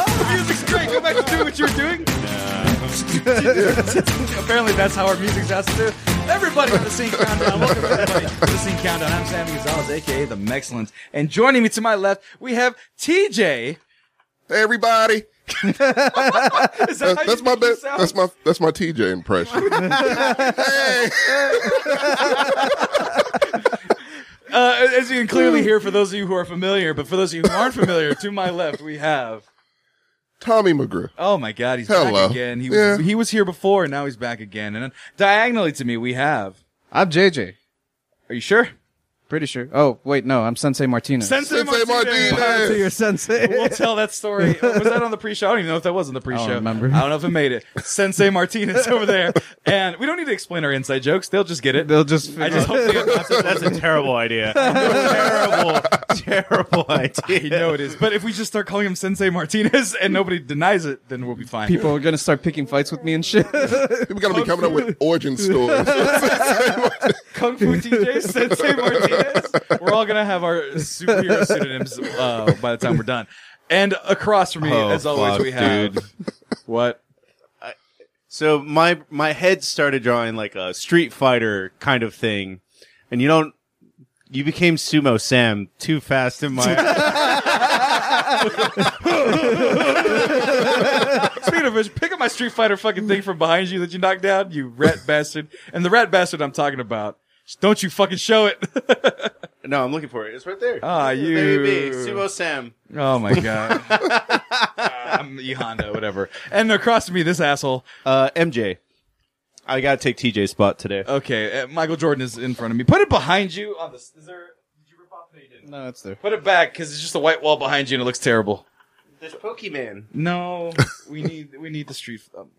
Oh, what you were doing? Apparently, that's how our music's has to do. Everybody from the Scene Countdown, welcome everybody to the Scene Countdown. I'm Sammy Gonzalez, aka the Mexlins, and joining me to my left we have TJ. Hey, everybody. Is That- how you that's my think you best. sound? That's my that's my TJ impression. hey, Uh, as you can clearly hear, for those of you who are familiar, but for those of you who aren't familiar, to my left we have. Tommy McGriff. Oh my God, he's Hello. back again. He Yeah. was he was here before, and now he's back again. And then diagonally to me, we have. I'm JJ. Are you sure? Pretty sure. Oh, wait, no, I'm Sensei Martinez. Sensei Sensei Martinez. Martinez. to your sensei. We'll tell that story. Was that on the pre-show? I don't even know if that was on the pre-show. remember. I don't know if it made it. Sensei Martinez over there, and we don't need to explain our inside jokes. They'll just get it. They'll just. I just hope they got That's a, that's a terrible idea. terrible, terrible idea. you know it is. But if we just start calling him Sensei Martinez and nobody denies it, then we'll be fine. people are gonna start picking fights with me and shit. We're gonna be coming up with origin stories. Kung Fu TJ, Sensei Martinez. We're all gonna have our superhero pseudonyms uh, by the time we're done. And across from me, Oh, as always, fuck, we have what? So my my head started drawing like a Street Fighter kind of thing, and you don't. You became Sumo Sam too fast in my. Speaking of which, pick up my Street Fighter fucking thing from behind you that you knocked down, you rat bastard. And the rat bastard I'm talking about, just don't you fucking show it. no, I'm looking for it. It's right there. Ah, you- There you be, Sumo Sam. oh my god. I'm E Honda, whatever. And across from me, this asshole. Uh, MJ, I gotta take TJ's spot today. Okay, uh, Michael Jordan is in front of me. Put it behind you on this. Is there? Did you rip off? No, you didn't. no, that's there. Put it back because it's just a white wall behind you and it looks terrible. There's Pokemon. No, we need we need the street. Um,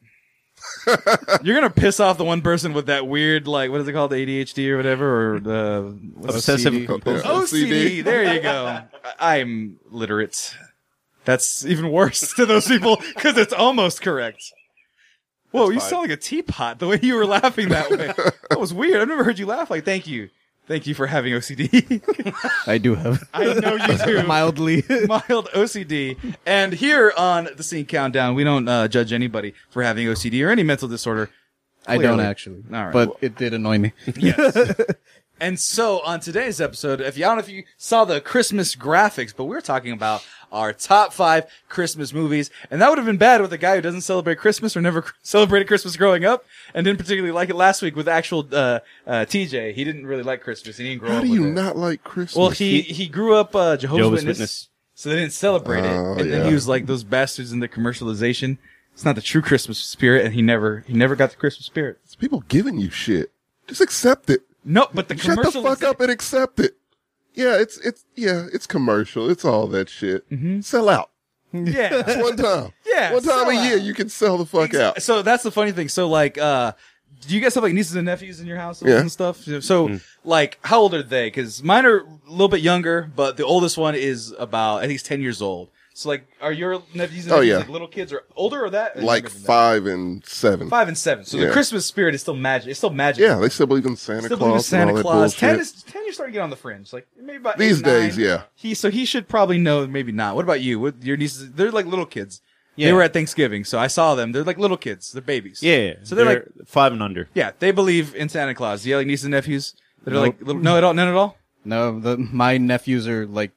you're gonna piss off the one person with that weird like what is it called ADHD or whatever or the what's it? Obsessive Yeah, OCD. Oh, There you go. I- I'm literate. That's even worse to those people because it's almost correct. Whoa, you fine. sound like a teapot the way you were laughing that way. that was weird. I've never heard you laugh like. Thank you, thank you for having OCD. I do have I know you do mildly. mild OCD. And here on the Scene Countdown, we don't uh, judge anybody for having OCD or any mental disorder. I don't Clearly. actually, All right, but well. it did annoy me. And so on today's episode, if you, I don't know if you saw the Christmas graphics, but we are talking about our top five Christmas movies. And that would have been bad with a guy who doesn't celebrate Christmas or never celebrated Christmas growing up and didn't particularly like it last week with actual uh, uh, TJ. He didn't really like Christmas. He didn't grow How up do with you it. not like Christmas? Oh, Well, he he grew up uh, Jehovah's, Jehovah's Witness, Witness. so they didn't celebrate Oh, it. And then yeah. he was like those bastards in the commercialization. It's not the true Christmas spirit, and he never he never got the Christmas spirit. It's people giving you shit. Just accept it. No, but the Shut the commercial fuck up and accept it. Yeah, it's it's yeah, it's commercial. It's all that shit. Mm-hmm. Sell out. Yeah, One time. Yeah, One time sell a year, out. you can sell the fuck out. So that's the funny thing. So like, uh, do you guys have like nieces and nephews in your house Yeah. Mm. and stuff? So like, how old are they? Because mine are a little bit younger, but the oldest one is about I think he's ten years old. So like, are your nephews and Oh, nephews yeah. like little kids or older or that? Like Younger than that? five and seven. five and seven. So the Yeah. Christmas spirit is still magic. It's still magic. Yeah, they still believe in Santa Still believe in Claus. and all Santa that Claus. bullshit. Ten is ten. You're starting to get on the fringe. Like maybe about eight, These days, nine. yeah. He so he should probably know. Maybe not. What about you? What, your nieces? They're like little kids. They Yeah. were at Thanksgiving, so I saw them. They're like little kids. They're babies. Yeah. So they're, like, five and under. yeah, they believe in Santa Claus. Do you have like nieces and nephews that are Nope. like little, no at all, none at all. No, the, my nephews are like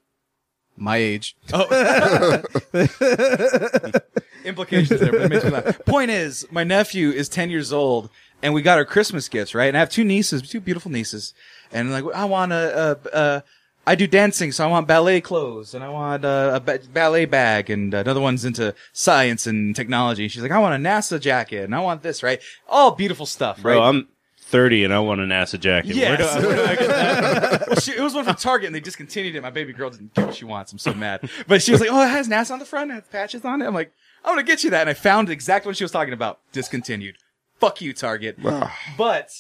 my age. implications there, but it makes me laugh. Point is, my nephew is 10 years old, and we got our Christmas gifts, right? And I have two nieces, two beautiful nieces, and like, I want a, a, a I do dancing, so I want ballet clothes, and I want a, a ba- ballet bag, and another one's into science and technology. She's like, I want a NASA jacket, and I want this, right? All beautiful stuff, right? Bro, I'm 30 and I want an NASA jacket. Where do I- Yes. well, she, it was one from Target, and they discontinued it. My baby girl doesn't get what she wants. I'm so mad. But she was like, "Oh, it has NASA on the front, it has patches on it." I'm like, "I'm gonna get you that." And I found exactly what she was talking about. Discontinued. Fuck you, Target. But,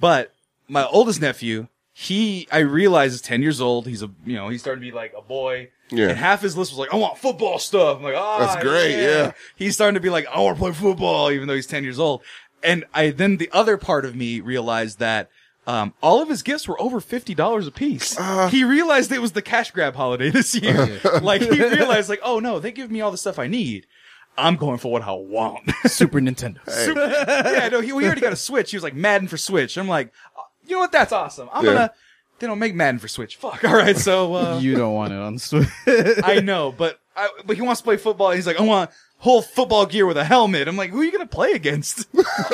but my oldest nephew, he I realize is 10 years old. He's a you know he's starting to be like a boy. Yeah. And half his list was like, I want football stuff. I'm like, ah, That's great, yeah. He's starting to be like, I want to play football, even though he's 10 years old. And I, then the other part of me realized that, um, all of his gifts were over $50 a piece. Uh. he realized it was the cash grab holiday this year. like he realized like, oh no, they give me all the stuff I need. I'm going for what I want. Super Nintendo. yeah, no, he, we already got a Switch. He was like Madden for Switch. I'm like, "Uh, you know what? That's awesome. I'm Yeah. gonna. They don't make Madden for Switch. Fuck. All right, so uh, you don't want it on Switch. I know, but I, but he wants to play football. He's like, I want whole football gear with a helmet. I'm like, who are you gonna play against?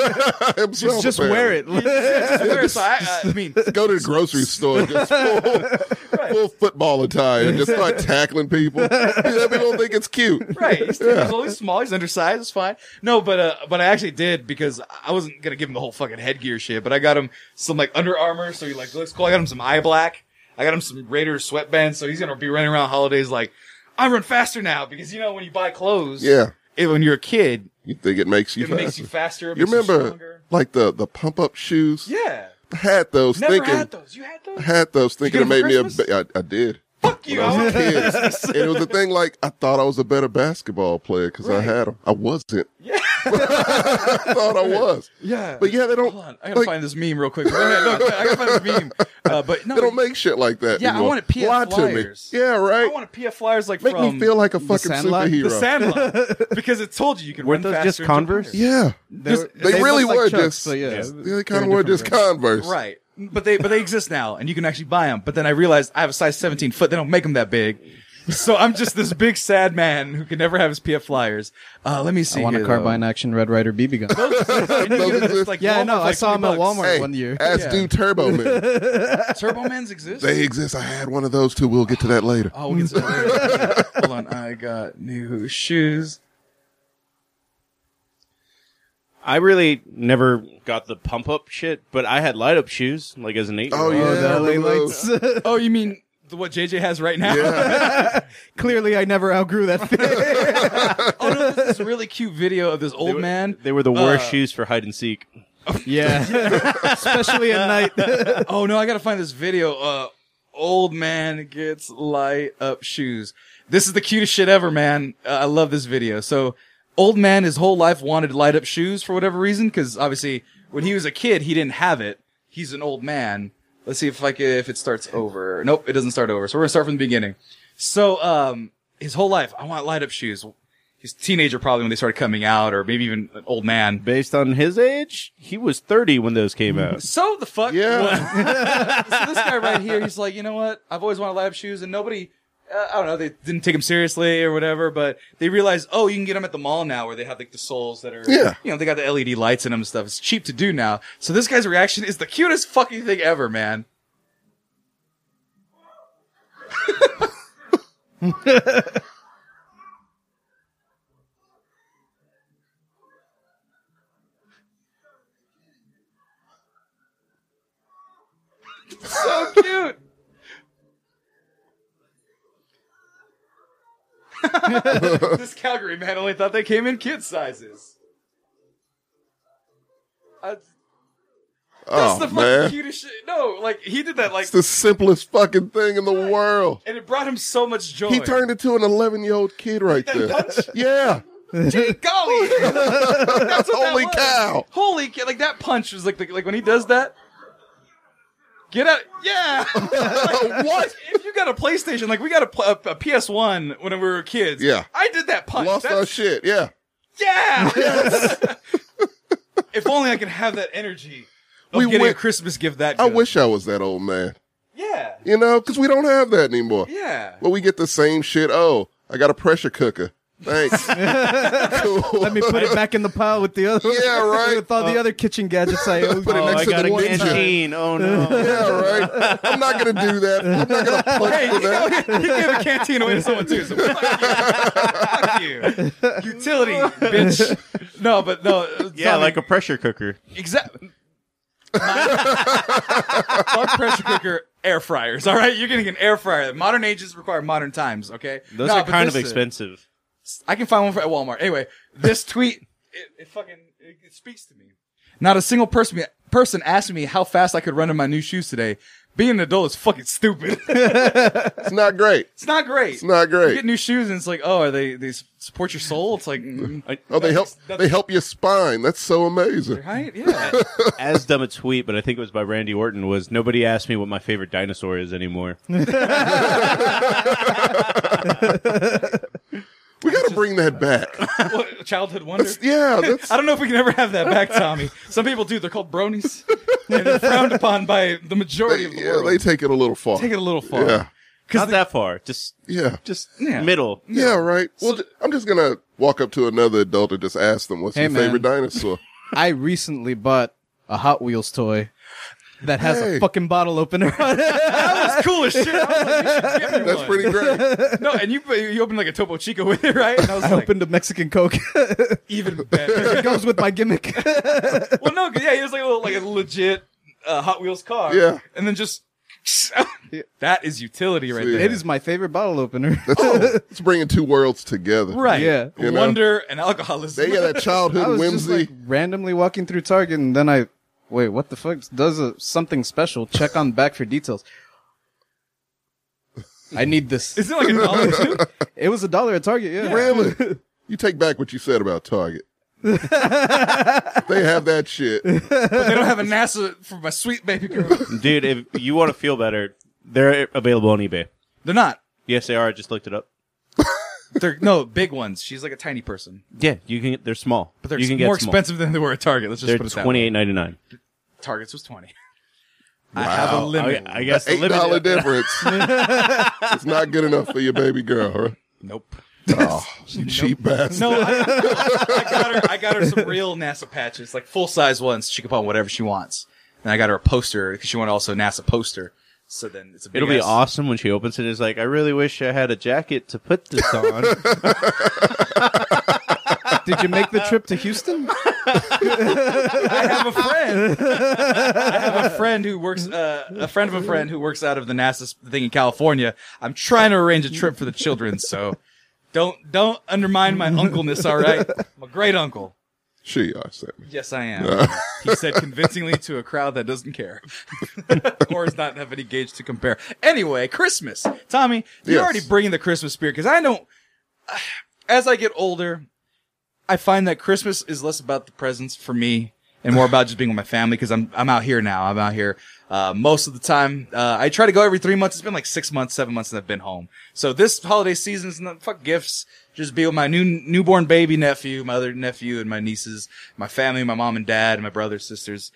Himself, Just wear apparently. it. so I, I mean, Go to the grocery store, and just full, full football attire, and just start tackling people. Yeah, People don't think it's cute. Right. He's, he's only small. He's undersized. It's fine. No, but uh, but I actually did because I wasn't gonna give him the whole fucking headgear shit. But I got him some like Under Armour, so he like looks cool. I got him some eye black. I got him some Raider sweatbands, so he's gonna be running around holidays like I run faster now because you know when you buy clothes, Yeah, it- when you're a kid, you think it makes you it makes faster. you faster. It You makes you remember stronger. like the the pump up shoes? Yeah. Had those Never thinking. had those. You had those. had those thinking get it 'em made for me a. Christmas? Ba- I, I did. Fuck When you. I I was a want- kid, and it was a thing like I thought I was a better basketball player because I Right. had them. I wasn't. Yeah. I thought I was. yeah. But yeah, they don't. Hold on. I gotta like, find this meme real quick. Go ahead. No, I gotta find this meme. Uh, but no, They don't make shit like that. Yeah, I anymore. want it PF Lie flyers. to me. Yeah, I right. want a PF Flyers like Make from me feel like a fucking Sandlot? superhero. the Sandlot because it told you you could Weren't run those faster just and Converse? jump higher. yeah, They, they, really look like were Chucks, just. so yeah. Yeah. They kind of were just Converse. Right. But they but they exist now, and you can actually buy them. But then I realized I have a size 17 foot. They don't make them that big, so I'm just this big sad man who can never have his PF Flyers. Uh, let me see. I want a here, carbine action Red Rider BB gun. Though. Like, Yeah, I Walmart know. for I like saw 20 them at bucks. Walmart Hey, one year. as do Turbo Men. Turbo Man's exist. they exist. I had one of those too. We'll get to that later. oh, we can start there. Hold on. I got new shoes. I really never got the pump up shit, but I had light up shoes like as an eight. Oh, yeah. Oh, the LA remember lights. Oh, you mean the, what JJ has right now? Clearly, I never outgrew that thing. oh, no, there's this really cute video of this old man. They were the worst Uh, shoes for hide and seek. yeah, especially at night. oh no, I gotta find this video. Uh, old man gets light up shoes. This is the cutest shit ever, man. Uh, I love this video. So, old man, his whole life wanted light up shoes for whatever reason, because obviously when he was a kid, he didn't have it. He's an old man. Let's see if I can, if it starts over. Nope, it doesn't start over. So we're gonna start from the beginning. So, um, his whole life, I want light up shoes. He's a teenager probably when they started coming out, or maybe even an old man. Based on his age, he was 30 when those came out. So the fuck Yeah. what? so this guy right here, he's like, you know what? I've always wanted lab shoes, and nobody, uh, I don't know, they didn't take him seriously or whatever. But they realized, oh, you can get them at the mall now, where they have like the soles that are, Yeah. you know, they got the LED lights in them and stuff. It's cheap to do now. So this guy's reaction is the cutest fucking thing ever, man. so cute. this Calgary man only thought they came in kid sizes. I- that's oh the fucking man, cutest shit. No, like he did that like, it's the simplest fucking thing in the world. and it brought him so much joy. He turned into an 11 year old kid right That there. punch? Yeah. Gee, golly, That's what that Holy was. cow. Holy cow! Like that punch was like the, like when he does that. Get out! Yeah. what? if you got a PlayStation, like we got a, pl- a, a PS1 when we were kids. Yeah. I did that punch. Lost That's- our shit. Yeah. Yeah. if only I could have that energy of We getting a went- Christmas gift that I good. wish I was that old man. Yeah. You know, because we don't have that anymore. Yeah. But we get the same shit. Oh, I got a pressure cooker. Thanks. Cool. Let me put it back in the pile with the other. Yeah, right. With all the other kitchen gadgets I own. Put it Oh, next I to got the a one time. canteen. Oh, no. Yeah, right. I'm not gonna do that. I'm not gonna punch Hey, for you, know, that. you gave a canteen away to someone too. So fuck you. fuck you. Utility, bitch. No, but no. Yeah, like a pressure cooker. exactly. Fuck pressure cooker air fryers. All right, you're getting an air fryer. Modern ages require modern times. Okay, Those No, are but kind of this, uh, expensive. I can find one for at Walmart. Anyway, this tweet it, it fucking it, it speaks to me. Not a single person person asked me how fast I could run in my new shoes today. Being an adult is fucking stupid. It's not great. it's not great. It's not You get great. new shoes and it's like, oh, are they they s- support your soul? It's like, mm, Oh, they help. That's- They help your spine. That's so amazing. right? Yeah. As dumb a tweet, but I think it was by Randy Orton, was nobody asked me what my favorite dinosaur is anymore. We got a to bring that back. What, childhood wonder. That's- yeah, that's I don't know if we can ever have that back, Tommy. Some people do. They're called bronies, and they're frowned upon by the majority they, of the yeah. world. They take it a little far. Take it a little far. yeah, Not that far. Just yeah, just Yeah. middle. yeah. Right. Well, j- I'm just gonna walk up to another adult and just ask them, "What's Hey, your man. favorite dinosaur?" I recently bought a Hot Wheels toy that has Hey. a fucking bottle opener on it. That's cool as shit. I was like, you should get me That's one. pretty great. No, and you you opened like a Topo Chico with it, right? And I was I like, opened a Mexican Coke. it even better. goes with my gimmick. well, no, 'cause, yeah, he was like a little, like a legit uh, Hot Wheels car. Yeah. and then just that is utility right See. there. It is my favorite bottle opener. Oh, It's bringing two worlds together. right. Yeah. You know? wonder and alcoholism. They got that I childhood was just whimsy. like randomly walking through Target, and then I wait, what the fuck? Does a, something special? Check on back for details. I need this. Isn't it like a dollar too? It was a dollar at Target. Yeah, Really? You take back what you said about Target. they have that shit. But they don't have a NASA for my sweet baby girl. Dude, if you want to feel better, they're available on eBay. They're not. Yes, they are. I just looked it up. They're no big ones. She's like a tiny person, Yeah, you can. They're small, but they're you can get more small. expensive than they were at Target. Let's just They're put it twenty that eight ninety nine. way. Targets was twenty. I have a I, limit. I guess the Eight limit- dollar difference. it's not good enough for your baby girl, right? Nope. Oh, you cheap bastard. No, I, I- I got her. I got her some real NASA patches, like full size ones. She can put on whatever she wants. And I got her a poster because she wanted also a NASA poster. So then it's a big It'll be ass- awesome when she opens it. Is like, I really wish I had a jacket to put this on. Did you make the trip to Houston? I have a friend. I have a friend who works. Uh, a friend of a friend who works out of the NASA thing in California. I'm trying to arrange a trip for the children. So don't don't undermine my uncleness. All right, I'm a great uncle. She, I said. Yes, I am. he said convincingly to a crowd that doesn't care or does not have any gauge to compare. Anyway, Christmas. Tommy, you're Yes. already bringing the Christmas spirit because I don't, as I get older, I find that Christmas is less about the presents for me and more about just being with my family because I'm, I'm out here now. I'm out here. Uh, most of the time, uh, I try to go every three months. It's been like six months, seven months since I've been home. So this holiday season's not fuck gifts. Just be with my new newborn baby nephew, my other nephew, and my nieces, my family, my mom and dad, and my brothers, sisters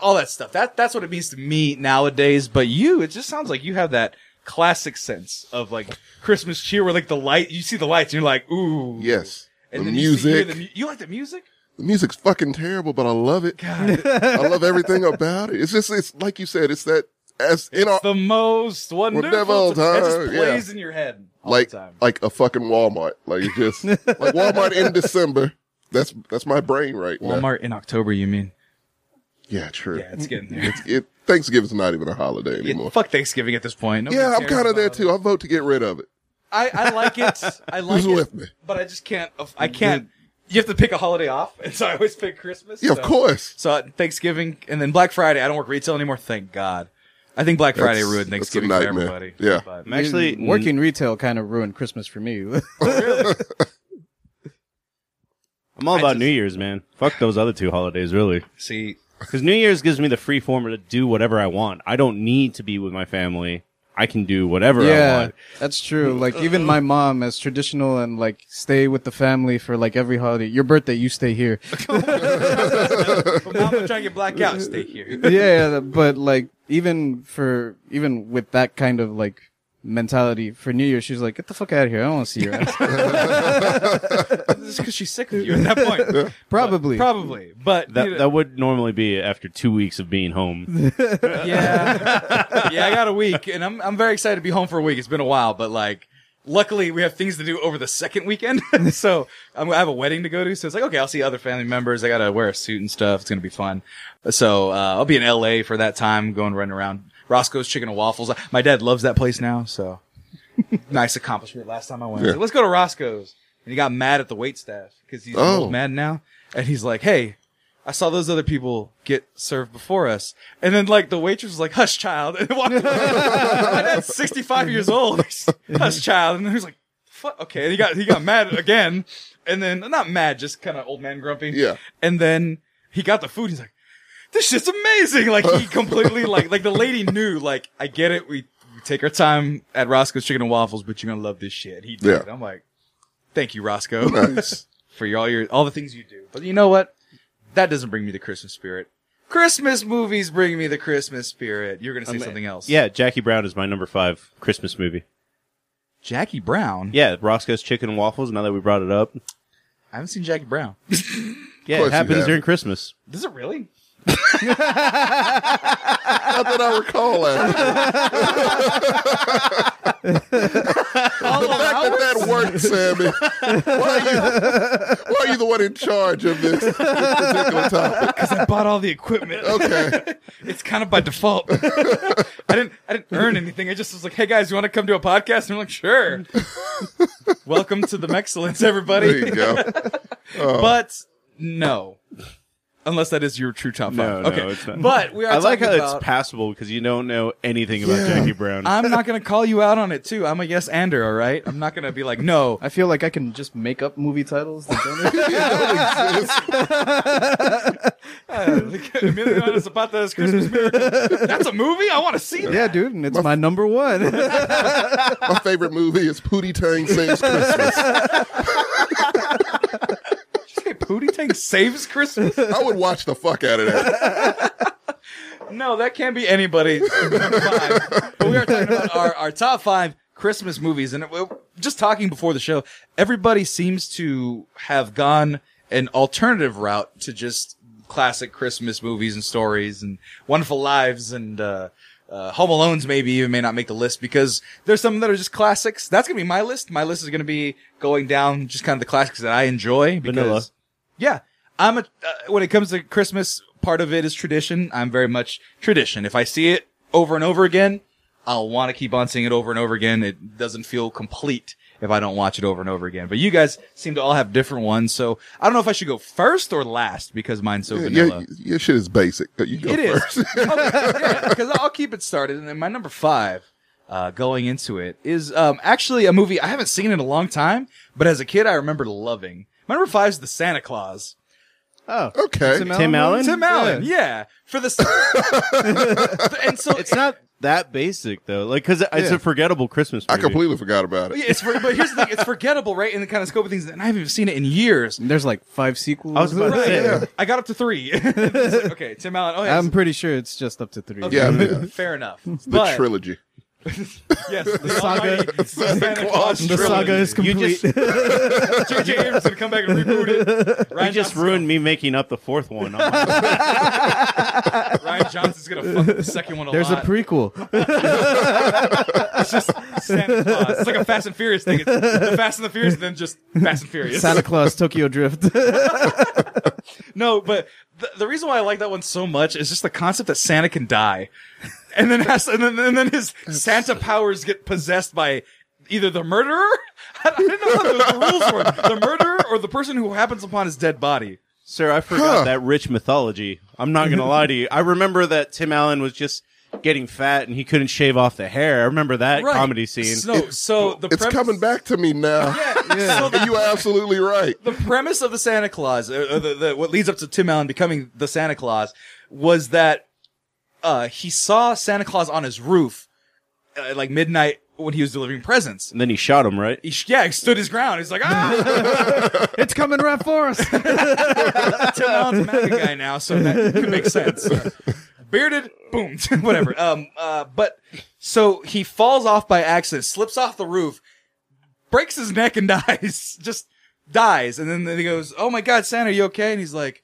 all that stuff. That that's what it means to me nowadays. But you, it just sounds like you have that classic sense of like Christmas cheer, where like the light, you see the lights, and you're like, ooh, Yes. And the then you see- you hear music. the mu- you like the music? the music's fucking terrible, but I love it. I love everything about it. It's just, it's like you said, it's that, as in our, The most wonderful. Wonderful That just time, plays yeah. in your head all like, uh, the time. like a fucking Walmart. Like, it's just, like Walmart in December. That's, that's my brain right now. Walmart in October, you mean? Yeah, true. Yeah, it's getting there. It, Thanksgiving's not even a holiday Yeah, anymore. fuck Thanksgiving at this point. Nobody yeah, I'm cares kind of there about it. too. I vote to get rid of it. I, I like it. I like Who's it, with me? but I just can't. aff- I can't. You have to pick a holiday off, and so I always pick Christmas. Yeah, of so- course. So Thanksgiving and then Black Friday. I don't work retail anymore. Thank God. I think Black Friday ruined that's a Thanksgiving for nightmare. everybody. Yeah. But- I'm actually mm, Mm. working retail kind of ruined Christmas for me. I'm all about just- New Year's, man. Fuck those other two holidays, really. see, Because New Year's gives me the free form to do whatever I want. I don't need to be with my family. I can do whatever I yeah, want. that's true. Like even my mom, as traditional and like stay with the family for like every holiday. Your birthday, you stay here. but now I'm gonna try to get black out. Stay here. yeah, but like even for even with that kind of like mentality for New Year's, she's like, "Get the fuck out of here! I don't want to see your ass." This because she's sick of you at that point. Probably. Probably, but That you know, that would normally be after two weeks of being home. yeah, yeah. I got a week, and I'm I'm very excited to be home for a week. It's been a while, but like. Luckily, we have things to do over the second weekend, so I'm, I have a wedding to go to. So it's like, okay, I'll see other family members. I gotta wear a suit and stuff. It's gonna be fun. So uh, I'll be in LA for that time, going running around Roscoe's Chicken and Waffles. My dad loves that place now, so nice accomplishment. Last time I went, I was Yeah. like, let's go to Roscoe's, and he got mad at the wait staff because he's Oh. old mad now, and he's like, hey. I saw those other people get served before us. And then like the waitress was like, hush child. And walked away. My dad's 65 years old. hush child. And then he was like, fuck. Okay. And he got, he got mad again. And then not mad, just kind of old man grumpy. Yeah. And then he got the food. He's like, this shit's amazing. Like he completely like, like the lady knew, like, I get it. We, we take our time at Roscoe's Chicken and Waffles, but you're going to love this shit. He did. Yeah. I'm like, Thank you, Roscoe, for your, all your all the things you do. But you know what? That doesn't bring me the Christmas spirit. Christmas movies bring me the Christmas spirit. You're gonna say something else. Yeah, Jackie Brown is my number five Christmas movie. Jackie Brown. Yeah, Roscoe's Chicken and Waffles. Now that we brought it up, I haven't seen Jackie Brown. yeah, course it you happens have. during Christmas. Does it really? Not that I recall that. the fact that that worked, Sammy. Why are, you, why are you the one in charge of this, this particular topic? Because I bought all the equipment. Okay. It's kind of by default. I didn't I didn't earn anything. I just was like, hey guys, you want to come to a podcast? And we're like, sure. Welcome to the Mexcellence, There everybody. you go. But no. Unless that is your true top No, five. no, okay. it's not. But we are I like how talking about- it's passable because you don't know anything about Yeah. Jackie Brown. I'm not gonna call you out on it too. I'm a yes ander, all right? I'm not gonna be like, no. I feel like I can just make up movie titles. that don't It don't exist. Emiliano Zapata's Christmas Miracle. That's a movie? I wanna see that. yeah, dude, and it's my number one. My favorite movie is Pootie Tang Sings Christmas. Hey, Pootie Tang saves Christmas? I would watch the fuck out of that. No, that can't be anybody. Number five. But we are talking about our, our top five Christmas movies, and it, we're just talking before the show, everybody seems to have gone an alternative route to just classic Christmas movies and stories, and Wonderful Lives, and uh, uh, Home Alone's maybe even may not make the list because there's some that are just classics. That's gonna be my list. My list is gonna be going down just kind of the classics that I enjoy. Because Vanilla. yeah. I'm a, uh, when it comes to Christmas, part of it is tradition. I'm very much tradition. If I see it over and over again, I'll want to keep on seeing it over and over again. It doesn't feel complete if I don't watch it over and over again. But you guys seem to all have different ones. So I don't know if I should go first or last because mine's so Your, vanilla. your shit is basic. You go It is. first. Because I'll keep it started. And then my number five, uh, going into it is, um, actually a movie I haven't seen in a long time, but as a kid, I remember loving. My number five is The Santa Claus. oh, Okay. Tim Tim Allen. Tim Allen, yeah. For the and so It's not that basic though, like because it's Yeah. a forgettable Christmas. I Movie. completely forgot about Yeah, it. It's for, but here's the thing: it's forgettable, right? In the kind of scope of things, and I haven't even seen it in years. There's like five sequels. I was about to Right? say. I got up to three. It's like, okay, Tim Allen. Oh yeah, I'm pretty sure it's just up to three. okay, Yeah, yeah. fair enough. The but, trilogy. Yes, the saga. Santa Claus. Claus The saga is You complete. just, you J.J. Abrams gonna come back and reboot it. Ryan just Johnson's- ruined me making up the fourth one. I'm like, Ryan Johnson's gonna fuck the second one a There's a lot. prequel. it's just Santa Claus. It's like a Fast and Furious thing. It's the Fast and the Furious, and then just Fast and Furious. Santa Claus Tokyo Drift. No, but the, the reason why I like that one so much is just the concept that Santa can die, and then has, and then and then his Santa powers get possessed by either the murderer. I didn't know what the, the rules were: the murderer or the person who happens upon his dead body. Sir, I forgot Huh. that rich mythology. I'm not gonna lie to you. I remember that Tim Allen was just getting fat and he couldn't shave off the hair. I remember that comedy scene. So, so the It's premise- coming back to me now. So the, You are absolutely right. the premise of the Santa Claus, uh, uh, the, the, what leads up to Tim Allen becoming the Santa Claus, was that uh, he saw Santa Claus on his roof uh, at like midnight when he was delivering presents. and then he shot him, right? he, sh- yeah, he stood his ground. He's like, ah, it's coming right for us. Tim Allen's a MAGA guy now, so that could make sense. Bearded, boom, whatever. Um, uh, but so he falls off by accident, slips off the roof, breaks his neck and dies, just dies. And then, then he goes, "Oh my God, Santa, are you okay?" And he's like,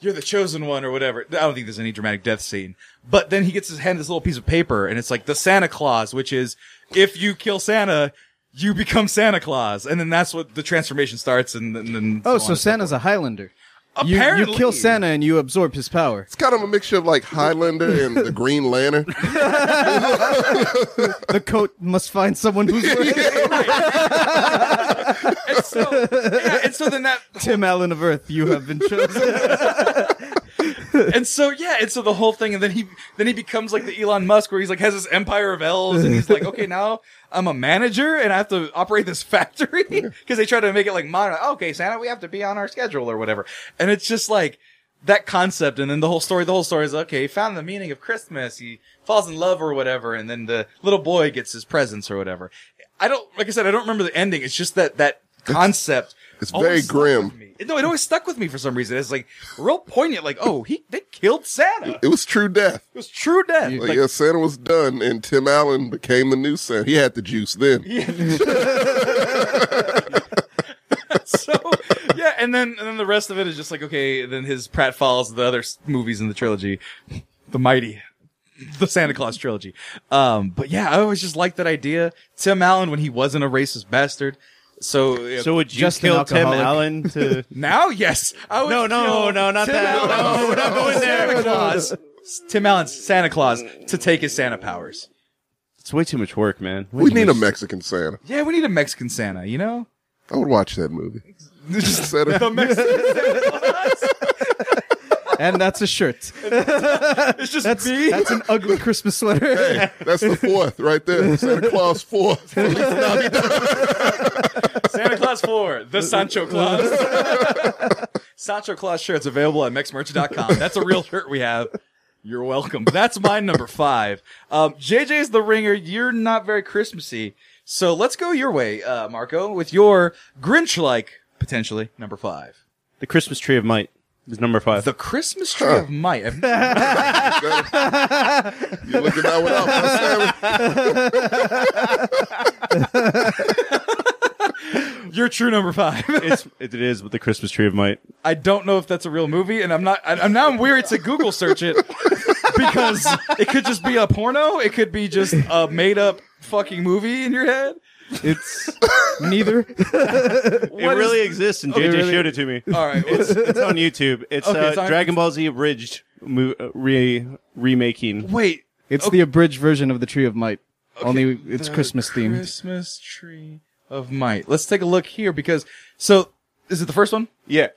"You're the chosen one," or whatever. I don't think there's any dramatic death scene. But then he gets his hand this little piece of paper, and it's like the Santa Claus, which is if you kill Santa. You become Santa Claus, and then that's what the transformation starts. And then, and then Oh, on so and forth. Santa's a Highlander. You, you Apparently. kill Santa and you absorb his power. It's kind of a mixture of like Highlander and the Green Lantern. The coat must find someone who's worthy. And so, yeah, and so then that, Tim Allen of Earth. You have been chosen. and so yeah, and so the whole thing, and then he, then he becomes like the Elon Musk, where he's like has this empire of elves, and he's like, okay, now I'm a manager, and I have to operate this factory because they try to make it like modern. Okay, Santa, we have to be on our schedule or whatever, and it's just like that concept, and then the whole story. The whole story is okay. He found the meaning of Christmas. He falls in love or whatever, and then the little boy gets his presents or whatever. I don't, like I said, I don't remember the ending. It's just that that concept. it's always very stuck with grim. me. No, it always stuck with me for some reason. It's like real poignant. Like, oh, he they killed Santa. It It was true death. was true death. Like, Like, yeah, Santa was done, and Tim Allen became the new Santa. He had the juice then. so yeah, and then and then the rest of it is just like okay. Then his Pratt follows the other s- movies in the trilogy, the Mighty, the Santa Claus trilogy. Um, but yeah, I always just liked that idea. Tim Allen when he wasn't a racist bastard. So yeah, So would you Just an kill Tim alcoholic. Allen to? now, yes, I would No, no, kill no, not Tim that. Allen. No, we're not going there. Santa Claus. Tim Allen's Santa Claus to take his Santa powers. It's way too much work, man. We need a Mexican Santa. Yeah, we need a Mexican Santa, you know? I would watch that movie. Santa, and that's a shirt. It's just That's that's an ugly Christmas sweater. hey, that's the fourth right there. Santa Claus fourth. Santa Claus 4, the Sancho Claus. Sancho Claus shirts available at mexmerch.com. That's a real shirt we have. You're welcome. That's my number five. Um, JJ's the ringer. You're not very Christmassy. So let's go your way, uh, Marco, with your Grinch like, potentially, number five. The Christmas Tree of Might is number five. The Christmas Tree of Might. I've- You're looking that one up. huh, Sammy? Your true number five. it's it is with the Christmas Tree of Might. I don't know if that's a real movie, and I'm not. I, I'm now I'm weird to Google search it because it could just be a porno. It could be just a made up fucking movie in your head. It's neither. it is- really exists, and JJ really- showed it to me. All right, it's, It's on YouTube. It's, Okay, uh, it's on- Dragon Ball Z abridged mo- uh, re- remaking. wait. It's the abridged version of the Tree of Might. Only it's The Christmas themed. Christmas tree of might. Let's take a look here because so is it the first one? Yeah.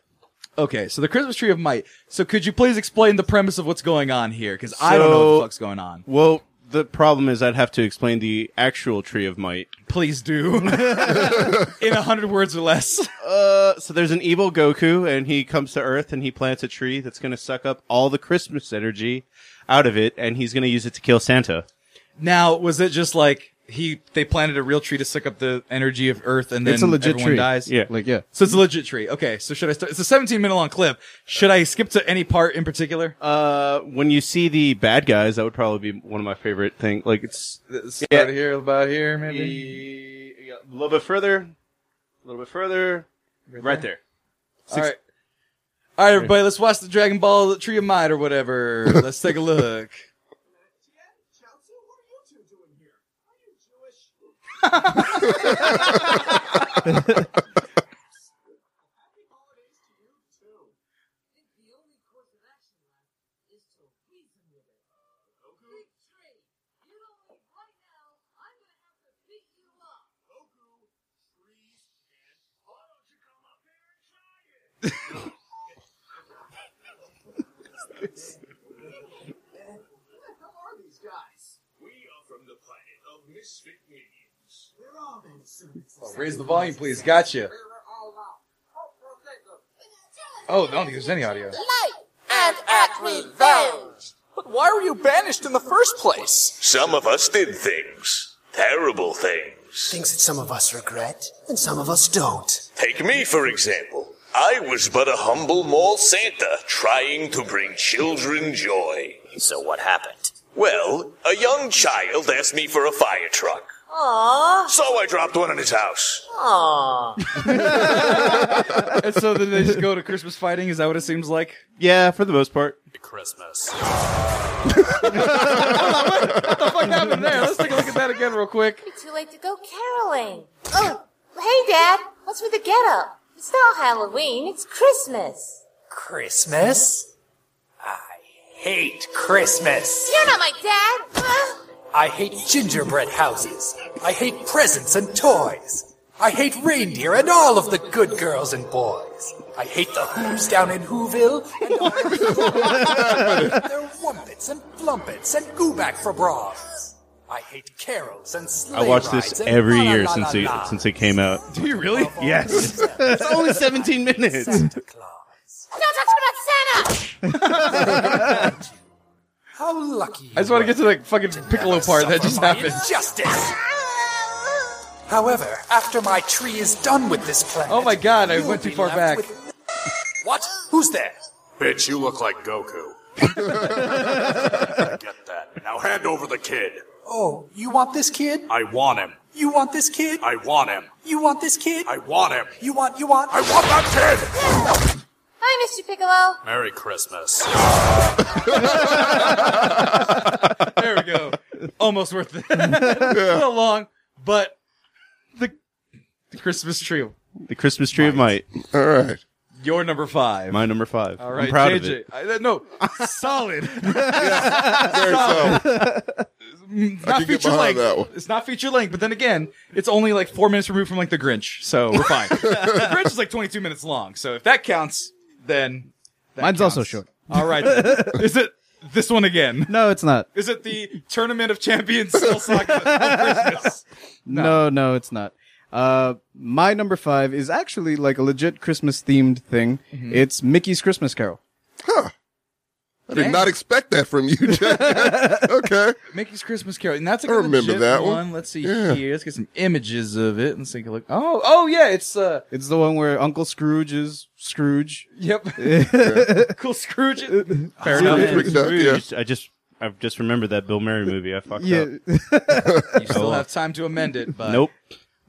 Okay, so the Christmas tree of might. So could you please explain the premise of what's going on here? Because I don't know what the So- fuck's going on. Well, the problem is I'd have to explain the actual Tree of Might. Please do in a hundred words or less. Uh, so there's an evil Goku, and he comes to Earth, and he plants a tree that's going to suck up all the Christmas energy out of it, and he's going to use it to kill Santa. Now, was it just like he they planted a real tree to suck up the energy of Earth and then It's a legit everyone tree. dies? Yeah. Like yeah. So it's a legit tree. Okay. So should I start? It's a 17 minute long clip. Should I skip to any part in particular? Uh, when you see the bad guys, that would probably be one of my favorite things. Like it's Start here, about here, maybe. a little bit further, a little bit further, right there. All right. All right, everybody. Let's watch the Dragon Ball the Tree of Might or whatever. let's take a look. Chelsea, what are you two doing here? Are you Jewish? Happy holidays to you too. I think the only course of action left is to reason with it. Goku, Big tree, you don't leave right now. I'm gonna have to beat you up. Goku, trees, and why don't you come up here and try it? Who the hell are these guys? We are from the planet of misfit minions. We're all in service. raise the volume, please. Gotcha. We're all out. Oh, protect them. Oh, I don't think there's any audio. And act revenge. But why were you banished in the first place? Some of us did things. Terrible things. Things that some of us regret, and some of us don't. Take me, for example. I was but a humble mall Santa trying to bring children joy. So what happened? Well, a young child asked me for a fire truck. Aww. So I dropped one in his house. and so then they just go to Christmas fighting. Is that what it seems like? Yeah, for the most part. Christmas. What happened there? Let's take a look at that again real quick. It's too late to go caroling. Oh, hey, Dad. What's with the getup? It's not Halloween. It's Christmas. Christmas? I hate Christmas. You're not my dad. Ugh. I hate gingerbread houses. I hate presents and toys. I hate reindeer and all of the good girls and boys. I hate the Who's down in Whoville and all their Wumpets and Plumpets and Gooback for bras. I hate carols and sleigh I watched this rides and every la la year la since la it la. since it came out. Do you really? Yes, it's only 17 minutes. Santa Claus. Don't talk about Santa. How lucky! I just want to get to the fucking piccolo part that just happened. Justice. However, after my tree is done with this planet. Oh my God, I you'll went too be far left back. with- What? Who's there? Bitch, you look like Goku. Get that. Now hand over the kid. Oh, you want this kid? I want him. You want this kid? I want him. You want this kid? I want him. You want, you want? I want that Hi, Mr. Piccolo. kid! Merry Christmas. There we go. Almost worth it. It's so long, but the, the Christmas tree. The Christmas tree of might. All right. Your number five. My number five. All right, I'm proud JJ. of it. I- uh, no, solid. Very so. not can get feature behind length. that one. It's not feature length, but then again, it's only like four minutes removed from like the Grinch, so we're fine. the Grinch is like 22 minutes long, so if that counts, then that Mine's also counts. short. All right, then. is it this one again? No, it's not. Is it the Tournament of Champions Cell Saga of Christmas? No, no, it's not. Uh, my number five is actually like a legit Christmas themed thing. Mm-hmm. It's Mickey's Christmas Carol. I did not expect that from you, Jack. okay. Mickey's Christmas Carol, and that's a I remember legit that one. Let's see Yeah. here. Let's get some images of it. Let's take a look. Oh, oh yeah, it's uh, It's the one where Uncle Scrooge is Scrooge. yep, cool Scrooge. Fair Dude, Yeah. enough. Freaked it's out, weird. yeah. I just- I just I've just remembered that Bill Murray movie. I fucked Yeah, up. You still have time to amend it, but Nope.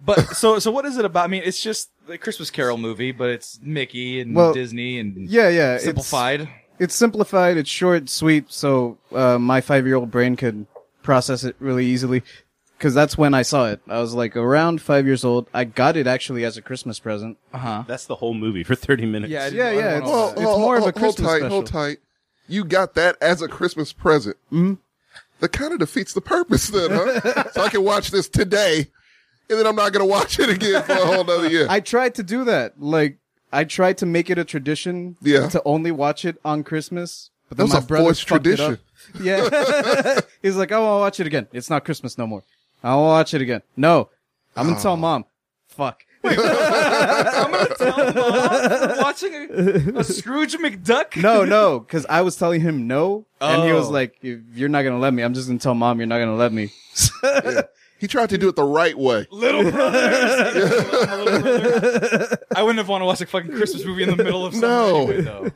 But so so what is it about? I mean, it's just the Christmas Carol movie, but it's Mickey and Well, Disney and yeah, yeah. it's- simplified. It's, simplified. It's short, sweet, so uh, my five-year-old brain could process it really easily. Because that's when I saw it. I was like around five years old. I got it actually as a Christmas present. That's the whole movie for 30 minutes. Yeah, I Yeah, didn't- I yeah. don't It's, know. Well, it's hold- more of a hold- hold Christmas tight, special. Hold tight. You got that as a Christmas present. Mm-hmm. That kind of defeats the purpose then, huh? so I can watch this today, and then I'm not going to watch it again for a whole nother year. I tried to do that. Like I tried to make it a tradition Yeah. to only watch it on Christmas. But then That was my a brother forced fucked it up. Yeah. He's like, I won't watch it again. It's not Christmas no more. I won't watch it again. No. I'm gonna Oh. tell mom. Fuck. I'm gonna tell mom for watching a, a Scrooge McDuck. No, no, because I was telling him no, and he was Oh. like, "If you're not gonna let me, I'm just gonna tell mom you're not gonna let me." he tried to do it the right way. little brothers. Little brother. I wouldn't have wanted to watch a fucking Christmas movie in the middle of summer No. anyway, though.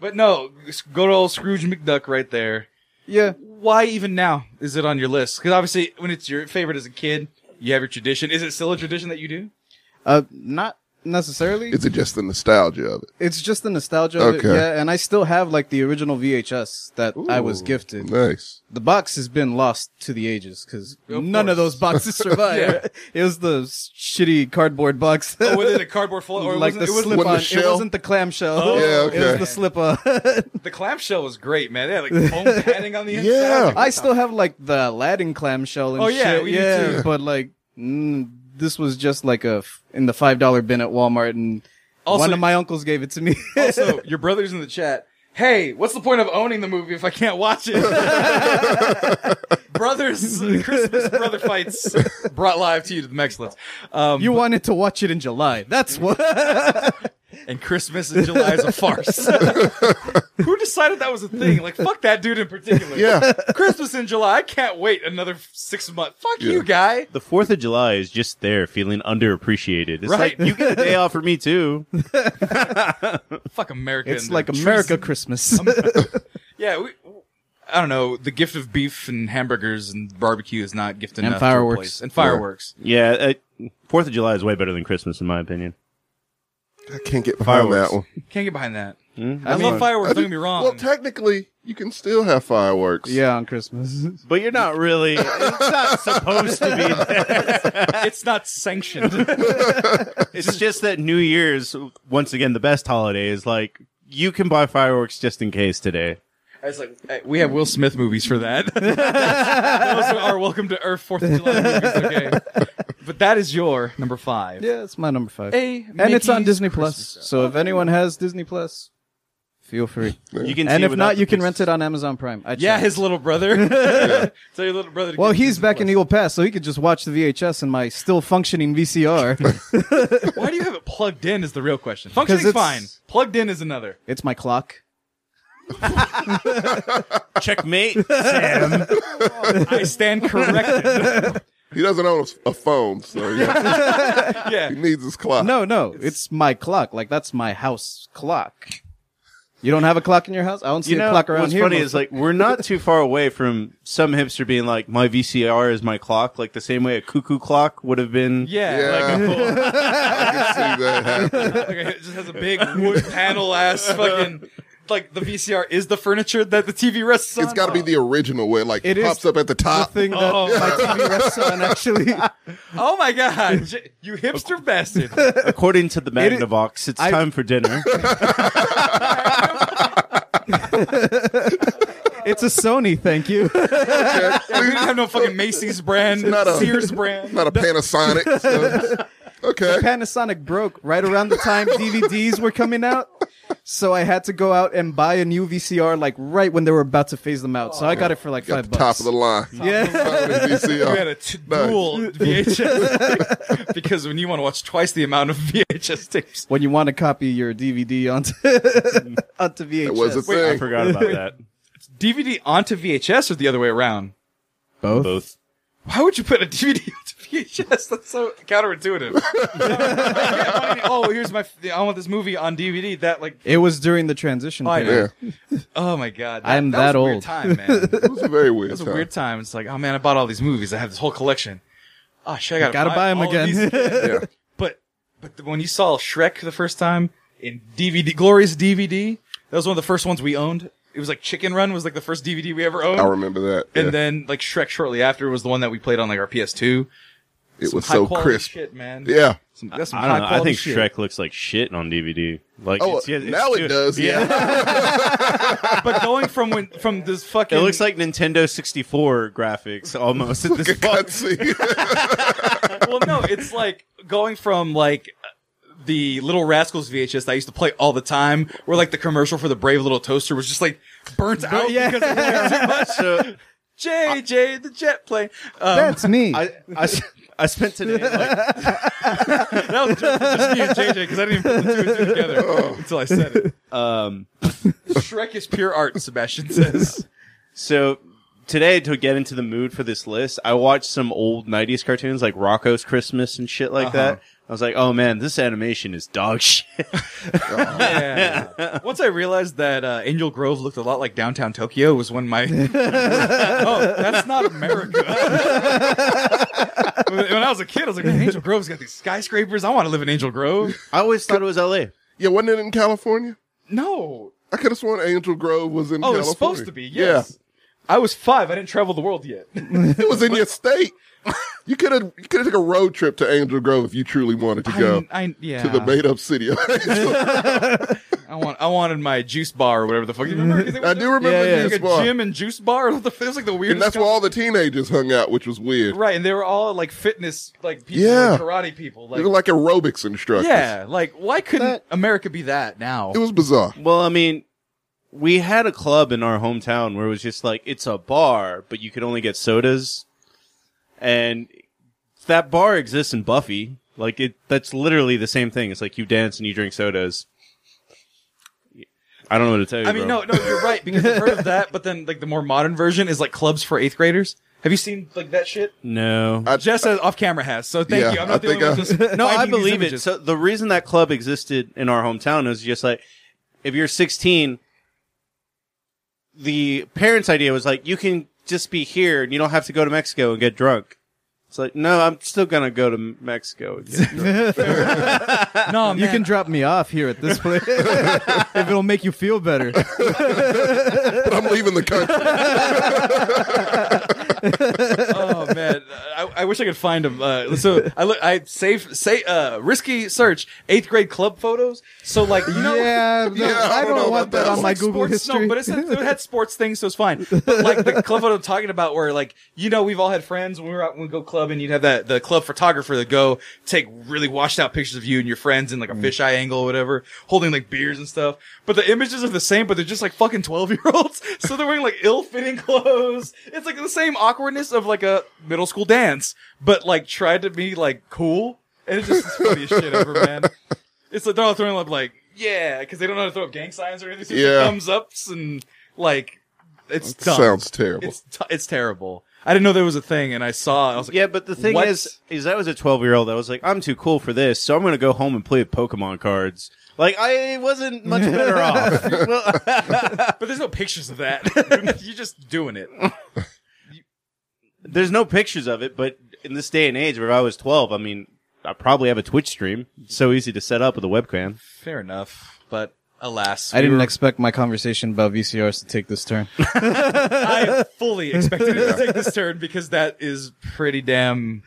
But no, go to old Scrooge McDuck right there. yeah, Why even now is it on your list? Because obviously, when it's your favorite as a kid, you have your tradition. Is it still a tradition that you do? uh, not necessarily. Is it just the nostalgia of it? It's just the nostalgia. of it, Okay. yeah, and I still have like the original VHS that I was gifted. Nice. the box has been lost to the ages because Of none of course. those boxes survive. Yeah. It was the shitty cardboard box. Oh, was it a cardboard foil? Or like wasn't- the it wasn't slip on. Wasn't the It shell? wasn't the clamshell. Oh, Yeah, okay. It was the slip on. The clamshell was great, man. They had like foam padding on the inside. Yeah. Like, I still have like the Aladdin clamshell and Oh, yeah, shit. we do yeah, too. but like mm, this was just like a f- in the five dollar bin at Walmart, and Also- one of my uncles gave it to me. also, your brother's in the chat. Hey, what's the point of owning the movie if I can't watch it? Brothers, Christmas brother fights brought live to you to the Mexlets. Um, you wanted to watch it in July. That's what. and Christmas in July is a farce. Who decided that was a thing? Like, fuck that dude in particular. Yeah. Christmas in July. I can't wait another six months. Fuck you, guy. The 4th of July is just there feeling underappreciated. It's Right. like, you get a day off for me too. Fuck America. it's and like their America treason. Christmas. Yeah, we, I don't know. The gift of beef and hamburgers and barbecue is not gift enough. to fireworks. replace- and fireworks. Yeah, uh, 4th of July is way better than Christmas in my opinion. I can't get behind Fireworks. that one. Can't get behind that. Mm, I, love fireworks. Don't get me wrong. Well, technically, you can still have fireworks. yeah, on Christmas. But you're not really it's not supposed to be there. it's not sanctioned. It's just that New Year's once again the best holiday is like you can buy fireworks just in case today. I was like, hey, we have Will Smith movies for that. Those are our Welcome to Earth Fourth of July movies. Okay, but that is your number five. Yeah, it's my number five. A and it's on Mickey's Disney Christmas Plus. So if anyone has Disney Plus, feel free. You can and see if without not, the you can pictures. rent it on Amazon Prime. I Yeah, checked. his little brother. Tell your little brother. to Well, get he's Disney back Plus. in Eagle Pass, so he could just watch the VHS in my still functioning VCR. Why do you have it plugged in? Is the real question. 'Cause Functioning's it's- fine. Plugged in is another. it's my clock. Checkmate. I stand corrected. He doesn't own a, a phone, so he, he needs his clock. No, no, it's, my clock. Like that's my house clock. You don't have a clock in your house? I don't see You know, a clock around what's here. funny most- is like we're not too far away from some hipster being like, "My VCR is my clock," like the same way a cuckoo clock would have been. Yeah, Yeah. Like, a full- I can see that happen. like it just has a big wood panel ass fucking. Like the VCR is the furniture that the TV rests on. It's got to be the original where it, like It is pops up at the the top. thing that Oh. my TV rests on actually. Oh my god, J- you hipster bastard! According to the It is- Magnavox, it's I- time for dinner. It's a Sony, thank you. Yeah, we didn't have no fucking Macy's brand, Not a- Sears brand. Not a Panasonic. so- okay. Panasonic broke right around the time DVDs were coming out. So I had to go out and buy a new VCR like right when they were about to phase them out. So I got it for like Oh, Got five the top bucks. of the line. yeah. Top of the VCR. We had a t- Nice. dual VHS because when you want to watch twice the amount of VHS tapes, when you want to copy your DVD onto onto VHS. That was a thing. I forgot about that. DVD onto VHS or the other way around. both. Both. Why would you put a DVD onto VHS? That's so counterintuitive. oh, here's my. I want this movie on DVD. That like. It was during the transition. Oh, period. Yeah. Oh my god. I'm was that a weird old. time, man. It It was a very weird was a time. weird time. It's like, oh man, I bought all these movies. I have this whole collection. Oh shit, I gotta, Gotta buy 'em all of again. these. Yeah. But but the- when you saw Shrek the first time in DVD, glorious DVD, that was one of the first ones we owned. It was like Chicken Run was like the first DVD we ever owned. I remember that. And yeah. then like Shrek shortly after was the one that we played on like our PS2. it was High so quality crisp. shit, man. Yeah. Some, that's some I don't high know. I quality think shit. Shrek looks like shit on DVD. Like, Oh, it's- yeah, it's now it good. does. Yeah. But going from when from this fucking It looks like Nintendo 64 graphics almost at this point. Cutscene. well, no, it's like going from like the Little Rascals VHS that I used to play all the time, where like the commercial for the Brave Little Toaster was just like burnt out yeah. because it was too much. So JJ the jet plane. Um, That's me. I, I, s- I spent today like, that was just, just me and JJ because I didn't even put the two and two together Oh. until I said it. um, Shrek is pure art, Sebastian says. So today, to get into the mood for this list, I watched some old '90s cartoons like Rocco's Christmas and shit like that. I was like, "Oh man, this animation is dog shit." Yeah. Once I realized that uh, Angel Grove looked a lot like downtown Tokyo was when my oh that's not America. when when I was a kid, I was like, Man, Angel Grove's got these skyscrapers. I want to live in Angel Grove. I always thought it was L.A. yeah, wasn't it in California? No, I could have sworn Angel Grove was in oh, California. it's supposed to be. Yes, I was five. I didn't travel the world yet. Yeah. It was in your state. You could have you could have took a road trip to Angel Grove if you truly wanted to go I, I yeah. to the made up city. of Angel. I want I wanted my juice bar or whatever the fuck. You remember? 'Cause it was Mm-hmm. I just do remember Yeah, the yeah. juice like a bar. gym and juice bar. What the f- It was like the weirdest. and that's where com- all the teenagers hung out, which was weird. Right, and they were all like fitness, like people, Yeah. like karate people, They were like aerobics instructors. Yeah, like why couldn't America be that now? It was bizarre. Well, I mean, we had a club in our hometown where it was just like it's a bar, but you could only get sodas, and that bar exists in Buffy. Like it, that's literally the same thing. It's like you dance and you drink sodas. I don't know what to tell you. I mean, bro. no, no, you're right because I've heard of that, but then like the more modern version is like clubs for eighth graders. Have you seen like that shit? no. I, Jess says off camera has, so thank Yeah, you. I'm I not the only one think I- just No, I finding these believe it. images. So the reason that club existed in our hometown is just like if you're 16, the parents' idea was like you can just be here and you don't have to go to Mexico and get drunk. It's like no, I'm still gonna go to Mexico. and get drunk. no, you can drop me off here at this place if it'll make you feel better. but I'm leaving the country. oh man, I, I wish I could find them. Uh, so I look, I save say uh, risky search eighth grade club photos. So like you know, yeah, no, Yeah, I don't, know want about that that. on It's my like Google sports, history. No, but it said, it had sports things, so it's fine. But like the club photo I'm talking about, where like you know we've all had friends when we were out when we go club, and you'd have that the club photographer that go take really washed out pictures of you and your friends in like a Mm. fisheye angle or whatever, holding like beers and stuff. But the images are the same, but they're just like fucking twelve year olds, so they're wearing like ill fitting clothes. It's like the same awkwardness of like a middle school dance, but like tried to be like cool, and it's just the funniest shit ever, man. It's like they're all throwing up like yeah, because they don't know how to throw up gang signs or anything. So it's just Yeah. thumbs ups and like it's dumb. Sounds terrible. It's t- it's terrible. I didn't know there was a thing, and I saw. it. I was like, Yeah, but the thing what? is, is I was a 12 year old. I was like, I'm too cool for this, so I'm going to go home and play with Pokemon cards. Like, I wasn't much better off. Well, but there's no pictures of that. You're just doing it. there's no pictures of it, but in this day and age where I was 12, I mean, I probably have a Twitch stream. It's so easy to set up with a webcam. Fair enough, but alas, I we didn't were- expect my conversation about VCRs to take this turn. I fully expected it to take this turn because that is pretty damn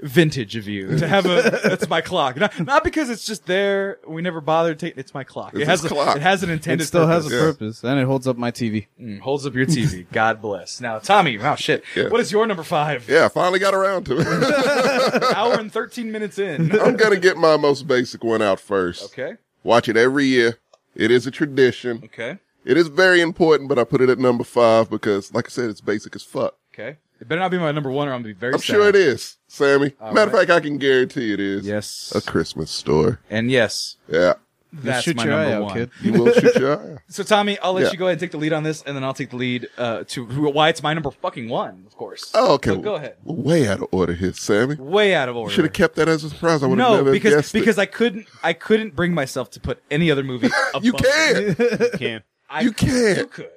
vintage of you to have a that's my clock not, not because it's just there we never bothered to it's my clock it It's has his a, clock. it has an It intended still purpose. has a purpose, and it holds up my TV. Mm, holds up your tv god bless now tommy wow shit Yeah. what is your number five Yeah, I finally got around to it. hour and 13 minutes in I'm gonna get my most basic one out first. okay Watch it every year. It is a tradition. okay It is very important, but I put it at number five because, like I said, it's basic as fuck. okay it better not be my number one or i'm gonna be very I'm sure it is, Sammy. Matter right. of fact, I can guarantee it is. yes A Christmas store. and yes Yeah. that's shoot my your number eye out, one kid. You will shoot your eye. out. So Tommy, I'll let Yeah. you go ahead and take the lead on this, and then I'll take the lead uh, to who- why it's my number fucking one, of course. Oh, okay. So go ahead. We're way out of order here, Sammy. Way out of order. Should have kept that as a surprise. I would have no, never because guessed it. because I couldn't I couldn't bring myself to put any other movie. above you it. can. Can. I You could- can't. You could.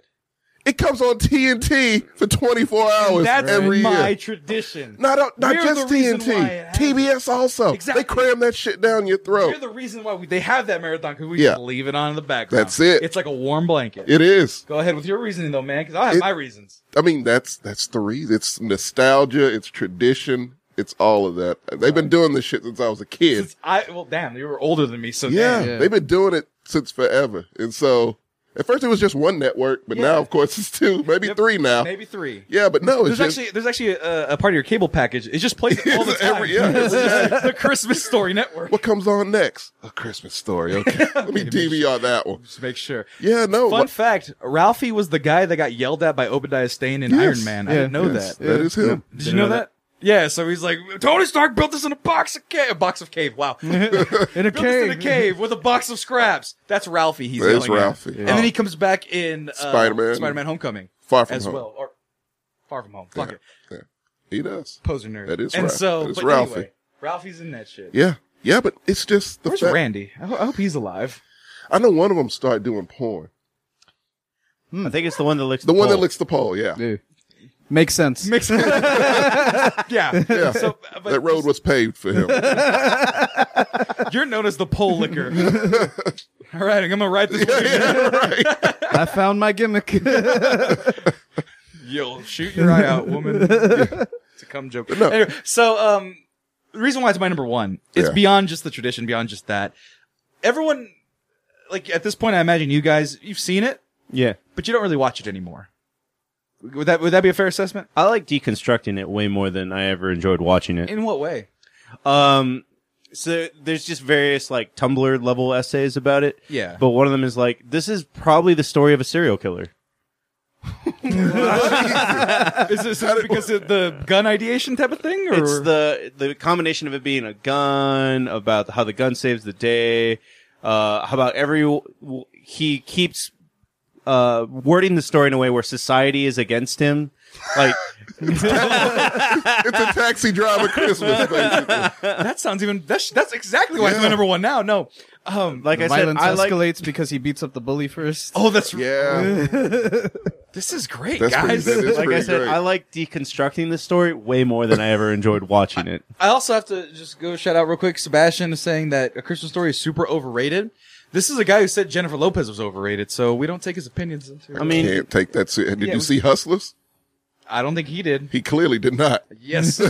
It comes on TNT for 24 hours That's every my year. tradition. Not, not We're just the reason why it TNT. happens. TBS also. Exactly. They cram that shit down your throat. You're the reason why we, they have that marathon because we Oh. Yeah. just leave it on in the background. That's it. It's like a warm blanket. It is. go ahead with your reasoning though, man, because I have It- my reasons. I mean, that's that's the reason. It's nostalgia. It's tradition. It's all of that. They've been doing this shit since I was a kid. Since I well, damn, you were older than me, so yeah, damn. Yeah. they've been doing it since forever. And so, at first it was just one network, but Yeah. now, of course, it's two, maybe Yep, three now. maybe three. Yeah, but no, There's it's just, actually there's actually a, a part of your cable package. It just plays it all the It's time. every- yeah, It's just the Christmas Story Network. what comes on next? A Christmas story. Okay, let me DVR that one. Just make sure. Yeah, no, Fun what- fact: Ralphie was the guy that got yelled at by Obadiah Stane in Yes. Iron Man. I didn't know yes, that. that is him. Did you know that? Yeah. So he's like, Tony Stark built this in a box of cave. A box of cave. Wow. In a Built this in a cave with a box of scraps. That's Ralphie. He's That's yelling at. Ralphie. And then he comes back in uh, Spider-Man. Spider-Man: Homecoming. Far From as Home. well, or Far From Home. Fuck it. He does. Poser nerd. That is and Ralph- so, that is but Ralphie. anyway, Ralphie's in that shit. Yeah, yeah, but it's just the Where's fact. Randy? I, ho- I hope he's alive. I know one of them started doing porn. I think it's the one that looks The one that pole. licks the pole. Yeah, Dude. Makes sense. Mix it. yeah. yeah. So, uh, but that road was paved for him. you're known as the pole licker. All right, I'm gonna write this. one. I found my gimmick. You'll shoot your eye out, woman. It's a cum joke. Anyway, so, um, the reason why it's my number one, it's Yeah. beyond just the tradition, beyond just that. Everyone, like at this point, I imagine you guys, you've seen it, Yeah. but you don't really watch it anymore. Would that would that be a fair assessment? I like deconstructing it way more than I ever enjoyed watching it. In what way? Um, so there's just various like Tumblr level essays about it. Yeah. But one of them is like, this is probably the story of a serial killer. Is this because of the gun ideation type of thing? Or? It's the the combination of it being a gun, about how the gun saves the day, uh, how about every w- he keeps uh, wording the story in a way where society is against him, like it's a taxi driver Christmas. Basically. That sounds even. That's that's exactly why it's my number one now. No, um, like I said, Violence I like escalates because he beats up the bully first. oh, that's Yeah, this is great, That's pretty- guys. that is- like I pretty said, great. I like deconstructing the story way more than I ever enjoyed watching it. I also have to just go shout out real quick. Sebastian is saying that a Christmas story is super overrated. This is a guy who said Jennifer Lopez was overrated, so we don't take his opinions into. I mean, can't take that. ser- Did Yeah, you we- see Hustlers? I don't think he did. He clearly did not. Yes,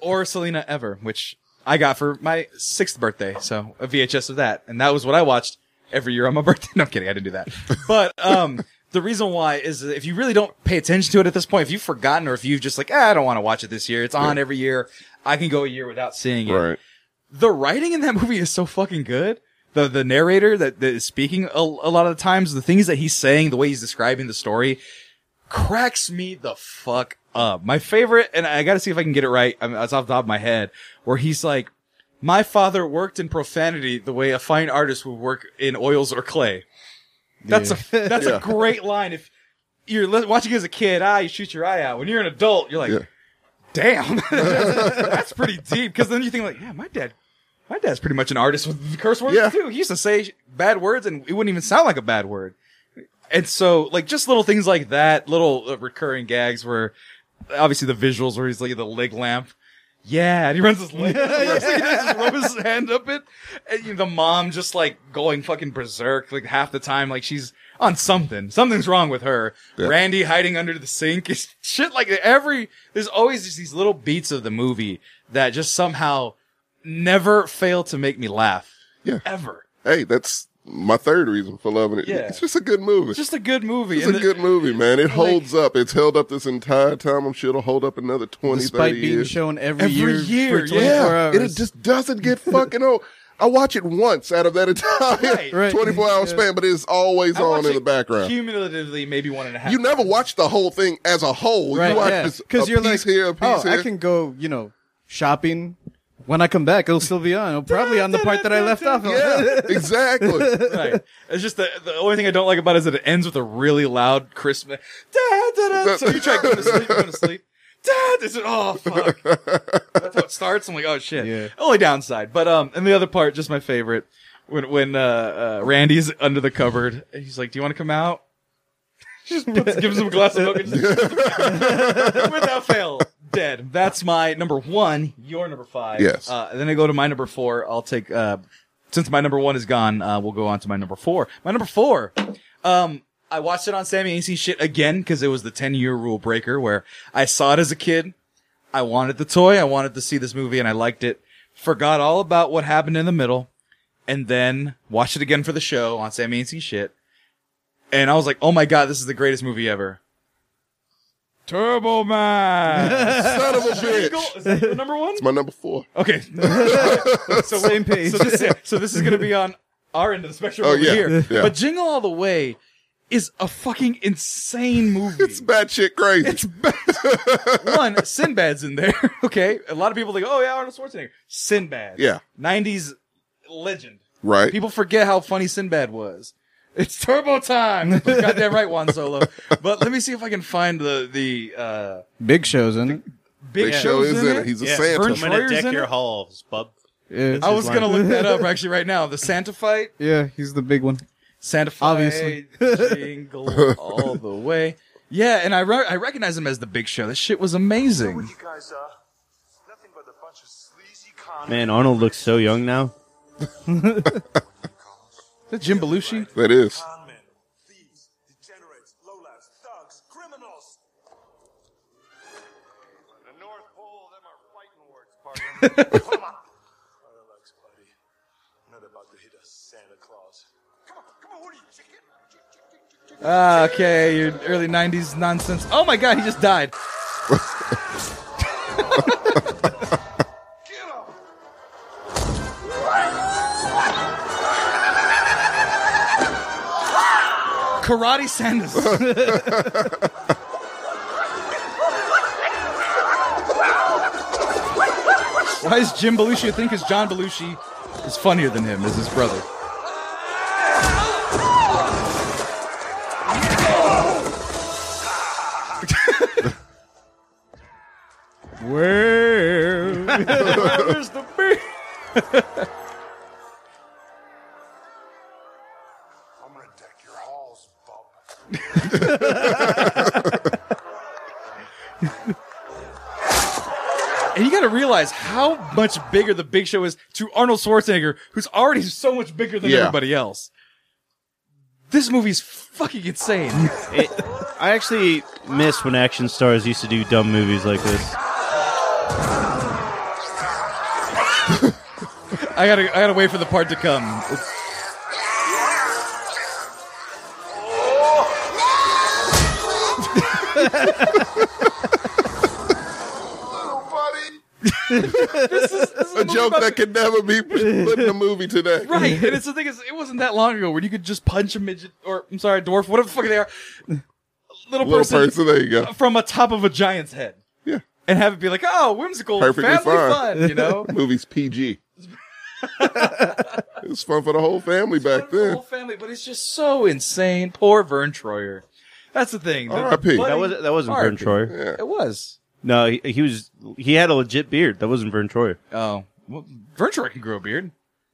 or Selena Ever, which I got for my sixth birthday, so a VHS of that, and that was what I watched every year on my birthday. No, I'm kidding, I didn't do that. But um, the reason why is that if you really don't pay attention to it at this point, if you've forgotten or if you've just like, ah, I don't want to watch it this year, it's on every year, I can go a year without seeing it. Right. the writing in that movie is so fucking good. The the narrator that, that is speaking a, a lot of the times, the things that he's saying, the way he's describing the story, cracks me the fuck up. My favorite, and I got to see if I can get it right. I mean, it's off the top of my head, where he's like, "My father worked in profanity the way a fine artist would work in oils or clay." That's a that's a great line. If you're li- watching as a kid, ah, you shoot your eye out. When you're an adult, you're like, Yeah. damn, that's, that's pretty deep. Because then you think like, yeah, my dad, my dad's pretty much an artist with curse words Yeah. too. He used to say sh- bad words, and it wouldn't even sound like a bad word. And so, like, just little things like that, little uh, recurring gags where, obviously, the visuals where he's like the leg lamp. Yeah, and he runs his leg. He just rubs his hand up it. And you know, the mom just like going fucking berserk, like half the time, like she's on something. Something's wrong with her. Randy hiding under the sink. It's shit like every, there's always just these little beats of the movie that just somehow never fail to make me laugh. Yeah. Ever. Hey, that's my third reason for loving it. Yeah. It's just a good movie. It's just a good movie. It's And a the- good movie, man. It holds up. It's held up this entire time. I'm sure it'll hold up another 20, Despite 30 being years. shown every, Every year, year, for 24 yeah, hours. it just doesn't get fucking old. I watch it once out of that entire Right. Right. 24 hour span, but it's always I on watch in it the background. Cumulatively, maybe one and a half. You never watch the whole thing as a whole. right, you watch yeah. this a you're piece like, here, a piece oh, here. I can go, you know, shopping. When I come back, it'll still be on. It'll probably on the part that I left off. on. yeah, exactly. right. It's just the, the only thing I don't like about it is that it ends with a really loud Christmas. Da, da, da. So you try going to sleep, going to sleep. Da, this is, oh fuck. That's how it starts. I'm like, oh shit. Yeah. Only downside, but um, and the other part, just my favorite, when when uh, uh Randy's under the cupboard, and he's like, "Do you want to come out?" just puts, gives him a glass of milk and just without fail, dead. That's my number one. Your number five. Yes. Uh, and then I go to my number four. I'll take uh, since my number one is gone. Uh, we'll go on to my number four. My number four. Um, I watched it on Sammy Ain't Seen Shit again because it was the ten year rule breaker where I saw it as a kid. I wanted the toy. I wanted to see this movie, and I liked it. Forgot all about what happened in the middle, and then watched it again for the show on Sammy Ain't Seen Shit. And I was like, "Oh my god, this is the greatest movie ever." Turbo Man. Son of a bitch. is that the number one? My number four. Okay. so Same page. So this, yeah, so this is going to be on our end of the spectrum Oh, over yeah, here. yeah. But Jingle All the Way is a fucking insane movie. It's batshit crazy. It's One, Sinbad's in there. Okay. A lot of people think, oh, yeah, Arnold Schwarzenegger. Sinbad. Yeah. 90s legend. right. People forget how funny Sinbad was. It's turbo time. Goddamn right, Juan Solo. But let me see if I can find the, the, uh, Big shows, isn't Big, Big Show Show's is in it. He's a Santa. Vern I'm gonna Troyer's in deck your it? halls, bub. it? Yeah, I was going to look that up actually right now. The Santa fight. yeah, he's the big one. Santa Fe, Obviously. jingle all the way. Yeah, and I re- I recognize him as the Big Show. This shit was amazing. You guys are nothing but a bunch of sleazy con. Man, Arnold looks so young now. Is that Jim Belushi? That is. Con men, thieves, degenerates, lowlifes, thugs, criminals. The North Pole, them are fighting words, partner. Come on. Relax, buddy. Not about to hit a Santa Claus. Come on, come on, what are you, chicken? Chick, chick, chick, chick, chick. Ah, okay, your early '90s nonsense. Oh my God, he just died. Get up! Karate Sanders. Why is Jim Belushi? I think is John Belushi is funnier than him as his brother. Where? Where's the beer? I'm gonna deck your halls, bub. And you got to realize how much bigger the Big Show is to Arnold Schwarzenegger, who's already so much bigger than Yeah. everybody else. This movie's fucking insane. It, I actually miss when action stars used to do dumb movies like this. I gotta, I gotta wait for the part to come. It's- Little buddy. this is A movie joke about- that could never be put in a movie today. right. And it's the thing is, it wasn't that long ago where you could just punch a midget or I'm sorry, dwarf, whatever the fuck they are, little, Little person, person, there you go. from a top of a giant's head, Yeah. and have it be like, oh, whimsical, Perfectly family fine. fun, you know. Movie's PG. it was fun for the whole family back The then. whole family, but it's just so insane. Poor Vern Troyer. That's the thing. The- R.I.P.. the That That bloody- was that wasn't Hard. Vern Troyer. It was. No, he, he was he had a legit beard. That wasn't Vern Troyer. Oh, well, Vern Troyer can grow a beard.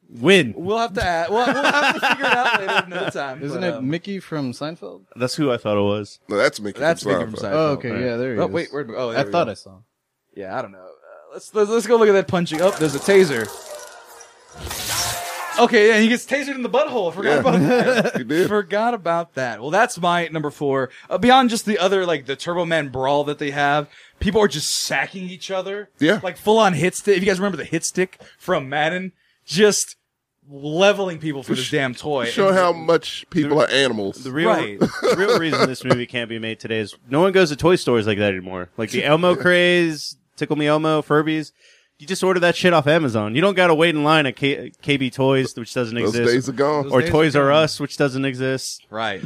Win. We'll have to add, we'll, we'll have to figure it out later another time. Isn't but, it um, Mickey from Seinfeld? That's who I thought it was. No, that's Mickey. that's from Mickey from Seinfeld. Seinfeld. Oh, okay, right. yeah, there he Oh is. wait, where? Oh, I there we thought go. I saw. him. Yeah, I don't know. Uh, let's, let's let's go look at that punching. Oh, there's a taser. Okay, yeah, he gets tasered in the butthole. I forgot Yeah. about that. He did. Forgot about that. Well, that's my number four. Uh, beyond just the other, like the Turbo Man brawl that they have, people are just sacking each other. Yeah. like full on hit stick. If you guys remember the hit stick from Madden, just leveling people for this damn toy. Showing how much people are animals. The real, Right. the real reason this movie can't be made today is no one goes to toy stores like that anymore. Like the Elmo craze, Tickle Me Elmo, Furbies. You just order that shit off Amazon. You don't got to wait in line at K- KB Toys, which doesn't Those exist, days are gone. or days are Toys R gone. Us, which doesn't exist. Right.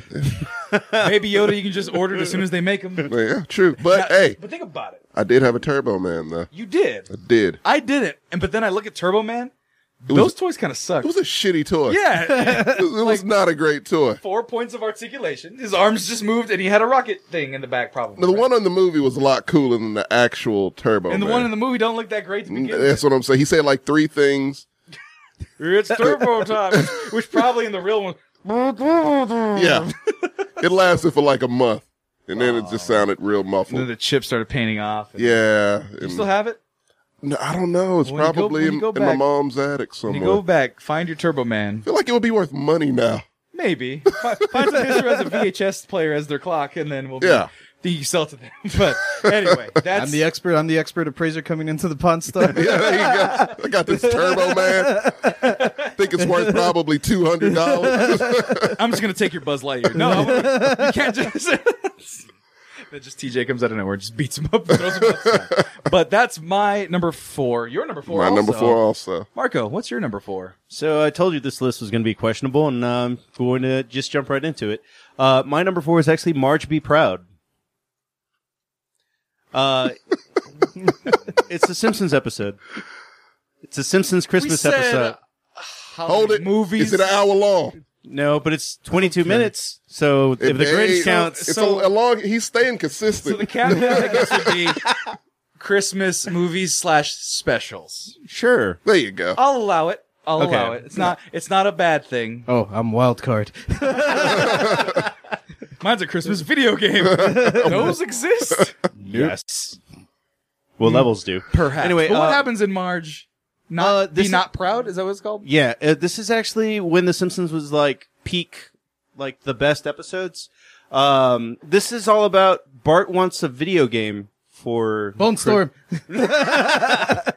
Baby Yoda, you can just order it as soon as they make them. yeah, true. But hey, but think about it. I did have a Turbo Man though. You did. I did. I didn't. And but then I look at Turbo Man. was- Those toys kind of suck. It was a shitty toy. yeah. It was, it was not a great toy. Four points of articulation. His arms just moved, and he had a rocket thing in the back, probably. Now, the one in the movie was a lot cooler than the actual Turbo. and the Man. one in the movie don't look that great to begin That's with. what I'm saying. He said like three things. Mm, It's Turbo Time, which- which probably in the real one. Yeah. it lasted for like a month. And then it just Oh. sounded real And then muffled. the chips started painting off. and- Yeah. You and- still have it? No, I don't know. It's When you go- probably when in, you go in my back- mom's attic When somewhere. you go back, find your Turbo Man. I feel like it would be worth money now. Maybe. Fi- Find some history as a VHS player as their clock, and then we'll be, Yeah. then you sell it to them. But anyway, that's I'm the expert. I'm the expert appraiser coming into the pawn store. Yeah, there you go. I got this Turbo Man. think it's worth probably two hundred dollars. I'm just gonna take your Buzz Lightyear. No, I wouldn't. you can't just. Then just TJ comes out of nowhere, just beats him up, throws him outside. But that's my number four. Your number four. My also. number four also. Marco, what's your number four? So I told you this list was going to be questionable, and I'm going to just jump right into it. Uh, my number four is actually Marge Be Proud. Uh, it's a Simpsons episode. It's a Simpsons Christmas said- uh, episode. Hold it. Movies. Is it an hour long? No, but it's 22 minutes. So if the It- Grinch hey, counts, It's so- a, a long. He's staying So consistent. the countdown I guess would be Christmas movies slash specials. sure. there you go. I'll allow it. I'll Okay. allow it. It's not. It's not a bad thing. oh, I'm wild card. Mine's a Christmas video game. Those exist. Yes. Mm. Well, levels do. Perhaps. Anyway, but what uh, happens in Marge? Not uh, be this is- not proud. Is that what it's called? Yeah, uh, this is actually when The Simpsons was like peak, like the best episodes. Um, this is all about Bart wants a video game for Bone Storm. but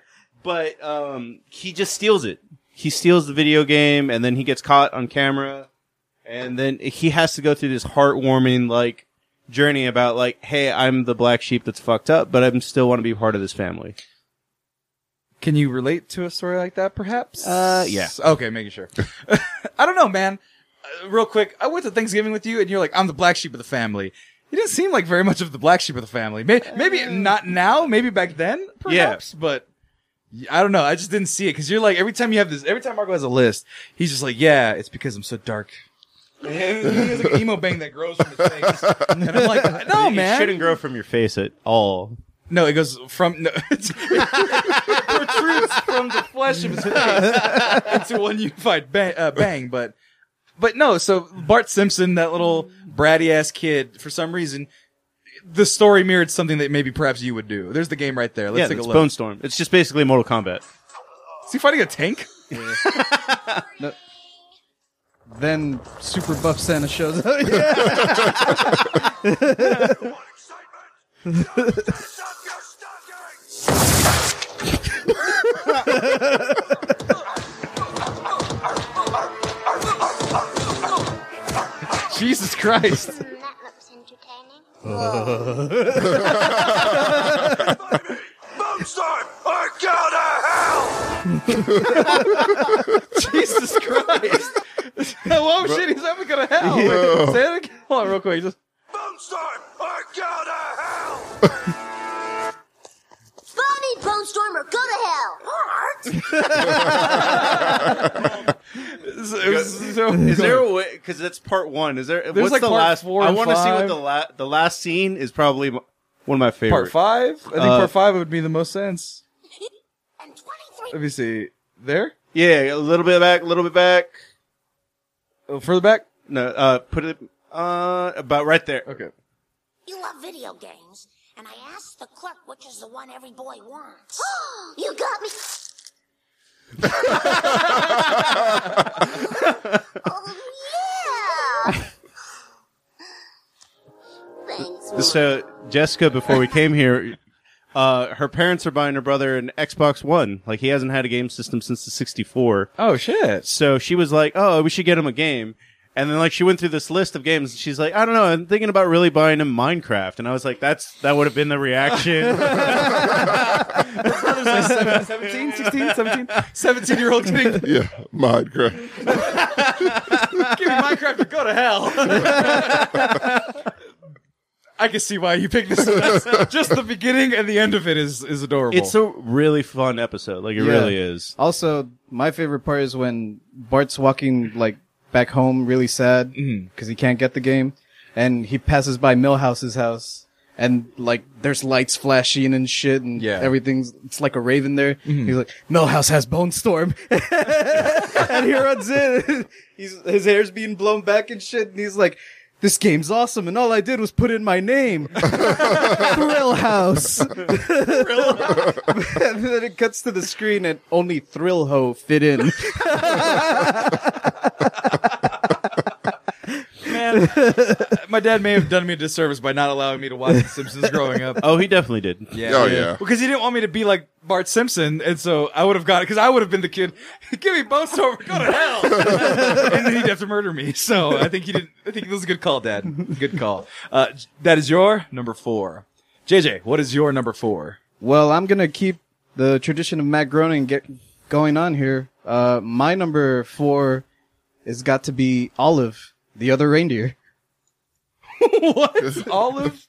um, he just steals it. He steals the video game, and then he gets caught on camera, and then he has to go through this heartwarming like journey about like, hey, I'm the black sheep that's fucked up, but I'm still want to be part of this family. Can you relate to a story like that, perhaps? Uh, yeah. Okay, making sure. I don't know, man. Uh, real quick, I went to Thanksgiving with you, and you're like, "I'm the black sheep of the family." You didn't seem like very much of the black sheep of the family. Maybe, maybe not now, maybe back then, perhaps. But I don't know. I just didn't see it because you're like every time you have this, every time Marco has a list, he's just like, "Yeah, it's because I'm so dark." And he has like an emo bang that grows from his face, and I'm like, "No, Oh, man, It shouldn't grow from your face at all. no, it goes from no, it's, it protrudes from the flesh of his face into one unified bang, uh, bang. But but no, so Bart Simpson, that little bratty ass kid, for some reason, the story mirrored something that maybe perhaps you would do. There's the game right there. Let's yeah, take a it's look. Bone Storm. It's just basically Mortal Kombat. Is he fighting a tank? Then Super Buff Santa shows up. yeah. Come on, excitement! Stop your stalking! Jesus Christ! Mm, That looks entertaining. Boomstorm! I go to hell! Jesus Christ! Whoa, shit! He's having gonna hell. Say it again. Hold on, real quick. Just, Boomstorm! I go to hell! Bonnie Bone Stormer, go to hell! this was, it was so. Is there a way? Because that's part one. Is there? what's like the part last? four I and want to see what five. the la- the last scene is. Probably m- one of my part favorite. five? I think Uh, part five would be the most sense. And 23. Let me see. There? Yeah, a little bit back, a little bit back. Oh, further back? No, uh, put it uh about right there. Okay. You love video games, and I asked the clerk which is the one every boy wants. you got me. Oh, yeah! Thanks, Mom. So uh, Jessica, before we came here, uh, her parents are buying her brother an Xbox One. Like he hasn't had a game system since the '64. Oh, shit. So she was like, "Oh, we should get him a game." And then like she went through this list of games, and she's like, "I don't know, I'm thinking about really buying him Minecraft." And I was like, "That's that would have been the reaction." 17, 16, 17, 17 year old getting Yeah, Minecraft. Give me Minecraft or go to hell. I can see why you picked this. That's just the beginning and the end of it is is adorable. it's a really fun episode. Like it Yeah. really is. Also, my favorite part is when Bart's walking like back home, really sad because he can't get the game, and he passes by Millhouse's house, and like there's lights flashing and shit, and Yeah. everything's it's like a raven there. He's like, Millhouse has Bone Storm, and he runs in. he's his hair's being blown back and shit, and he's like. This game's awesome, and all I did was put in my name, Thrill House. and then it cuts to the screen and only Thrill Ho fit in. man. My dad may have done me a disservice by not allowing me to watch The Simpsons growing up. Oh, he definitely did. Oh, yeah. Because he didn't want me to be like Bart Simpson, and so I would have got it. Because I would have been the kid. Give me Bone Storm, go to hell, and then he'd have to murder me. So I think he did. I think it was a good call, Dad. Good call. Uh, that is your number four, JJ. What is your number four? Well, I'm gonna keep the tradition of Matt Groening get going on here. Uh, my number four has got to be Olive, the other reindeer. what? Olive?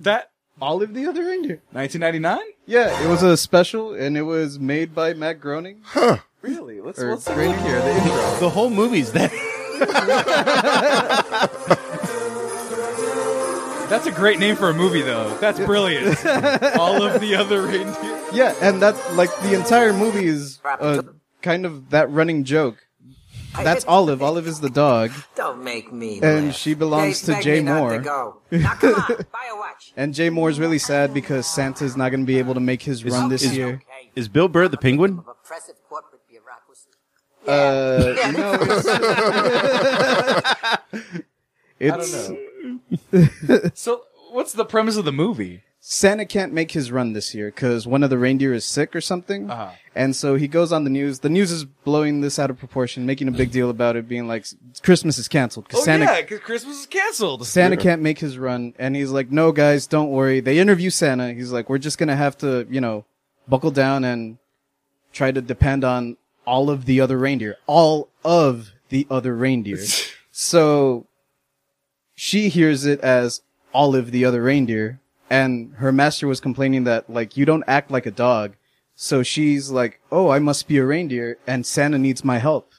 That Olive, the other reindeer. 1999? Yeah, it was a special, and it was made by Matt Groening. Really? Let's Or let's take a Groening look here. The intro. The whole movie's that. That's a great name for a movie, though. That's brilliant. All of the other reindeer. Yeah, and that like the entire movie is uh, kind of that running joke. That's Olive. Olive is the dog, Don't make me. and she belongs to Jay Moore. go. Now come on, buy a watch. And Jay Moore's really sad because Santa's not going to be able to make his run this is- year. Is Bill Burr the penguin? oppressive corporate bureaucracy. Uh, no, it's, it's So, what's the premise of the movie? Santa can't make his run this year because one of the reindeer is sick or something, Uh-huh. and so he goes on the news. The news is blowing this out of proportion, making a big deal about it, being like Christmas is canceled because Oh Santa yeah, because Christmas is canceled. Santa can't make his run, and he's like, "No, guys, don't worry." They interview Santa. He's like, "We're just gonna have to, you know, buckle down and try to depend on all of the other reindeer, all of the other reindeer." so she hears it as all of the other reindeer, and her master was complaining that like you don't act like a dog. So she's like, "Oh, I must be a reindeer, and Santa needs my help."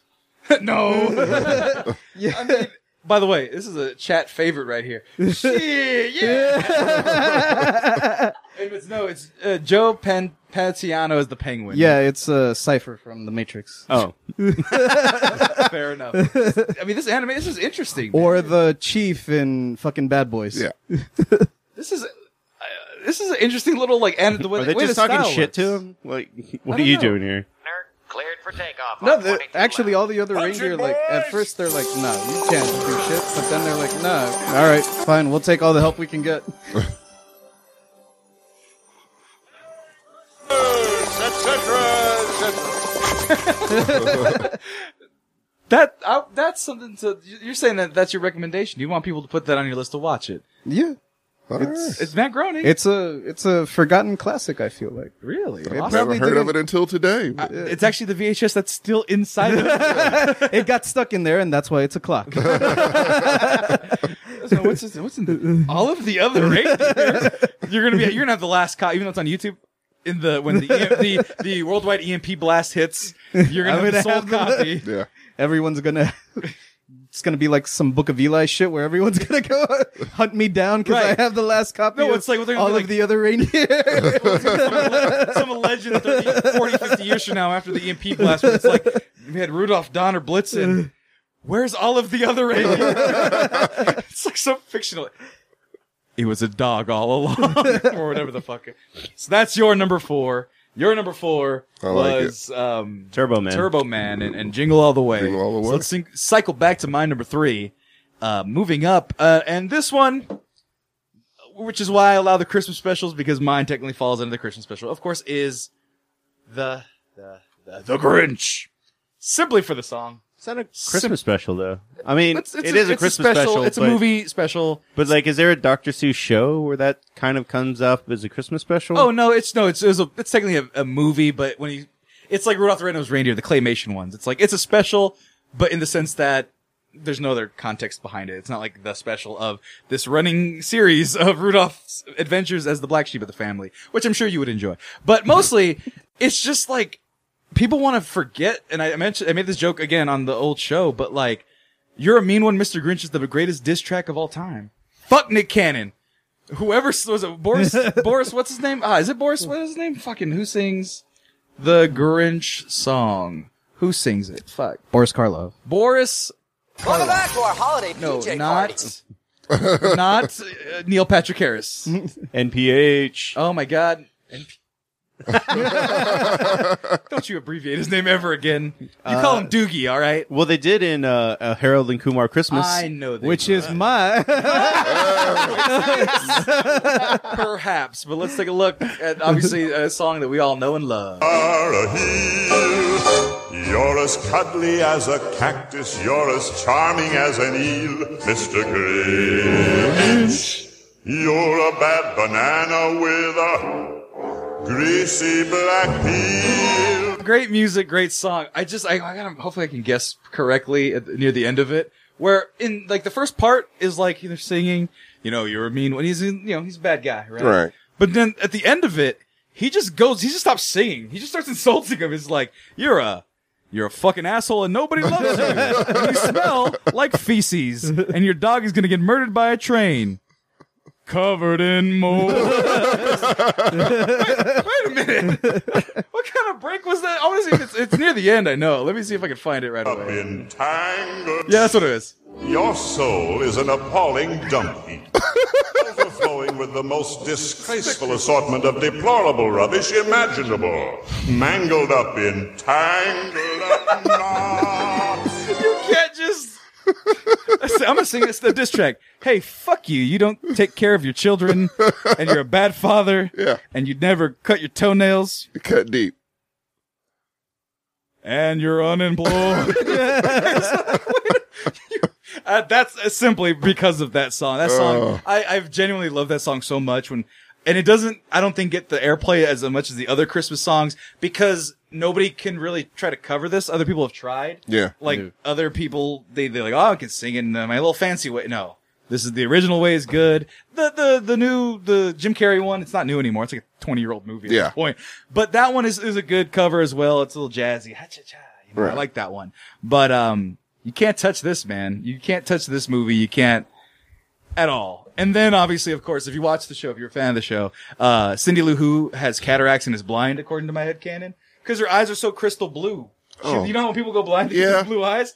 no. I mean, by the way, this is a chat favorite right here. Shit, yeah. if it's no, it's uh, Joe Pan- Panziano is the penguin. Yeah, it's a uh, cipher from The Matrix. Oh, fair enough. I mean, this anime, this is interesting. man. Or the chief in fucking Bad Boys. Yeah. This is uh, this is an interesting little like and the way are they the way just the talking style shit to works. him? Like, what are don't you know. doing here? Cleared for takeoff. No, the, actually, all the other reindeer, like, at first they're like, no, you can't do shit. But then they're like, no, all right, fine, we'll take all the help we can get. That I, that's something to you're saying that that's your recommendation. You want people to put that on your list to watch it. Yeah. All right. It's Matt Groening. It's a, it's a forgotten classic, I feel like. really awesome. I've never probably heard of didn't- it until today. It's actually the VHS that's still inside. of It got stuck in there, and that's why it's a clock. it. So what's this- what's in the, all of the other reindeer? You're gonna be you're gonna have the last copy, even though it's on YouTube. In the when the E- the, the worldwide EMP E blast hits, you're gonna have I'm the gonna sole have the- copy. yeah. everyone's gonna. It's gonna be like some Book of Eli shit where everyone's gonna go hunt me down because Right. I have the last copy. No, of it's like- they're gonna all be of like- the other reindeer. some legend 30, 40, 50 years from now after the EMP blast, where it's like we had Rudolph Donner Blitzen. Where's all of the other reindeer? it's like some fictional. It was a dog all along, or whatever the fuck. So that's your number four. Your number four I like it. was um, Turbo Man. Turbo Man and, and Jingle All the Way. Jingle All the So Way. let's syn- cycle back to my number three. Uh, moving up, uh, and this one, which is why I allow the Christmas specials because mine technically falls under the Christmas special. Of course, is the the the, the Grinch. Simply for the song. It's not a Christmas special though. I mean, It's, it's it is a, it's Christmas special. It's a but- movie special. But like, is there a Dr. Seuss show where that kind of comes up as a Christmas special? Oh no, it's no, it's it's, a, it's technically a, a movie, but when you, it's like Rudolph the Red-Nosed Reindeer, the claymation ones. It's like it's a special, but in the sense that there's no other context behind it. It's not like the special of this running series of Rudolph's adventures as the black sheep of the family, which I'm sure you would enjoy. But mostly, it's just like people want to forget. And I mentioned I made this joke again on the old show, but like, you're a mean one, Mr. Grinch is the greatest diss track of all time. Fuck Nick Cannon whoever s- was it Boris Boris what's his name? Ah, is it Boris? What is his name? Fucking who sings the Grinch song? Who sings it? Fuck. Boris Karloff. Boris Welcome back to our holiday no, PJ party. not not uh, Neil Patrick Harris. NPH. Oh my god. NP- Don't you abbreviate his name ever again. You call Uh, him Doogie, all right? Well, they did in uh, uh, Harold and Kumar Christmas. I know that. Which is my perhaps, but let's take a look at obviously a song that we all know and love. Are a heel. You're as cuddly as a cactus. You're as charming as an eel, Mr. Grinch. You're a bad banana with a greasy black peel. great music, great song. I just, I, I gotta, hopefully I can guess correctly at the, near the end of it. Where in, like, the first part is like, they're singing, you know, you're a mean one. He's, in, you know, he's a bad guy, right? Right. But then at the end of it, he just goes, he just stops singing. He just starts insulting him. He's like, you're a, you're a fucking asshole and nobody loves you. And you smell like feces and your dog is gonna get murdered by a train. Covered in mold. Wait a minute. what kind of break was that? I want to see if it's, it's near the end. I know. Let me see if I can find it right Up away. in tangled. Yeah, that's what it is. Your soul is an appalling dump heap, overflowing with the most disgraceful assortment of deplorable rubbish imaginable, mangled up in tangled up knots. You can't just. I said, I'm gonna sing this the diss track. Hey, fuck you! You don't take care of your children, and you're a bad father. Yeah. And you never cut your toenails, Cut deep. and you're unemployed. uh, that's uh, simply because of that song. That Oh. song, I, I've genuinely loved that song so much when, and it doesn't, I don't think get the airplay as much as the other Christmas songs because nobody can really try to cover this. Other people have tried. Yeah. Like other people, they, they're like, oh, I can sing it in uh, my little fancy way. No. This is the original way is good. The, the, the new, the Jim Carrey one, it's not new anymore. It's like a 20 year old movie at Yeah. this point. But that one is, is a good cover as well. It's a little jazzy. Ha-cha-cha. You know, I Right. like that one. But, um, you can't touch this, man. You can't touch this movie. You can't at all. And then obviously, of course, if you watch the show, if you're a fan of the show, uh, Cindy Lou Who has cataracts and is blind, according to my head canon, because her eyes are so crystal blue. She- Oh. You know how when people go blind, they Yeah. yeah. blue eyes?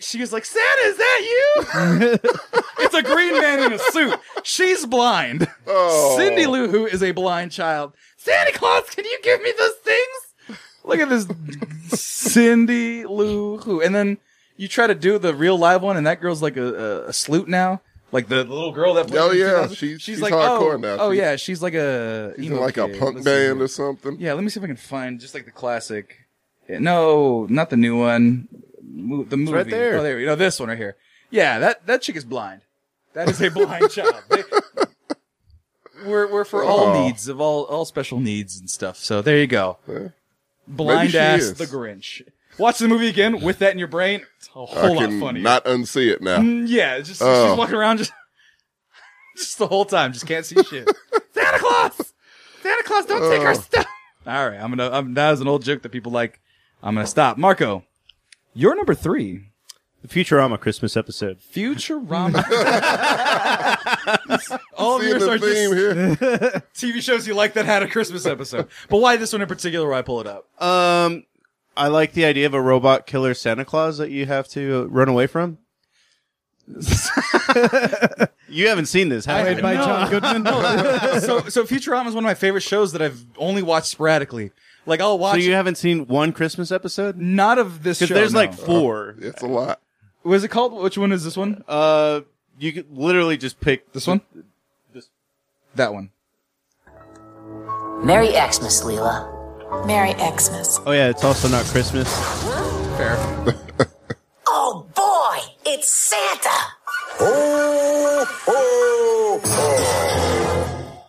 She is like, Santa, is that you? it's a green man in a suit. She's blind. Oh. Cindy Lou Who is a blind child. Santa Claus, can you give me those things? Look at this Cindy Lou Who. And then you try to do the real live one, and that girl's like a, a, a sleut now. Like the little girl that played Oh, in yeah. 2000. She's- she's like hardcore oh, now. Oh She's- yeah, she's like a He's in emo like a kid. punk Let's see here. band or something. Yeah, let me see if I can find just like the classic. Yeah, No, not the new one. Mo- the movie. right there. Oh, there. You know this one right here. Yeah, that that chick is blind. That is a blind child. They- we're we're for all Oh. needs of all all special needs and stuff. So there you go. Blind she ass is. the Grinch. Watch the movie again with that in your brain. It's a I whole lot can funnier. not unsee it now. Mm, Yeah, it's just Oh. she's walking around just just the whole time, just can't see shit. Santa Claus, Santa Claus, don't take Oh. our stuff. All right, I'm gonna. I'm, that is an old joke that people like. I'm gonna stop. Marco, You're number three. The Futurama Christmas episode. Futurama. All of Seeing yours the are theme just here. TV shows you like that had a Christmas episode. But why this one in particular? Why I pull it up? Um, I like the idea of a robot killer Santa Claus that you have to uh, run away from. you haven't seen this, have Played you? by John Goodman. so, so Futurama is one of my favorite shows that I've only watched sporadically. Like I'll So watch you haven't seen one Christmas episode? not of this show. Because there's like no. four. It's a lot. was it called? Which one is this one? Uh, you could literally just pick This one? This that one. Merry Xmas, Leela. Merry Xmas. Oh yeah, it's also not Christmas. Oh boy, it's Santa! Ho, ho, ho. oh.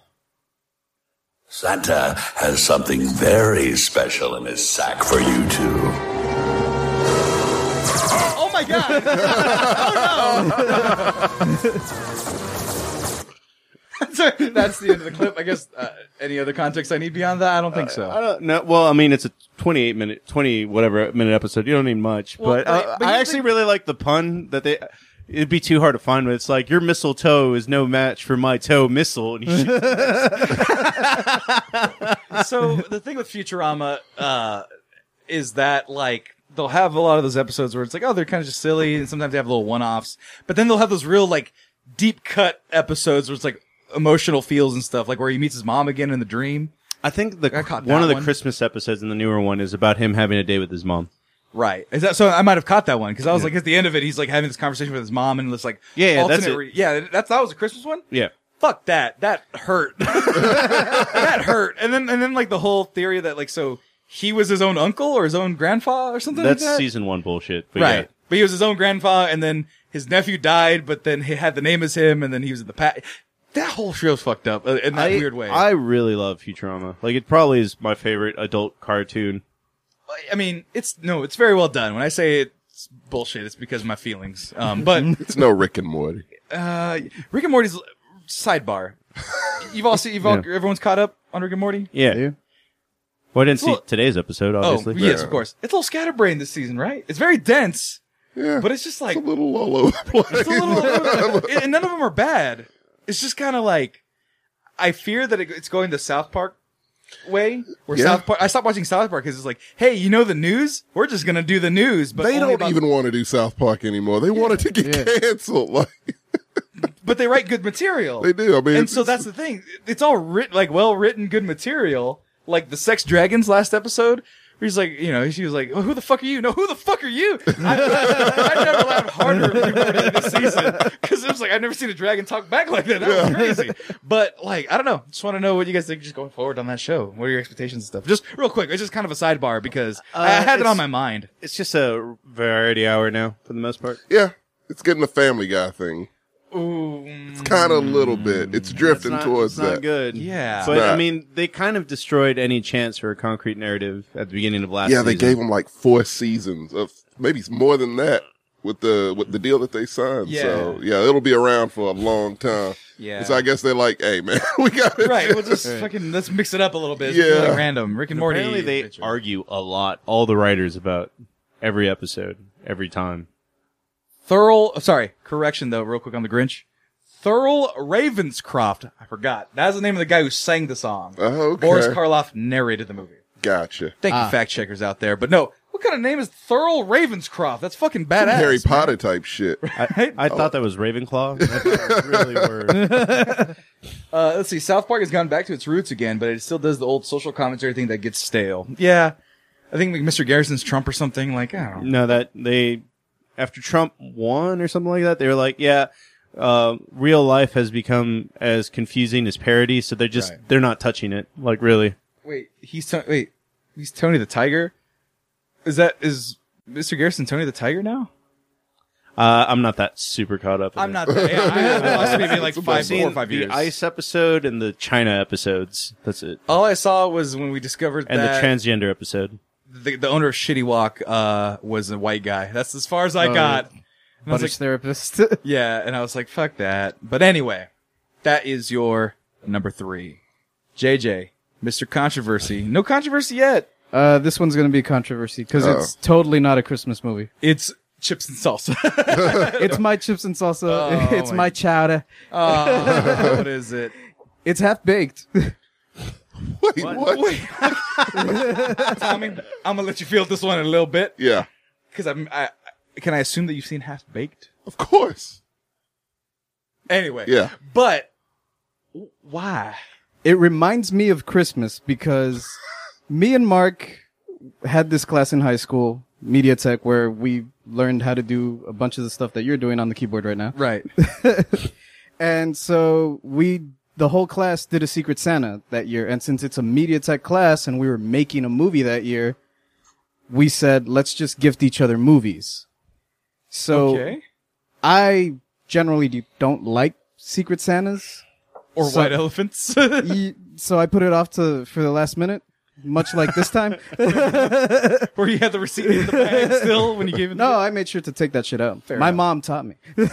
Santa has something very special in his sack for you two. Oh my god! oh no! Sorry, That's the end of the clip. I guess uh, any other context I need beyond that? I don't think Uh, so. I don't know. Well, I mean, it's a 28 minute, 20 whatever minute episode. You don't need much, but, right, uh, but I you actually really like the pun that they. It'd be too hard to find, but it's like your mistletoe is no match for my toe missile. And you should- so the thing with Futurama uh, is that like they'll have a lot of those episodes where it's like, oh, they're kind of just silly, and sometimes they have little one-offs. But then they'll have those real like deep cut episodes where it's like emotional feels and stuff, like where he meets his mom again in the dream. I think the I caught one that of the one. Christmas episodes in the newer one is about him having a day with his mom. Right. Is that so? I might have caught that one because I was like, at the end of it, he's like having this conversation with his mom and this like Yeah, yeah, that's alternate it. yeah, that's that was a Christmas one. Yeah, fuck that. That hurt. that hurt. And then and then like the whole theory that like so he was his own uncle or his own grandpa or something. that's like that? season one bullshit. But right. yeah. But he was his own grandpa, and then his nephew died, but then he had the name as him, and then he was in the past. That whole show's fucked up uh, in that I, weird way. I really love Futurama. Like it probably is my favorite adult cartoon. I mean, it's no, it's very well done. When I say it's bullshit, it's because of my feelings. Um, but It's no Rick and Morty. uh, Rick and Morty's sidebar. You've all seen, you've all, everyone's caught up on Rick and Morty. Yeah. Do you? Well, I didn't see Well- today's episode, obviously. Oh, yes, of course. It's a little scatterbrained this season, right? It's very dense, Yeah. but it's just like a little all over the place. it's a little, and none of them are bad. It's just kind of like I fear that it, it's going the South Park way, where Yeah. South Park. I stopped watching South Park because it's like, hey, you know the news? We're just gonna do the news, but they only don't about- even want to do South Park anymore. They wanted to get canceled. Like But they write good material. they do. I mean, and so that's the thing. It's all written like well written, good material. Like the Sex Dragons last episode, where he's like, you know, she was like, well, "Who the fuck are you?" No, who the fuck are you? I, I never laughed harder at Rick and Morty this season because it was like I've never seen a dragon talk back like that. That was crazy. But like, I don't know. Just want to know what you guys think just going forward on that show. What are your expectations and stuff? Just real quick, it's just kind of a sidebar because I Uh, had it it's- on my mind. It's just a variety hour now, for the most part. yeah, it's getting a Family Guy thing. Ooh, It's kind of a little bit. It's drifting It's not- towards it's not that. good. Yeah. but Nah. I mean, they kind of destroyed any chance for a concrete narrative at the beginning of last. Yeah, they season. gave him like four seasons of maybe it's more than that with the with the deal that they signed. So yeah, it'll be around for a long time. Yeah. And so I guess they're like, hey man, we got to right. We'll just fucking let's mix it up a little bit. Yeah. Yeah, like random Rick and Morty. Apparently, they Richard. argue a lot. All the writers about every episode, every time. Thurl, sorry, correction though, real quick on the Grinch. Thurl Ravenscroft, I forgot. That's the name of the guy who sang the song. Oh, okay. Boris Karloff narrated the movie. gotcha. Thank Ah. you, fact checkers out there. But no, what kind of name is Thurl Ravenscroft? That's fucking badass. Harry Potter type shit. I, Oh. I thought that was Ravenclaw. I thought it was really were. Uh, let's see, South Park has gone back to its roots again, but it still does the old social commentary thing that gets stale. Yeah. I think like, Mr. Garrison's Trump or something. Like, I don't know. No, that they after Trump won or something like that, they were like, yeah. Uh, real life has become as confusing as parody, so they're just Right. they're not touching it. Like really, Wait, he's Tony. Wait, he's Tony the Tiger. Is that is Mr. Garrison Tony the Tiger now? uh, I'm not that super caught up. In I'm it. not. There. Yeah, I haven't watched maybe like I've five, seen four or five years. The ICE episode and the China episodes. That's it. All I saw was when we discovered And that the transgender episode. the, the owner of Shitty Walk uh, was a white guy. That's as far as I got. And I was Buttish like, therapist. yeah, and I was like, fuck that. But anyway, that is your number three, JJ, Mr. Controversy. No controversy yet. Uh, this one's gonna be a controversy because it's Oh. totally not a Christmas movie. It's chips and salsa. It's my chips and salsa. Oh, it's my- my, chowder. Oh, what is it? It's half baked. Wait, what? Tommy, I'm gonna let you feel this one in a little bit Yeah, because I'm. I, I- can I assume that you've seen Half Baked? of course. Anyway, Yeah. But w- why? it reminds me of Christmas because me and Mark had this class in high school, media tech, where we learned how to do a bunch of the stuff that you're doing on the keyboard right now. Right. And so we, the whole class did a Secret Santa that year. And since it's a media tech class and we were making a movie that year, we said, let's just gift each other movies. So Okay. I generally do, don't like Secret Santas. Or So- white elephants. Y- so I put it off to, for the last minute, much like this time. Where you had the receipt in the bag still when you gave it. no, Oh, I made sure to take that shit out. My mom taught me. Did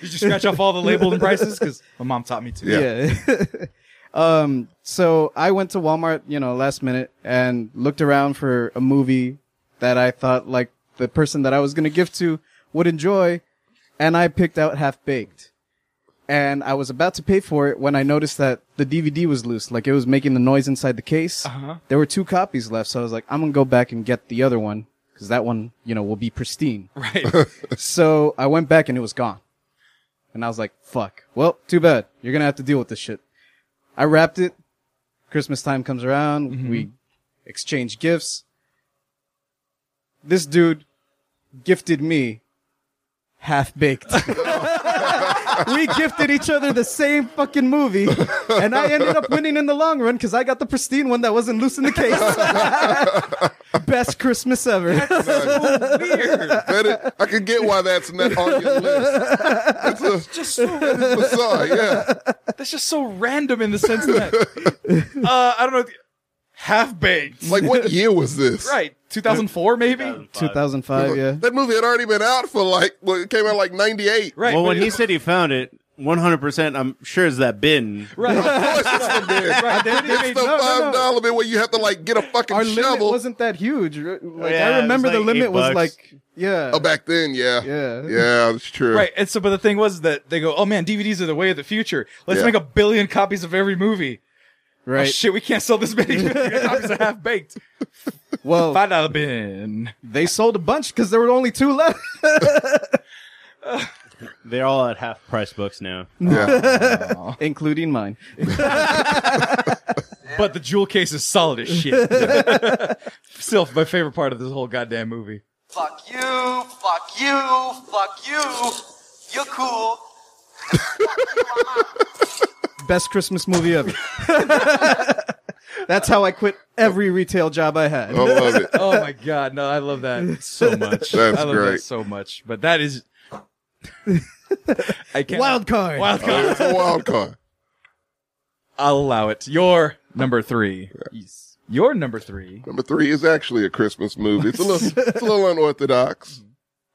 you scratch off all the labels and prices? Because my mom taught me to. Yeah. yeah. um, so I went to Walmart, you know, last minute and looked around for a movie that I thought like the person that I was going to give to would enjoy. And I picked out Half Baked. And I was about to pay for it when I noticed that the DVD was loose. Like it was making the noise inside the case. There were two copies left. So I was like, I'm going to go back and get the other one because that one, you know, will be pristine. Right. So I went back and it was gone. And I was like, fuck. Well, too bad. You're going to have to deal with this shit. I wrapped it. Christmas time comes around. We exchange gifts. This dude gifted me half baked. we gifted each other the same fucking movie. And I ended up winning in the long run because I got the pristine one that wasn't loose in the case. Best Christmas ever. Weird. That is- I can get why that's not on your list. That's a, Just so bizarre. Yeah, That's just so random in the sense that uh, I don't know. Half baked. like what year was this? Uh, right, 2004 maybe. 2005, yeah. That movie had already been out for like well, it came out like '98. Right. well, when but- he said he found it, 100%, I'm sure is that bin. right, Of course, it's the bid. right, they, they made It's the five dollar bid where you have to like get a fucking our limit shovel. wasn't that huge. r- Like Yeah, it I was remember the like eight limit was bucks. like yeah, Oh, back then, yeah, Yeah. yeah, that's true. right. And so, but the thing was that they go, "Oh man, DVDs are the way of the future. Let's Yeah. make a billion copies of every movie." Oh, right. shit, we can't sell this many copies of half baked. well, Five dollar bin. they sold a bunch because there were only two left. They're all at half price books now. Yeah. Including mine. But the jewel case is solid as shit. Still, my favorite part of this whole goddamn movie. Fuck you, fuck you, fuck you. You're cool. Best Christmas movie ever. That's how I quit every retail job I had. I love it. Oh my god, no, I love that so much. That's I love that great. so much. But that is I can't Wild card. wild card. It's a wild card. I'll allow it. Your number three. Your number three. Number three is actually a Christmas movie. It's a little, it's a little unorthodox.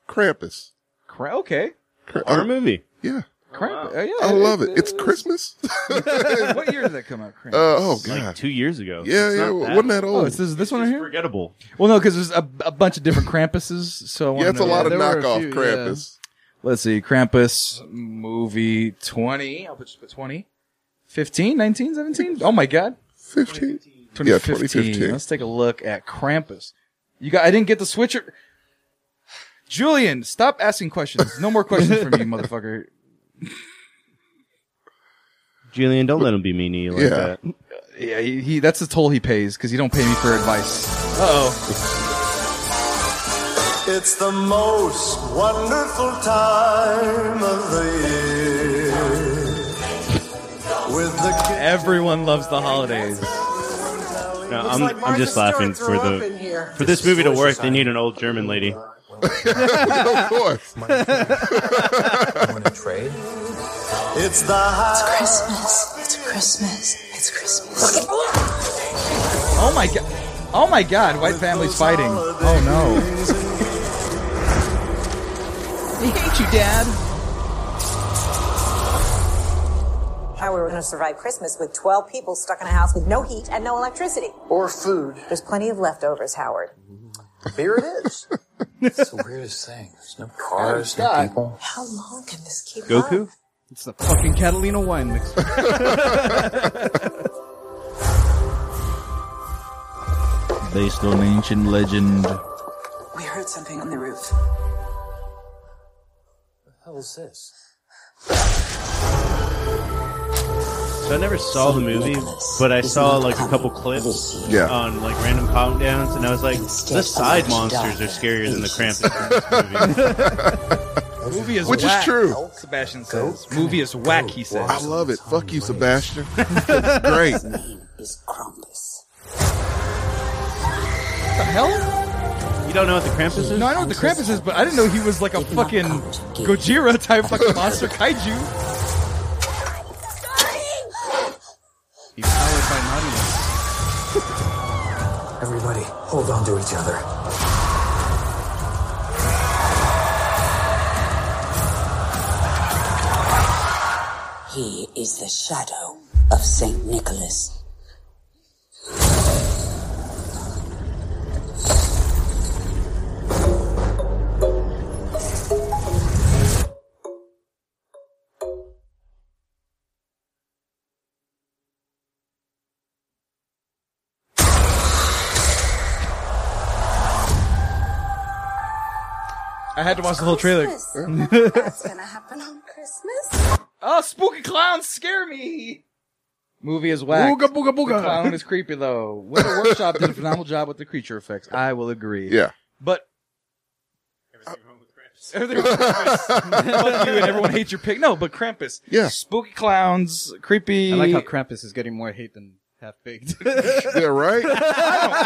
Krampus. Cra- okay. Kra- Our I, movie. yeah, Oh, Cramp. yeah, I love it. It's Christmas. Christmas. what year did that come out? Cramp. Uh, oh Like god. two years ago. Yeah, It's yeah. not Wasn't that oh, old? it's this this one right here. forgettable. Well, no, because there's a, a bunch of different Krampuses. So I wanna yeah, it's a know- lot of there were a knockoff few, yeah. Krampus. Let's see, Krampus movie 20. I'll put just put 20. 15, 19, 17? Oh my god. Fifteen. Yeah, 2015. 2015. Let's take a look at Krampus. You got I didn't get the switcher. Julian, stop asking questions. No more questions from you, motherfucker. Julian, don't let him be mean to you like Yeah. that. Yeah, he, he that's the toll he pays because he don't pay me for advice. Uh-oh. It's the most wonderful time of the year. With the kids. Everyone loves the holidays. No, I'm, I'm just laughing for the for this movie to work. They need an old German lady. of course. It's the high. Christmas. It's Christmas. It's Christmas. Oh my god. Oh my god, white families fighting. Oh no. How we were going to survive Christmas with 12 people stuck in a house with no heat and no electricity. Or food. There's plenty of leftovers, Howard. Beer it is. it's the weirdest thing. There's no cars, no God. people. How long can this keep up? Goku? It's the fucking Catalina wine mix. Based on ancient legend. We heard something on the roof. The hell is this? So I never saw the movie, but I saw like a couple clips Yeah. on like random countdowns, and I was like, the side monsters are scarier than the Krampus. in this movie. Which is true. Sebastian says. Movie is whack, he says. I love it. Fuck you, Sebastian. It's great. Is Krampus. the hell? You don't know what the Krampus is? No, I know what the Krampus is, but I didn't know he was like a fucking Gojira type fucking monster kaiju. Everybody, hold on to each other. He is the shadow of Saint Nicholas. I had to watch the whole trailer. That's gonna happen on Christmas. oh, spooky clowns scare me. Movie is whack. Ooga booga booga. The clown is creepy though. Winter Workshop did a phenomenal job with the creature effects. I will agree. Yeah. But everything wrong with Krampus. Fuck you and everyone hates your pig. No, but Krampus. Yeah. Spooky clowns, creepy. I like how Krampus is getting more hate than half baked. Yeah, right?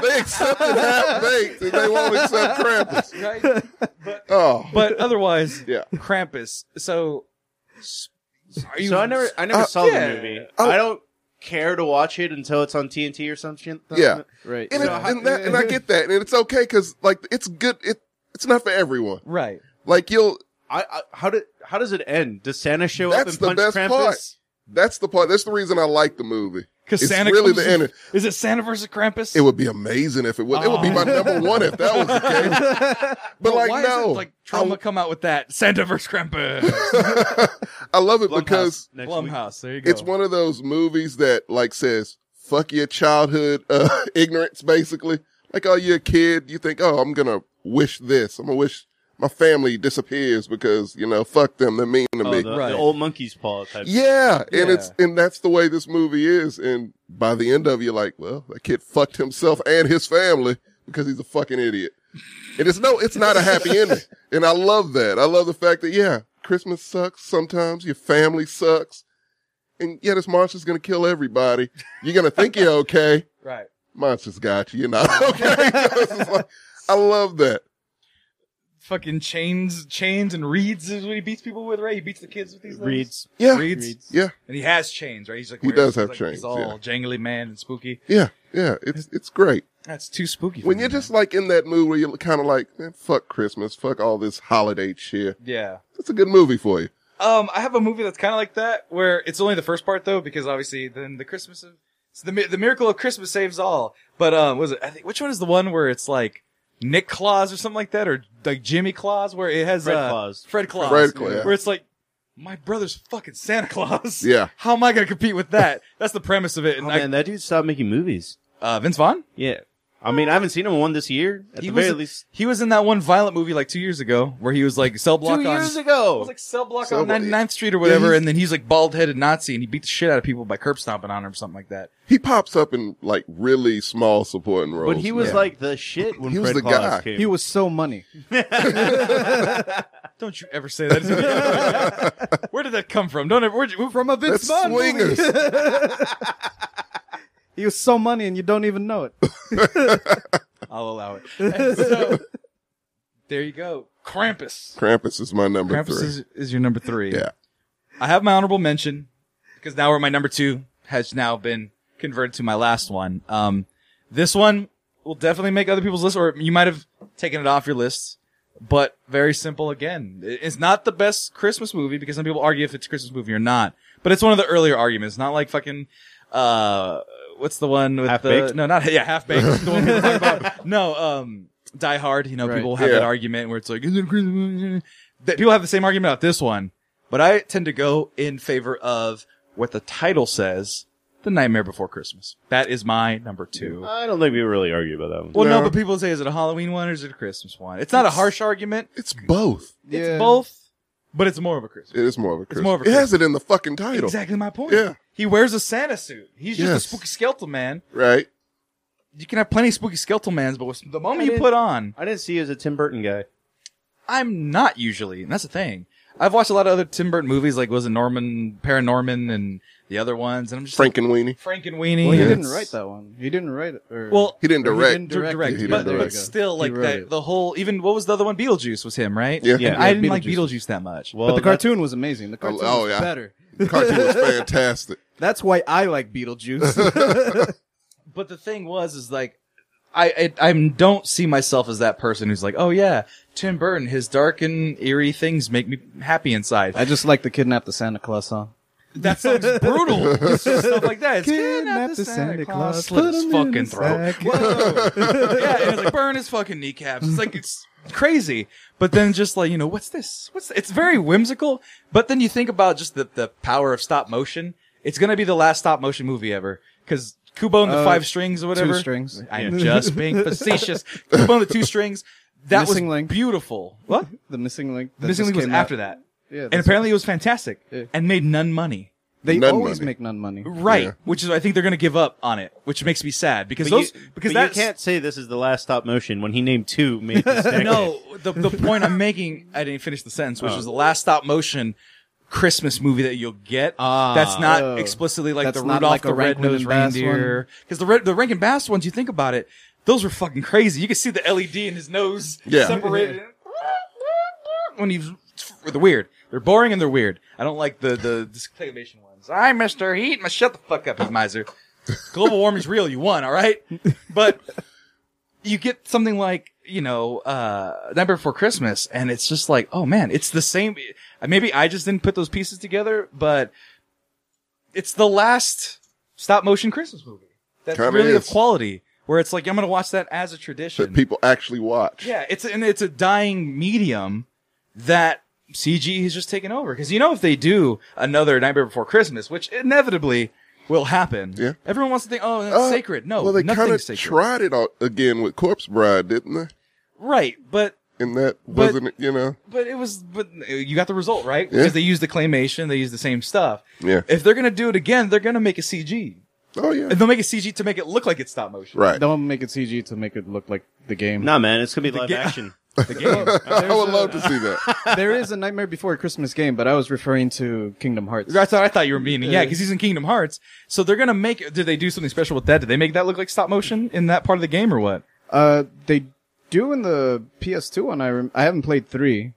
they accepted half baked and they won't accept Krampus. Right? Oh. But otherwise, Yeah. Krampus. So, s- are you? So I never, I never Uh, saw yeah. the movie. I don't care to watch it until it's on TNT or something. Yeah. right. And, it, and, that, and I get that. And it's okay because, like, it's good. It, it's not for everyone. right. Like, you'll, I, I how did how does it end? Does Santa show up that's and the punch best Krampus? part. That's the part. That's the reason I like the movie. Because It's Santa really comes the in- end. Is it Santa versus Krampus? It would be amazing if it was. It would be my number one if that was the case. But, Well, like, why no. Is it, like trauma come out with that Santa versus Krampus. I love it because next week. Blumhouse. There you go. it's one of those movies that like says fuck your childhood uh, ignorance basically like oh you're a kid you think oh i'm gonna wish this i'm gonna wish my family disappears because you know fuck them they're mean to Oh, me the, Right. the old monkey's paw type. yeah and it's Yeah. and that's the way this movie is and by the end of it, you're like well that kid fucked himself and his family because he's a fucking idiot and it's no it's not a happy ending and i love that i love the fact that yeah christmas sucks sometimes your family sucks and yeah this monster's gonna kill everybody you're gonna think you're okay Right. monster's got you you're not okay It's just like, i love that Fucking chains, chains and reeds is what he beats people with, right? He beats the kids with these things? Reeds. yeah Reeds. yeah And he has chains, right? He's like He wearing- does he's have like- chains, He's all yeah. jangly man and spooky. yeah yeah it's it's great That's too spooky. For when me, you're man. just like in that mood where you're kind of like, man, fuck Christmas, fuck all this holiday cheer. yeah. It's a good movie for you. Um, I have a movie that's kind of like that, where it's only the first part though, because obviously then the Christmas of it's the mi- the miracle of Christmas saves all. But um, was it? I think which one is the one where it's like Nick Claus or something like that, or like Jimmy Claus, where it has Fred uh, Claus. Fred Claus, Fred Claus, yeah. where it's like. My brother's fucking Santa Claus. Yeah. How am I gonna compete with that? That's the premise of it. Oh And man, that dude stopped making movies. I, uh, Vince Vaughn. Yeah. I mean, I haven't seen him in one this year. At the was, very least, he was in that one violent movie like two years ago where he was like cell block two on years It ago. was like cell block Cell on block- 99th Street or whatever, he's- and then he's like bald headed Nazi and he beat the shit out of people by curb stomping on him or something like that. He pops up in like really small supporting roles. but he was like the shit when He was Fred the Claus guy. came. he was so money. Don't you ever say that. to me. where did that come from? Don't ever. Where'd you, from a Vince that's Vaughn movie. swingers. He was so money, and you don't even know it. I'll allow it. And so, there you go. Krampus. Krampus is my number Krampus three. is, is your number three. Yeah. I have my honorable mention because now where my number two has now been converted to my last one. Um, this one will definitely make other people's list, or you might have taken it off your list. but very simple again. I- It's not the best Christmas movie because some people argue if it's a Christmas movie or not, but it's one of the earlier arguments. Not like fucking, uh, what's the one with the, Half-Baked? no, not, yeah, half baked. the one people talk about. No, um, Die Hard, you know, people have Yeah. that argument where it's like, "Is it a Christmas movie?" that people have the same argument about this one, but I tend to go in favor of what the title says, The Nightmare Before Christmas. That is my number two. I don't think we really argue about that one. Well, no. but people say, is it a Halloween one or is it a Christmas one? It's not a harsh argument. It's both. It's Yeah. both, but it's more of a Christmas. It is more of a Christmas. It's more of a it has it Christmas. in the fucking title. Exactly my point. Yeah. He wears a Santa suit. He's just a Yes. spooky skeletal man. Right. You can have plenty of spooky skeletal mans, but with the I moment you didn't- put on, I didn't see you as a Tim Burton guy. I'm not usually, and that's the thing. I've watched a lot of other Tim Burton movies, like was it Norman, Paranorman, and the other ones, and I'm just like, Frankenweenie. Frankenweenie. Well, he and didn't it's- write that one. He didn't write it. Or, Well, He didn't or direct. Di- it. direct, He didn't but, direct but it. still, He like wrote that, it. the whole even what was the other one? Beetlejuice was him, right? Yeah. Yeah. And I Yeah, didn't like Beetlejuice. Beetlejuice that much. but the cartoon was amazing. The cartoon oh, was yeah. better. The cartoon was fantastic. That's why I like Beetlejuice. But the thing was, is like, I, I I don't see myself as that person who's like, oh yeah, Tim Burton, his dark and eerie things make me happy inside. I just like the Kidnap the Santa Claus song. That song's brutal. It's just stuff like that. It's kidnap the Santa, Claus, slit put his him in fucking his throat. sack. Whoa. yeah, and it's like burn his fucking kneecaps. It's like it's crazy. But then just like you know, what's this? What's it's very whimsical. But then you think about just the the power of stop motion. It's gonna be the last stop motion movie ever because. Kubo and the Uh, five strings or two whatever. strings. I'm Yeah. just being facetious. Kubo and the two strings. That Missing was Link. beautiful. What? The Missing Link. that Missing just Link was came out. after that. Yeah, and that's- apparently it was fantastic and made none money. They Nun always money. make none money. Right, which is I think they're going to give up on it, which makes me sad because But those you, because but you that's can't say this is the last stop motion when he named two. Made this decade. no the the point I'm making. I didn't finish the sentence, which Oh. is the last stop motion Christmas movie that you'll get. that's not Oh. explicitly like That's the not Rudolph like a the Red Rankin and Nosed Bass Reindeer because the red, the Rankin Bass ones. You think about it, those were fucking crazy. You could see the LED in his nose Yeah. separated when he was they're weird. They're boring and they're weird. I don't like the the, the claymation ones. I Mister Heat, my shut the fuck up, you miser. Global warming's real. You won, all right. But you get something like you know uh Night Before Christmas, and it's just like, oh man, it's the same. uh, Maybe I just didn't put those pieces together, but it's the last stop motion Christmas movie that's Kinda really of is. quality. Where it's like I'm gonna watch that as a tradition. That people actually watch. Yeah, it's and it's a dying medium that CG has just taken over because you know if they do another Nightmare Before Christmas, which inevitably will happen. Yeah, everyone wants to think, oh, that's Uh, sacred. No, well, they nothing's kinda sacred. tried it out again with Corpse Bride, didn't they? right, but And that But- wasn't, it, you know. but it was but you got the result right Yeah. because they used the claymation, they used the same stuff. Yeah. If they're gonna do it again, they're gonna make a CG. Oh yeah, and they'll make a CG to make it look like it's stop motion. Right. Don't make it CG to make it look like the game. Nah, man, it's gonna be The live ga- action. The game. I would love to see that. there is a Nightmare Before Christmas game, but I was referring to Kingdom Hearts. That's what I thought you were meaning. Yeah, because he's in Kingdom Hearts. So they're gonna make. Did they do something special with that? Did they make that look like stop motion in that part of the game or what? Uh, they do in the PS2 one. I rem- I haven't played three,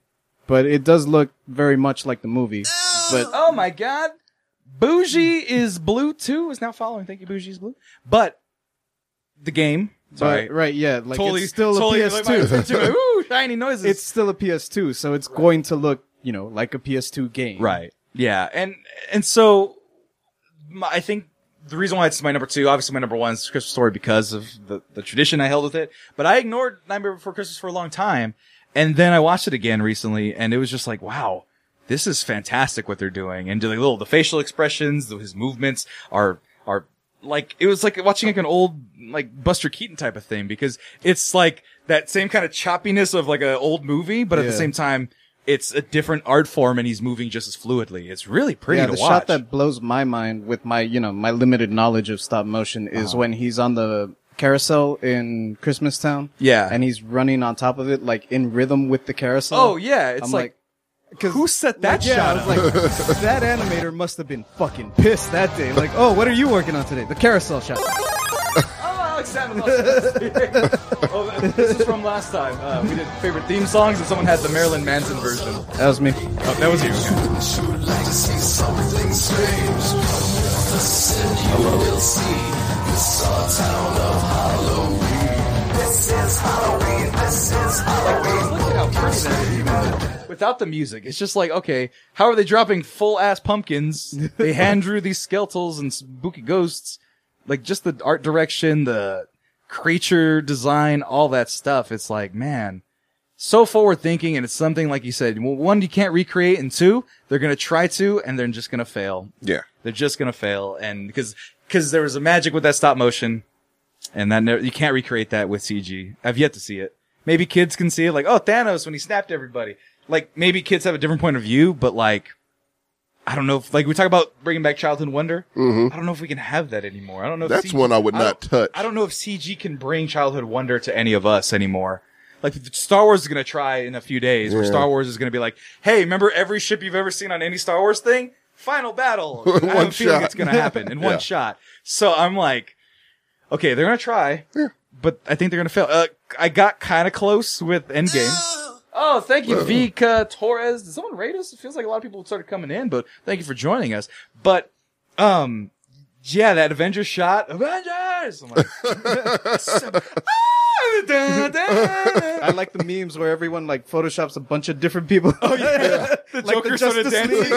but it does look very much like the movie. But Oh my god, Bougie is blue too. Is now following. Thank you, Bougie is blue. But the game. Sorry. but, right, yeah, like Totally- it's still totally- a PS2. like, Ooh, shiny noises. it's still a PS2, so it's going to look you know like a PS2 game. Right. Yeah. And and so my, I think the reason why it's my number two, obviously my number one is Christmas Story because of the, the tradition I held with it. But I ignored Nightmare Before Christmas for a long time. And then I watched it again recently and it was just like, wow, this is fantastic what they're doing. And the little, the facial expressions, the- his movements are, are like, it was like watching like an old, like Buster Keaton type of thing because it's like that same kind of choppiness of like an old movie, but at the Yeah. same time, it's a different art form and he's moving just as fluidly. It's really pretty yeah, to the watch. shot that blows my mind with my you know my limited knowledge of stop motion is Uh-huh. when he's on the carousel in Christmas Town. Yeah. and he's running on top of it like in rhythm with the carousel. Oh yeah, it's I'm like, who set that Like, yeah, shot I up? was like, that animator must have been fucking pissed that day. Like, oh, what are you working on today? The carousel shot. oh, Alexander Loftus. oh, this is from last time. Uh, we did favorite theme songs, and someone had the Marilyn Manson version. That was me. Oh, that was you. This is Halloween. This is Halloween. Look at how pretty without the music. It's just like, okay, how are they dropping full ass pumpkins? They hand drew these skeletals and spooky ghosts. Like just the art direction, the creature design, all that stuff. It's like, man, so forward thinking. And it's something, like you said, w- one, you can't recreate and two, they're going to try to and they're just going to fail. Yeah. They're just going to fail. And because, because there was a magic with that stop motion and that never, you can't recreate that with CG. I've yet to see it. Maybe kids can see it, like oh Thanos when he snapped everybody. Like maybe kids have a different point of view, but like I don't know. If, like we talk about bringing back childhood wonder. Mhm. I don't know if we can have that anymore. I don't know. That's if one I would not don't- touch. I don't know if CG can bring childhood wonder to any of us anymore. Like Star Wars is gonna try in a few days, where Yeah. Star Wars is gonna be like, hey, remember every ship you've ever seen on any Star Wars thing? Final battle. In I have one a feeling shot. it's gonna happen in one Yeah. shot. So I'm like, okay, they're gonna try, but I think they're gonna fail. Uh, I got kind of close with Endgame. Oh, thank you, Vika Torres. Did someone rate us? It feels like a lot of people started coming in, but thank you for joining us. But, um, yeah, that Avengers shot, Avengers. I'm like, I like the memes where everyone like photoshops a bunch of different people. Oh yeah, the Like Joker the started Justice dancing.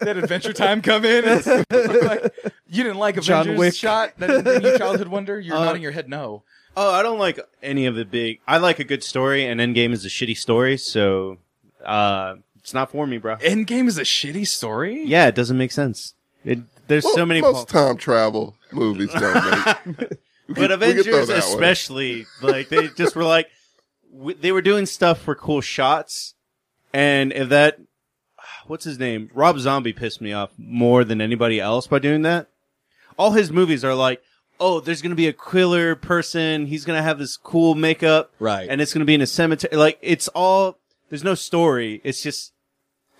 that Adventure Time come in. It's like, you didn't like John Avengers Wick. shot. That didn't bring you childhood wonder. You're Uh, nodding your head no. Oh, I don't like any of the big. I like a good story, and Endgame is a shitty story, so uh, it's not for me, bro. Endgame is a shitty story. Yeah, it doesn't make sense. It, there's Well, so many. most time travel movies don't make. but we could throw Avengers, that one. especially, like they just were like, w- they were doing stuff for cool shots, and if that, what's his name, Rob Zombie pissed me off more than anybody else by doing that. All his movies are like, oh, there's gonna be a killer person. He's gonna have this cool makeup, right? And it's gonna be in a cemetery. Like it's all. There's no story. It's just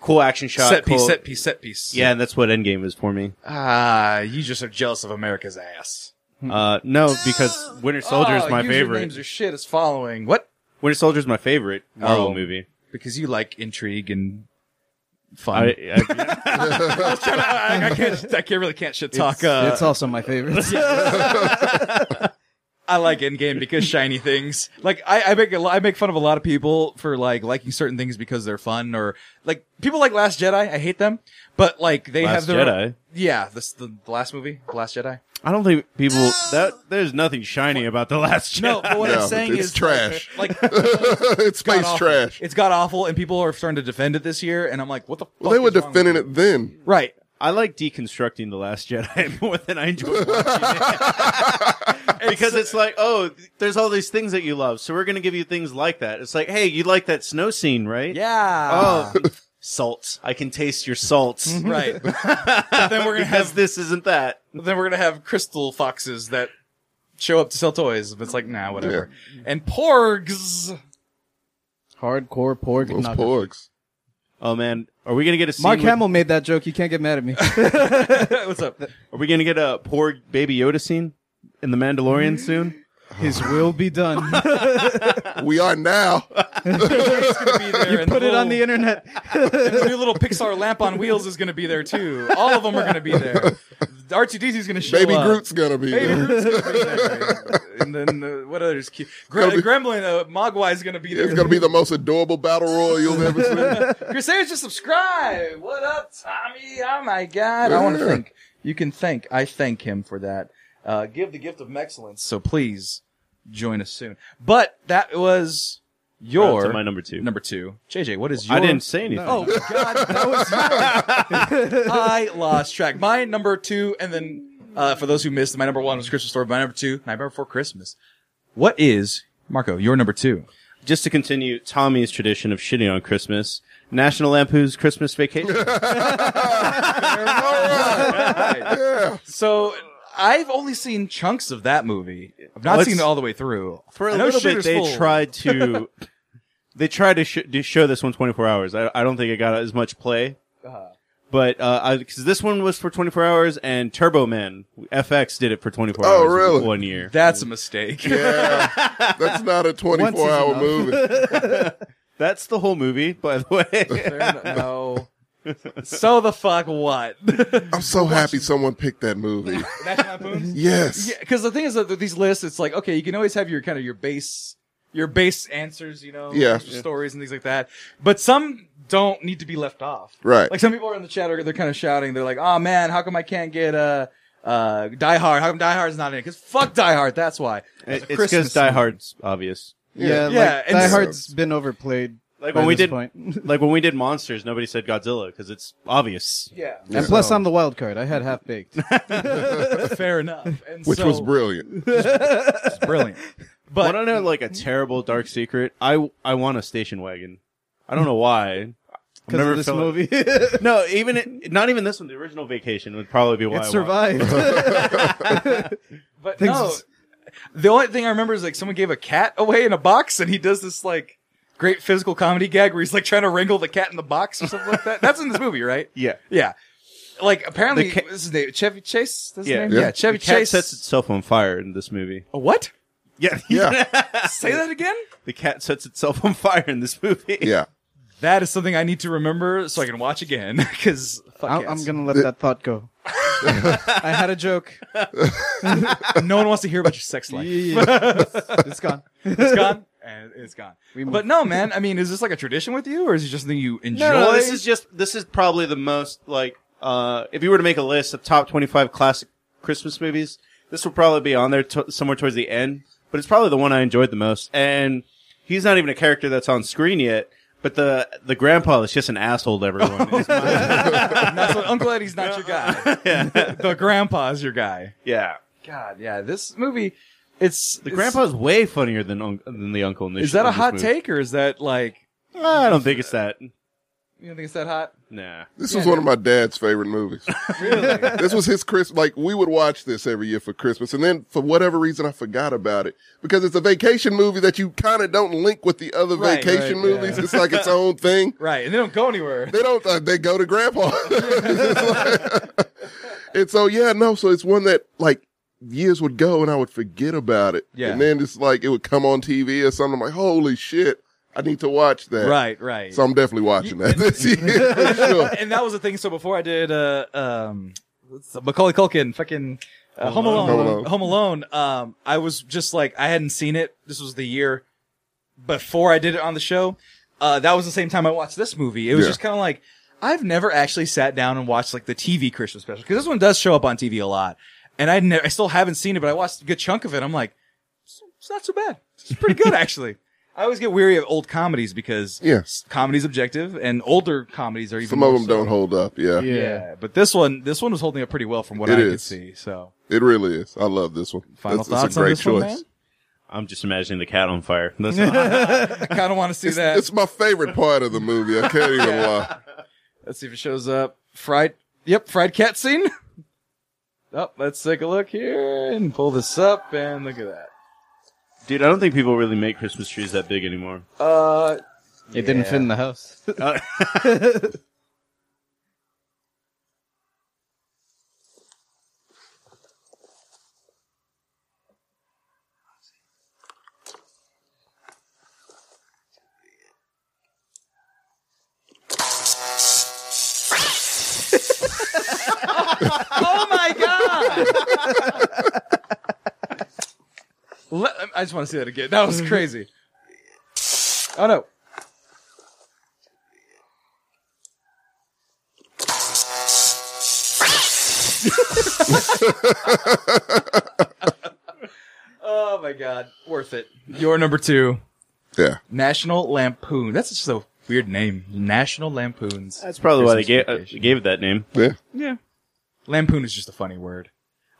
cool action shot, Set piece, cool- set piece, set piece. Yeah, and that's what Endgame is for me. Ah, you just are jealous of America's ass. Uh, no, because Winter Soldier is Oh, my usernames favorite. are shit is following. What? Winter Soldier is my favorite Marvel Oh. movie. Because you like intrigue and I, fun. I- I, was trying to- I- I can't. I can't really can't shit talk. It's, uh, it's also my favorite. I like Endgame because shiny things. Like I, I make a lot, I make fun of a lot of people for like liking certain things because they're fun or like people like Last Jedi. I hate them, but like they have Last their Jedi? yeah. This the, the last movie, The Last Jedi. I don't think people that there's nothing shiny about the last. Jedi. No, but what I'm saying is Like, it's space god-awful. trash. It's god awful, and people are starting to defend it this year. And I'm like, what the? Fuck Well, they were is wrong with defending you? it then. Right. I like deconstructing the Last Jedi more than I enjoy watching it because it's like, oh, there's all these things that you love, so we're gonna give you things like that. It's like, hey, you like that snow scene, right? Yeah. Oh, salt. I can taste your salts. Right. But then we're gonna Because have this isn't that. Then we're gonna have crystal foxes that show up to sell toys. But it's like, nah, whatever. And porgs. Hardcore porg. Those knocker. porgs. Oh man, are we gonna get a scene Mark with- Hamill made that joke. You can't get mad at me. What's up? Are we gonna get a poor Baby Yoda scene in the Mandalorian soon? His will be done. We are now. You Put it on the internet. the new little Pixar lamp on wheels is going to be there too. All of them are going to be there. R2D2 is going to show Baby up. Groot's gonna be Baby there. Groot's going to be there. And then uh, what others? Gre- Gremlin, uh, Mogwai is going to be there. It's gonna be the most adorable battle royal you'll ever see. Crusaders, just subscribe. What up, Tommy? Oh my God! I want to Yeah. thank you. Can thank I thank him for that. Uh, give the gift of excellence. So please join us soon. But that was your to my number two. Number two, JJ. What is your? I didn't say anything. Oh God, that was yours. I lost track. My number two, and then uh, for those who missed, my number one was Christmas Story. My number two, Nightmare Before Christmas. What is Marco? Your number two. Just to continue Tommy's tradition of shitting on Christmas, National Lampoon's Christmas Vacation. So I've only seen chunks of that movie. I've not Let's- seen it all the way through. For a I know little bit, Shooter's they full. tried to they tried to, sh- to show this one 24 hours. I, I don't think it got as much play, Uh-huh. but uh, because this one was for 24 hours, and Turbo Man FX did it for 24 Oh, hours really? one year. That's a mistake. Yeah, that's not a 24 hour enough. movie. That's the whole movie, by the way. no. So the fuck what? I'm so happy someone picked that movie. National Lampoon's? Yes. Because the thing is that with these lists, it's like okay, you can always have your kind of your base your base answers, you know, Yeah. your stories and things like that. But some don't need to be left off. Right. Like some people are in the chat, are- they're kind of shouting. They're like, "Oh man, how come I can't get uh uh Die Hard? How come Die Hard's not in it? Because fuck Die Hard. That's why. It- a It's Christmas because Die movie. Hard's obvious. Yeah, Yeah, like, and Die so- Hard's been overplayed. Like by when we this did, point. like when we did monsters, nobody said Godzilla because it's obvious. Yeah. and plus I'm the wild card. I had half baked. Fair enough. And Which so- was brilliant. It's brilliant. But- But I don't know, like a terrible dark secret. I I want a station wagon. I don't know why. I've 'Cause of this felt- movie? no, even it, not even this one. The original Vacation would probably be why It I survived. But Things- no, the only thing I remember is like someone gave a cat away in a box, and he does this like great physical comedy gag where he's like trying to wrangle the cat in the box or something like that. That's in this movie, right? Yeah. yeah. Like apparently, The ca- this is name Chevy Chase. That's his yeah, name? yeah, Chevy The cat Chase. sets itself on fire in this movie. A what? Yeah, Say that again. The cat sets itself on fire in this movie. Yeah. That is something I need to remember so I can watch again because I'm, I'm gonna let that thought go. I had a joke. no one wants to hear about your sex life. Yeah, yeah. It's gone. it's gone. And it's gone. We But no, man. I mean, is this like a tradition with you, or is it just something you enjoy? No, no, this is just this is probably the most like uh if you were to make a list of top 25 classic Christmas movies, this will probably be on there to somewhere towards the end, but it's probably the one I enjoyed the most. And he's not even a character that's on screen yet, but the the grandpa is just an asshole to everyone. That's what, I'm glad he's not your guy. the grandpa's your guy. yeah. God, yeah. This movie, it's The grandpa's way funnier than un- than the uncle in this. Is that in a this hot movie. take, or is that like I don't think it's that. you don't think it's that hot? Nah. This was one of my dad's favorite movies. really? This was his Christmas. Like we would watch this every year for Christmas, and then for whatever reason I forgot about it because it's a vacation movie that you kind of don't link with the other Right, vacation right, yeah. movies. It's like its own thing. Right, and they don't go anywhere. They don't. Uh, they go to grandpa. It's like- and so yeah, no. So it's one that like years would go and I would forget about it. Yeah. And then it's like it would come on TV or something. I'm like, holy shit, I need to watch that. Right, right. So I'm definitely watching that this year for sure. and that was the thing. So before I did, uh, um, what's the- Macaulay Culkin, fucking uh, Home, Home Alone, Alone. Home Home Alone. Um, I was just like, I hadn't seen it. This was the year before I did it on the show. Uh, that was the same time I watched this movie. It was Yeah. just kind of like I've never actually sat down and watched like the TV Christmas special because this one does show up on TV a lot, and I ne- I still haven't seen it, but I watched a good chunk of it. I'm like, it's, it's not so bad. It's pretty good actually. I always get weary of old comedies because Yeah. s- comedy's objective, and older comedies are even Some of more them so. don't hold up. Yeah. Yeah. but this one, this one was holding up pretty well from what It I could is. see. So It really is. I love this one. Final it's, thoughts it's a on great this one, choice. man? I'm just imagining the cat on fire. That's I kind of want to see It's, that. it's my favorite part of the movie. I can't even lie. Let's see if it shows up. Fried. Yep, fried cat scene. Oh, let's take a look here and pull this up and look at that. Dude, I don't think people really make Christmas trees that big anymore. Uh, It didn't fit in the house. oh my god! Let, I just want to see that again. That was crazy. Oh no! oh my god, worth it. Your number two. Yeah. National Lampoon. That's just a weird name. National Lampoons. That's probably why they Christmas gave, uh, Vacation. gave it that name. Yeah. Yeah. Lampoon is just a funny word.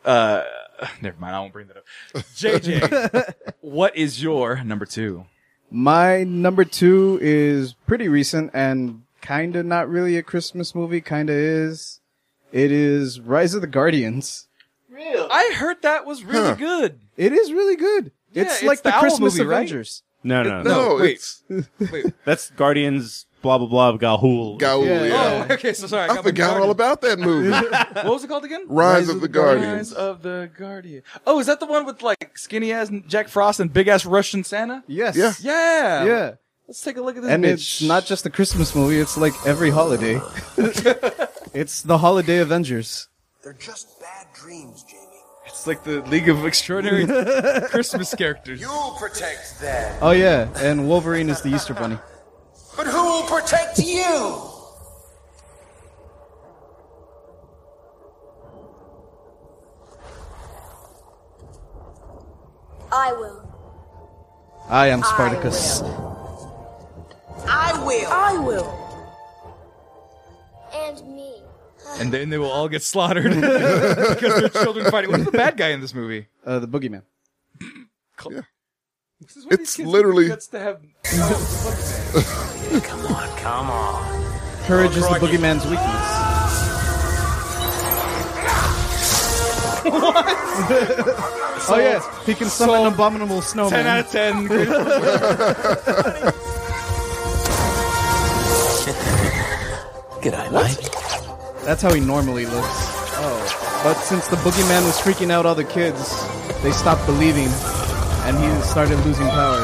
Uh, never mind. I won't bring that up. JJ, what is your number two? My number two is pretty recent and kinda not really a Christmas movie, kinda is. It is Rise of the Guardians. Really? I heard that was really Huh. good. It is really good. Yeah, it's, it's like the the, owl Christmas movie, right? Avengers. No, no, No, Oh, it's That's Guardians blah blah blah of Gahul. Gaul. Yeah. Oh, okay. So sorry. I got my forgot all Guardian- about that movie. What was it called again? Rise of the Rise Guardians. of the Guardian. Oh, is that the one with like skinny ass Jack Frost and big ass Russian Santa? Yes. Yeah. Yeah. Yeah. Let's take a look at this. And bitch. it's not just a Christmas movie, it's like every holiday. it's the holiday Avengers. They're just bad dreams, Jamie. It's It's like the League of Extraordinary Christmas characters. You protect them. Oh yeah, and Wolverine is the Easter Bunny. But who will protect you? I will. I am Spartacus. I will. I will. And me. And then they will all get slaughtered because they're children fighting. What's the bad guy in this movie? Uh, the boogeyman. Yeah. It's literally That's to have come on, come on. Courage is the boogeyman's weakness. oh yeah, he can summon an abominable snowman. 10 out of 10. Good eye, mate. That's how he normally looks. Oh. But since the boogeyman was freaking out all the kids, they stopped believing and he started losing power.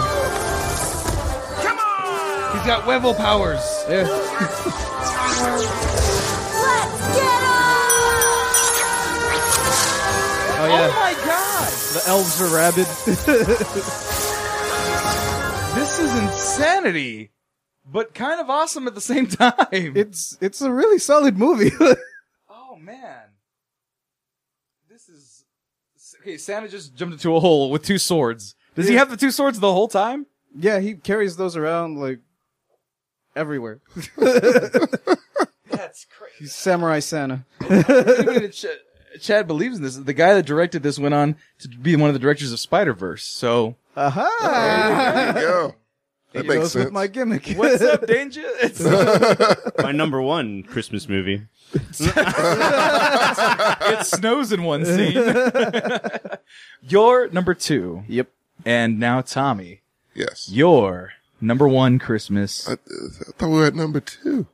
He's got Weevil powers. Yeah. Let's get 'em! Oh yeah. my god! The elves are rabid. This is insanity, but kind of awesome at the same time. it's it's a really solid movie. oh man. This is. Okay, Santa just jumped into a hole with two swords. Does he have the two swords the whole time? yeah, he carries those around like everywhere. That's crazy. He's Samurai Santa. Anybody that Ch- Chad believes in this. The guy that directed this went on to be one of the directors of Spider Verse. So Aha! there you go. That He makes goes sense. with my gimmick. what's up, danger? It's My number one Christmas movie. it snows in one scene. Your number two, yep. and now Tommy. yes. Your number one Christmas. I, I thought we were at number two.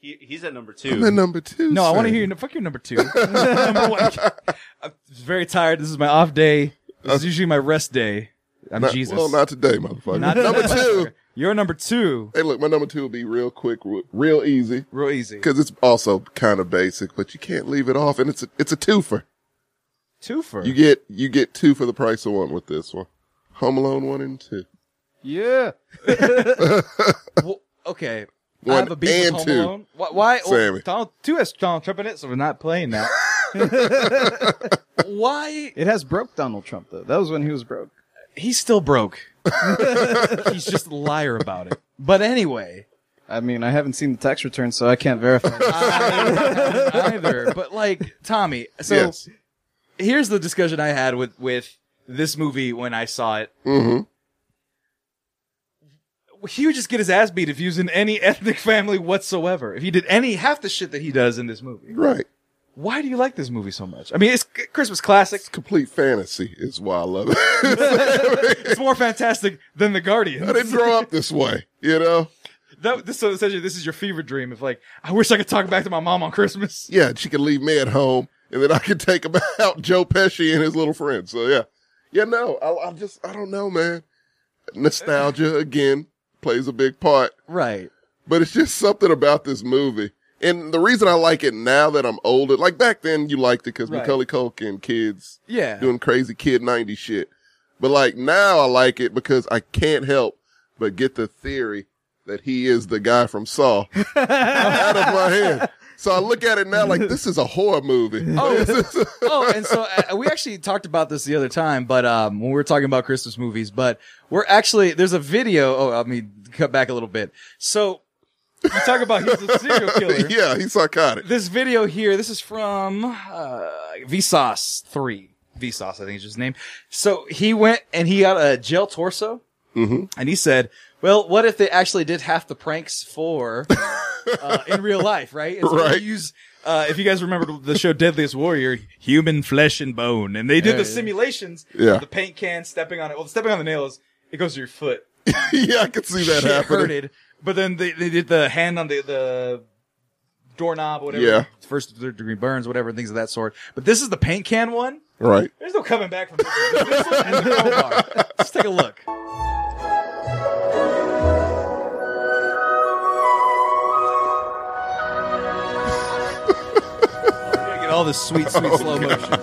He, he's at number I'm at two. number two. no, I want to Sam. hear your fuck your number two. number one. I'm very tired. This is my off day. This is usually my rest day. I'm Uh, Not- Jesus. Well, not today, motherfucker. Not- number two. Your number two, Hey, look, my number two will be real quick, real- real easy, real easy. because it's also kind of basic, but you can't leave it off, and it's a, it's a twofer. Two for You get you get two for the price of one with this one. Home Alone one and two. Yeah. Well, okay. One I have a beef with and Home two. Alone. Why? why well, Sammy. Donald, two has Donald Trump in it, so we're not playing that. why? It has broke Donald Trump though. That was when he was broke. He's still broke. He's just a liar about it. But anyway, I mean, I haven't seen the tax return, so I can't verify. either. But like Tommy, so Yes. here's the discussion I had with with this movie when I saw it. Mm-hmm. He would just get his ass beat if he was in any ethnic family whatsoever. If he did any half the shit that he does in this movie. Right. Why do you like this movie so much? I mean, it's c- Christmas classic. Complete fantasy is why I love it. It's more fantastic than the I Guardians. didn't grow up this way, you know. That, this, so essentially, this is your fever dream. If like, I wish I could talk back to my mom on Christmas. Yeah, she can leave me at home, and then I can take about Joe Pesci and his little friend. So yeah, yeah. No, I, I just I don't know, man. Nostalgia again plays a big part. Right. but it's just something about this movie. And the reason I like it now that I'm older, like back then you liked it because Right. Macaulay Culkin kids Yeah. doing crazy kid 90 shit. But like now I like it because I can't help but get the theory that he is the guy from Saw out of my head. So I look at it now like this is a horror movie. Oh, oh, and so uh, we actually talked about this the other time, but um, when we were talking about Christmas movies, but we're actually there's a video. Oh, I mean, cut back a little bit. So you talk about he's a serial killer. yeah, he's psychotic. This video here, this is from uh, Vsauce Three. Vsauce, I think is his name. So he went and he got a gel torso, mm-hmm. and he said, "Well, what if they actually did half the pranks for uh, in real life, right? And so they Right. Use uh, if you guys remember the show Deadliest Warrior, human flesh and bone, and they did the yeah. simulations. Yeah. of the paint can stepping on it. Well, stepping on the nails, it goes to your foot. yeah, I can see that Shit happening. hurted. But then they, they did the hand on the, the doorknob, whatever. Yeah. First third degree burns, whatever, things of that sort. But this is the paint can one. Right. There's no coming back from this. one. This one has a crowbar. Let's take a look. Oh, We're gonna Get all this sweet, sweet slow motion.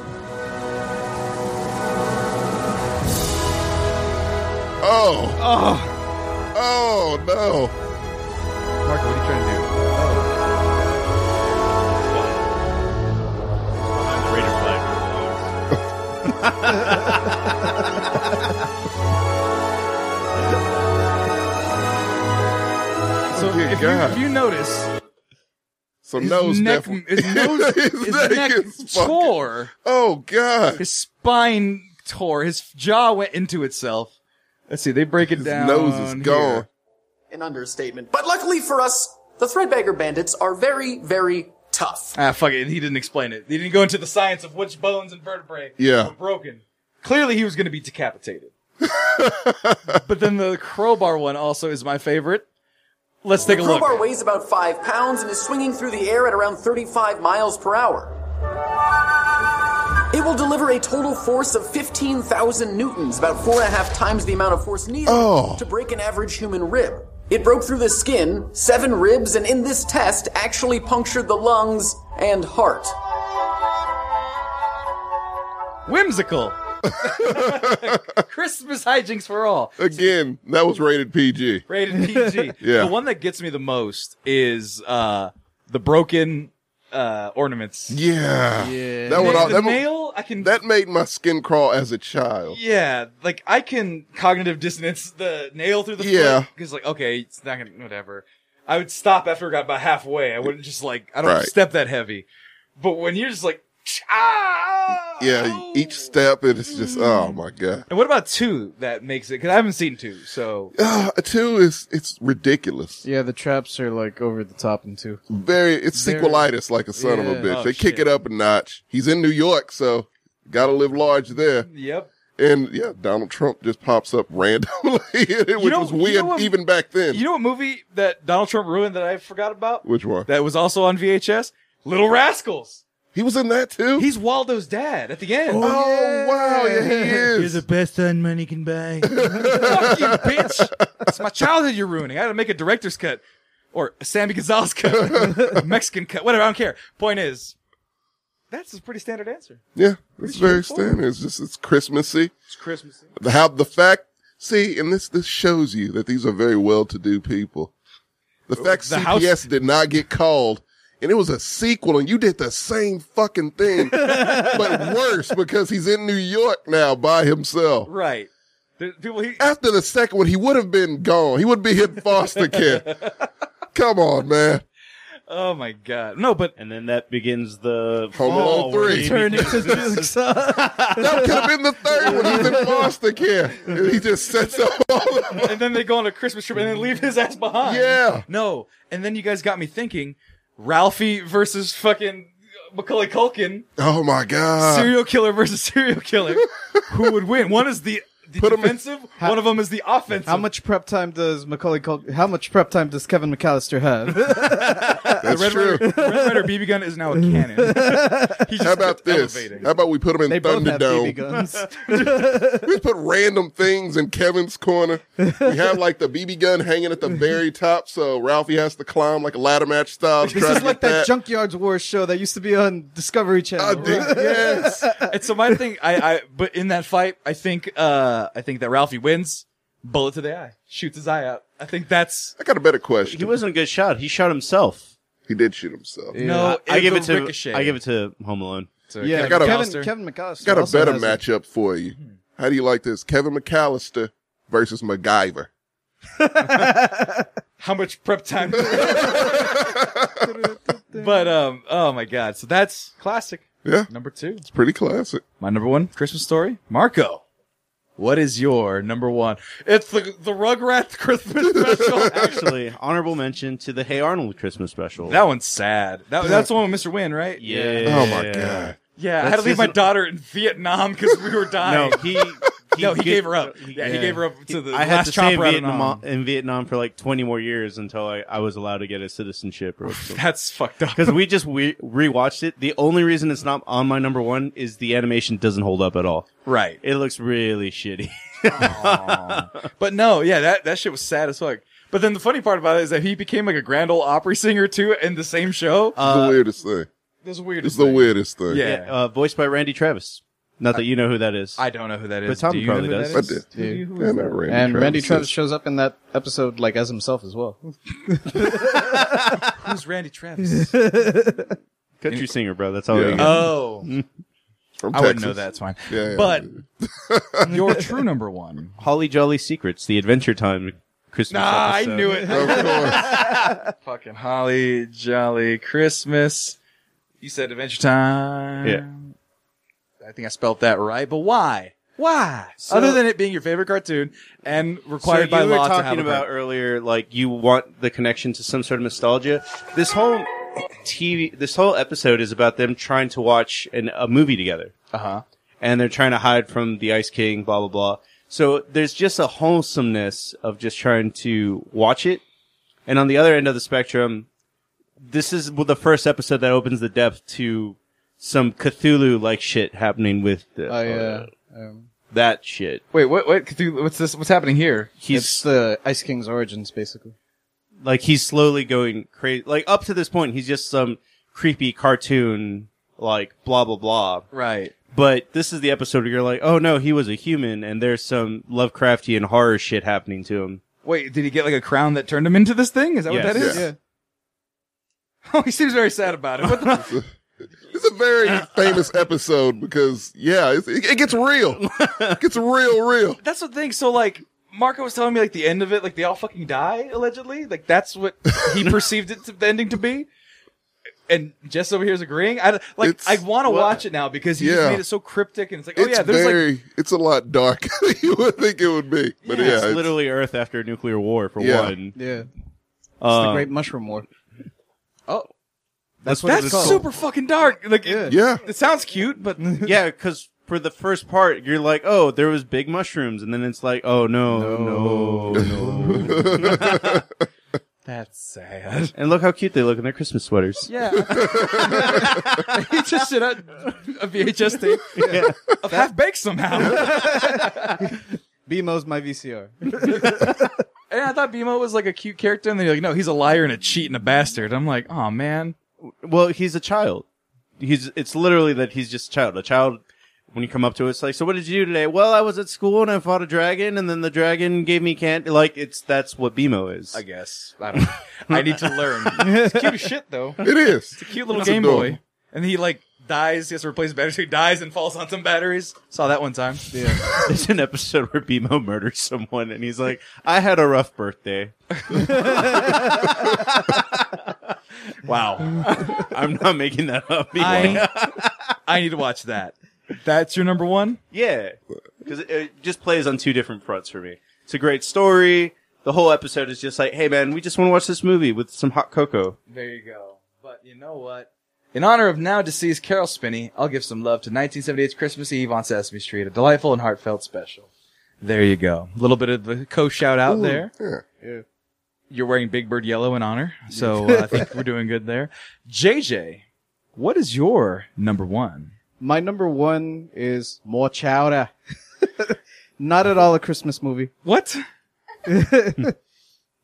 Oh. Oh. Oh no. Mark, what are you trying to do? Raider flag. So Good if, God. You, if you notice, So his nose neck, definitely. his nose, his, neck, tore. oh god! His spine tore. His jaw went into itself. Let's see. They break it down. here. An understatement. But luckily for us, the Threadbagger Bandits are very, very tough. Ah, fuck it. He didn't explain it. He didn't go into the science of which bones and vertebrae Yeah. were broken. Clearly, he was going to be decapitated. but then the crowbar one also is my favorite. Let's take a the look. crowbar weighs about five pounds and is swinging through the air at around 35 miles per hour. It will deliver a total force of 15,000 newtons, about four and a half times the amount of force needed Oh. to break an average human rib. It broke through the skin, seven ribs, and in this test actually punctured the lungs and heart. Whimsical. Christmas hijinks for all. Again, that was rated PG. Rated PG. Yeah. The one that gets me the most is uh the broken uh ornaments. Yeah. Yeah. That one. The- all- the Oh, that, mo- nail. I can. That made my skin crawl as a child. Yeah, like I can cognitive dissonance the nail through the Yeah. because like okay, it's not gonna whatever. I would stop after I got about halfway. I wouldn't just like I don't Right. step that heavy. But when you're just like ah!" Oh! Yeah. Each step, it's just oh Mm. my god. and what about two that makes it? Because I haven't seen two, so Uh, two is it's ridiculous. Yeah, the traps are like over the top and two. Very, it's Very- sequelitis like a son of a Yeah. bitch. Oh, they kick it up a notch. He's in New York, so gotta live large there. Yep. And yeah, Donald Trump just pops up randomly, which was weird what- even back then. you know what movie that Donald Trump ruined that I forgot about? Which one? That was also on VHS. Little Rascals. He was in that too. He's Waldo's dad at the end. Oh, wow, yeah, he is. You're the best son money can buy. Fuck you, bitch. It's my childhood you're ruining. I had to make a director's cut or a Sammy Gonzalez cut, Mexican cut, whatever. I don't care. Point is, that's a pretty standard answer. Yeah, it's very straightforward. standard. It's just it's Christmassy. It's Christmas. The- How the fact, see, and this this shows you that these are very well-to-do people. The fact The house- CPS did not get called, and it was a sequel, and you did the same fucking thing, but worse because he's in New York now by himself. Right. The people he After the second one, he would have been gone. He would be in foster care. Come on, man. Oh my god. No, but and then that begins the Home Alone three. That could have been the third one. He's in foster care. And he just sets up all the and then they go on a Christmas trip and then leave his ass behind. Yeah. No. And then you guys got me thinking Ralphie versus fucking Macaulay Culkin, Oh my god! serial killer versus serial killer. Uh, Who would win? One is the, the defensive, one of them is the offensive. How much prep time does Macaulay Cul- How much prep time does Kevin McAllister have? the Red Rider, Red Rider BB gun is now a cannon. How about this? How about we put him in They both have Thunderdome? BB guns. we just put random things in Kevin's corner. We have like the BB gun hanging at the very top, so Ralphie has to climb like a ladder match style. to this try to is get like that that Junkyards War show that used to be on Discovery Channel. yes. and so my thing, I, I, but in that fight, I think, uh, I think that Ralphie wins. Bullet to the eye, shoots his eye out. I think that's I got a better question. He wasn't a good shot. He shot himself. He did shoot himself. no. I, I give it was to Ricochet. I give it to Home Alone. Yeah, I got a- Kevin, Kevin McAllister. Got a also better has Hmm. matchup for you. How do you like this? Kevin McAllister versus MacGyver. how much prep time. but um, oh my god, so that's classic. Yeah. Number two. It's pretty classic. My number one Christmas story, Marco. What is your number one? It's the the Rugrats Christmas special. Actually, honorable mention to the Hey Arnold Christmas special. that one's sad. That, that's the one with Mr. Wynn, right? yeah. Oh my god. Yeah, I had to That's leave my his- daughter in Vietnam because we were dying. No, he. he No, he gi- gave her up. Yeah, he gave her up to the I had last to stay in chopper out of Vietnam, Nam. in Vietnam for like 20 more years until I, I was allowed to get a citizenship. Because That's fucked up. we just we- rewatched it. The only reason it's not on my number one is the animation doesn't hold up at all. Right. It looks really shitty. But no, yeah, that, that shit was sad as fuck. But then the funny part about it is that he became like a grand old opry singer too in the same show. Uh, Uh, the weirdest thing. That's weird. It's the weirdest thing. Yeah. Uh, voiced by Randy Travis. Not that you know who that is. I don't know who that But is. Tom Do you know probably who does. that is? Do you- who is Damn it, that? Randy and Randy Travis Travis is- shows up in that episode like as himself as well. uh, Who's Randy Travis? Country singer, bro. That's all. Yeah. we get. Oh. From I wouldn't Texas. know that. It's fine. Yeah, yeah. But your true number one. Holly Jolly Secrets, the Adventure Time Christmas. Nah, I episode. knew it. Of course. Fucking Holly Jolly Christmas. You said Adventure Time. I think I spelled that right, but why? Why? So- Other than it being your favorite cartoon and required so by you law were to have talking a about part- earlier like you want the connection to some sort of nostalgia this whole tv this whole episode is about them trying to watch an, a movie together uh-huh and they're trying to hide from the ice king blah blah blah so there's just a wholesomeness of just trying to watch it and on the other end of the spectrum this is the first episode that opens the depth to some cthulhu like shit happening with the, I, uh, um, that shit Wait, what? What? Cthulhu- What's this? What's happening here? He's- it's the Ice King's origins, basically. like he's slowly going crazy. Like up to this point, he's just some creepy cartoon, like blah blah blah. Right. But this is the episode where you're like, oh no, he was a human, and there's some Lovecraftian horror shit happening to him. Wait, did he get like a crown that turned him into this thing? Is that Yes. what that is? Yeah. Oh, he seems very sad about it. What the It's a very famous episode because yeah, it's, it, it gets real. It gets real, real. That's the thing. So like, Marco was telling me like the end of it, like they all fucking die allegedly. Like that's what he perceived it to, the ending to be. And Jess over here is agreeing. I like. I want to well, watch it now because he yeah. just made it so cryptic, and it's like, oh it's yeah, there's very. like. it's a lot darker than you would think it would be, but yeah, it's it's- literally Earth after nuclear war for Yeah. one. Yeah. It's Uh, the Great Mushroom War. Oh. That's what it That's was called. super fucking dark. Like, it, Yeah. it sounds cute, but yeah, because for the first part, you're like, oh, there was big mushrooms, and then it's like, oh no, no, no. That's sad. And look how cute they look in their Christmas sweaters. Yeah. he just did a, a VHS tape of half baked somehow. BMO's my VCR. and I thought BMO was like a cute character, and then you're like, no, he's a liar and a cheat and a bastard. I'm like, oh man. Well, he's a child. He's it's literally that he's just a child. A child when you come up to it, it's like, so what did you do today? Well, I was at school and I fought a dragon, and then the dragon gave me candy. Like it's that's what BMO is. I guess. I don't know. I need to learn. It's cute as shit though. It is. It's a cute little It's Game adorable. Boy. And he like dies, he has to replace batteries, he dies and falls on some batteries. Saw that one time. Yeah. There's an episode where BMO murders someone, and he's like, I had a rough birthday. wow. I'm not making that up. I, I need to watch that. That's your number one? Yeah, because it, it just plays on two different fronts for me. It's a great story. The whole episode is just like, hey man, we just want to watch this movie with some hot cocoa. There you go. But you know what? In honor of now deceased Carol Spinney, I'll give some love to 1978's Christmas Eve on Sesame Street, a delightful and heartfelt special. There you go. A little bit of the co shout out Ooh, there. yeah. Yeah. You're wearing Big Bird Yellow in honor, so uh, I think we're doing good there. JJ, what is your number one? My number one is More Chowder. Not at all a Christmas movie. What?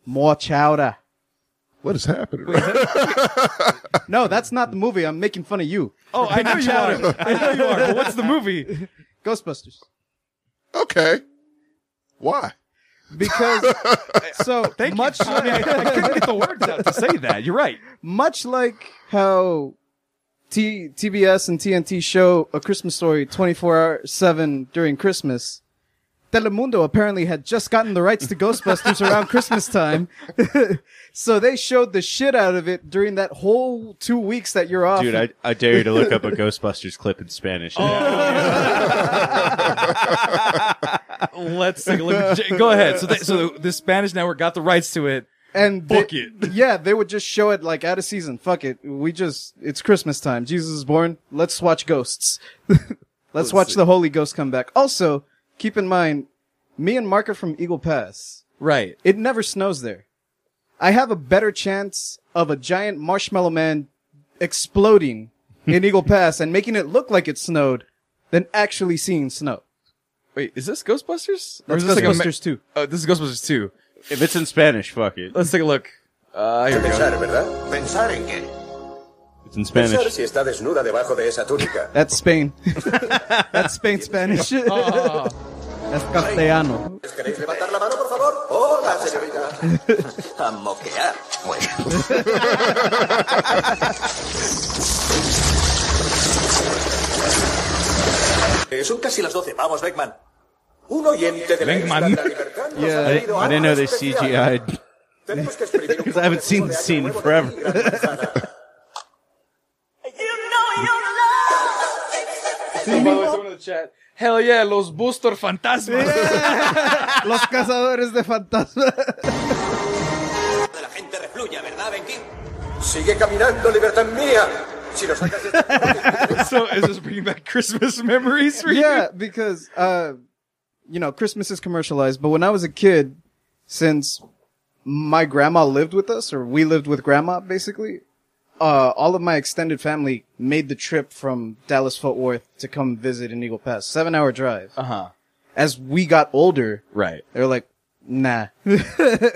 More Chowder. What is happening? no, that's not the movie. I'm making fun of you. Oh, I know you are. I know you are. But what's the movie? Ghostbusters. Okay. Why? Because so much I, mean, like, I, I couldn't get the words out to say that. You're right. much like how T- TBS and TNT show A Christmas Story 24 hour 7 during Christmas, Telemundo apparently had just gotten the rights to Ghostbusters around Christmas time. so they showed the shit out of it during that whole two weeks that you're off. Dude, I, I dare you to look up a Ghostbusters clip in Spanish. Let's take a look. At J- go ahead. So, they, so the Spanish network got the rights to it. and they- Fuck it. yeah, they would just show it like out of season. Fuck it. We just, it's Christmas time. Jesus is born. Let's watch ghosts. Let's watch the Holy Ghost come back. Also, keep in mind, me and Mark are from Eagle Pass. Right. It never snows there. I have a better chance of a giant marshmallow man exploding in Eagle Pass and making it look like it snowed than actually seeing snow. Wait, is this Ghostbusters? That's is this like a Ghostbusters 2. Oh, this is Ghostbusters 2. If it's in Spanish, fuck it. Let's take a look. Uh, here we go. ¿verdad? Pensar en qué. It's in Spanish. Pensar si está desnuda debajo de esa túnica. That's Spain. That's Spain Spanish. Ah. That's castellano. ¿Queréis levantar la mano, por favor? Hola, señorita. A moquear. Bueno. Eh, Son casi las 12. Vamos, Beckman. Un oyente de la Beckman. Isla de la Libertad nos ha Yeah, traído I didn't know algo they especial. CGI'd. Tenemos que exprimir un Because I haven't seen the scene in forever. someone in the chat. Hell yeah, los Booster Fantasmas. Los cazadores de fantasmas. Fluya, ¿verdad, Benki? Sigue caminando, libertad mía. Si lo sacas de esta- so is this bringing back Christmas memories for you? yeah, because uh, you know, Christmas is commercialized. But when I was a kid, since my grandma lived with us, or we lived with grandma, basically, uh, all of my extended family made the trip from Dallas Fort Worth to come visit in Eagle Pass, seven hour drive. Uh Uh-huh. huh. As we got older, right, they were like, nah,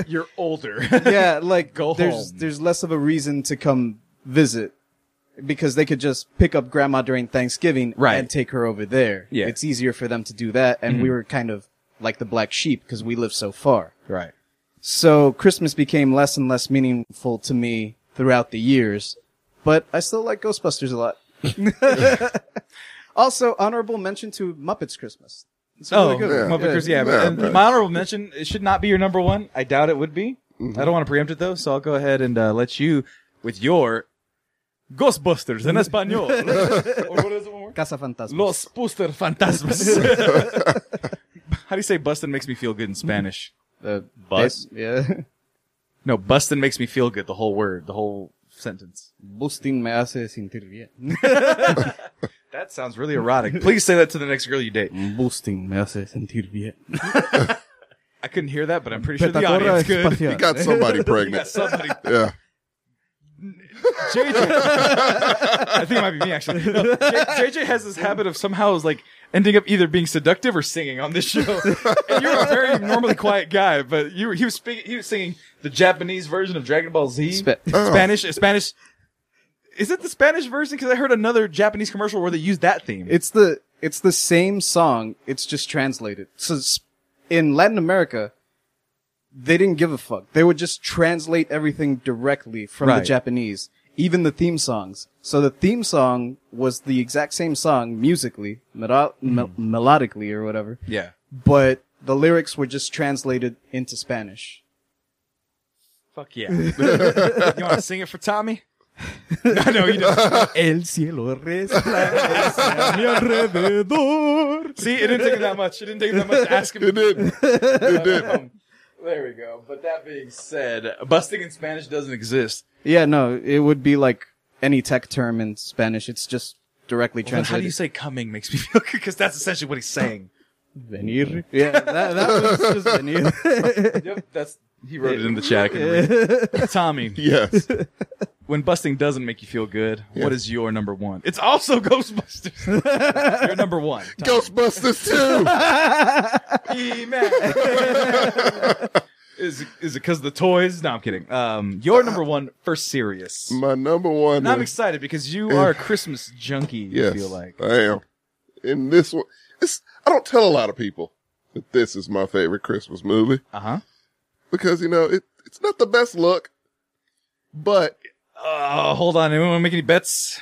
You're older. yeah, like Go there's home. there's less of a reason to come visit because they could just pick up grandma during Thanksgiving Right. and take her over there. Yeah. It's easier for them to do that and we Mhm. were kind of like the black sheep because we live so far. Right. So Christmas became less and less meaningful to me throughout the years, but I still like Ghostbusters a lot. also, honorable mention to Muppets Christmas. It's really oh, good. Muppet Christmas, yeah. but- and my honorable mention it should not be your number one. I doubt it would be. I don't want to preempt it though, so I'll go ahead and uh, let you with your Ghostbusters in Espanol. Or what is it one more? Casa Fantasma. Los Booster Fantasmas. How do you say bustin' makes me feel good in Spanish? Uh, Bus? Yeah. No, bustin' makes me feel good. The whole word, the whole sentence. Busting me hace sentir bien. That sounds really erotic. Please say that to the next girl you date. Busting me hace sentir bien. I couldn't hear that, but I'm pretty sure the Petacora audience could. espacial. He got somebody He got pregnant. somebody. Yeah. JJ, I think it might be me actually. No, J- JJ has this habit of somehow is like ending up either being seductive or singing on this show. and you're a very normally quiet guy, but you he was speaking, he was singing the Japanese version of Dragon Ball Z, Oh. Spanish, Spanish. Is it the Spanish version? Because I heard another Japanese commercial where they used that theme. It's the it's the same song. It's just translated. So s- in Latin America, they didn't give a fuck. They would just translate everything directly from the Right. Japanese, even the theme songs. So the theme song was the exact same song musically, melo- mel- melodically or whatever. Yeah. But the lyrics were just translated into Spanish. Fuck yeah! you want to sing it for Tommy? No, no, you don't. El cielo resplandece a mi alrededor. See, it didn't take him that much. It didn't take him that much to ask him. It didn't. It didn't. Um, there we go. But that being said, busting in Spanish doesn't exist. Yeah, no, it would be like any tech term in Spanish. It's just directly Well, then translated. how do you say coming makes me feel good? Because that's essentially what he's saying. Venir. Yeah, that, that was just venir. yep, that's he wrote it in the chat. I can read it. Tommy. Yes. When busting doesn't make you feel good, what is your number one? It's also Ghostbusters. your number one. Ghostbusters 2! E-man. is is it because the toys? No, I'm kidding. Um, your number one for serious. My number one. And I'm is- excited because you are a Christmas junkie. Yes, I feel like I am. And this one, it's, I don't tell a lot of people that this is my favorite Christmas movie. Uh huh. Because you know it, it's not the best look, but Uh, hold on. Anyone want to make any bets?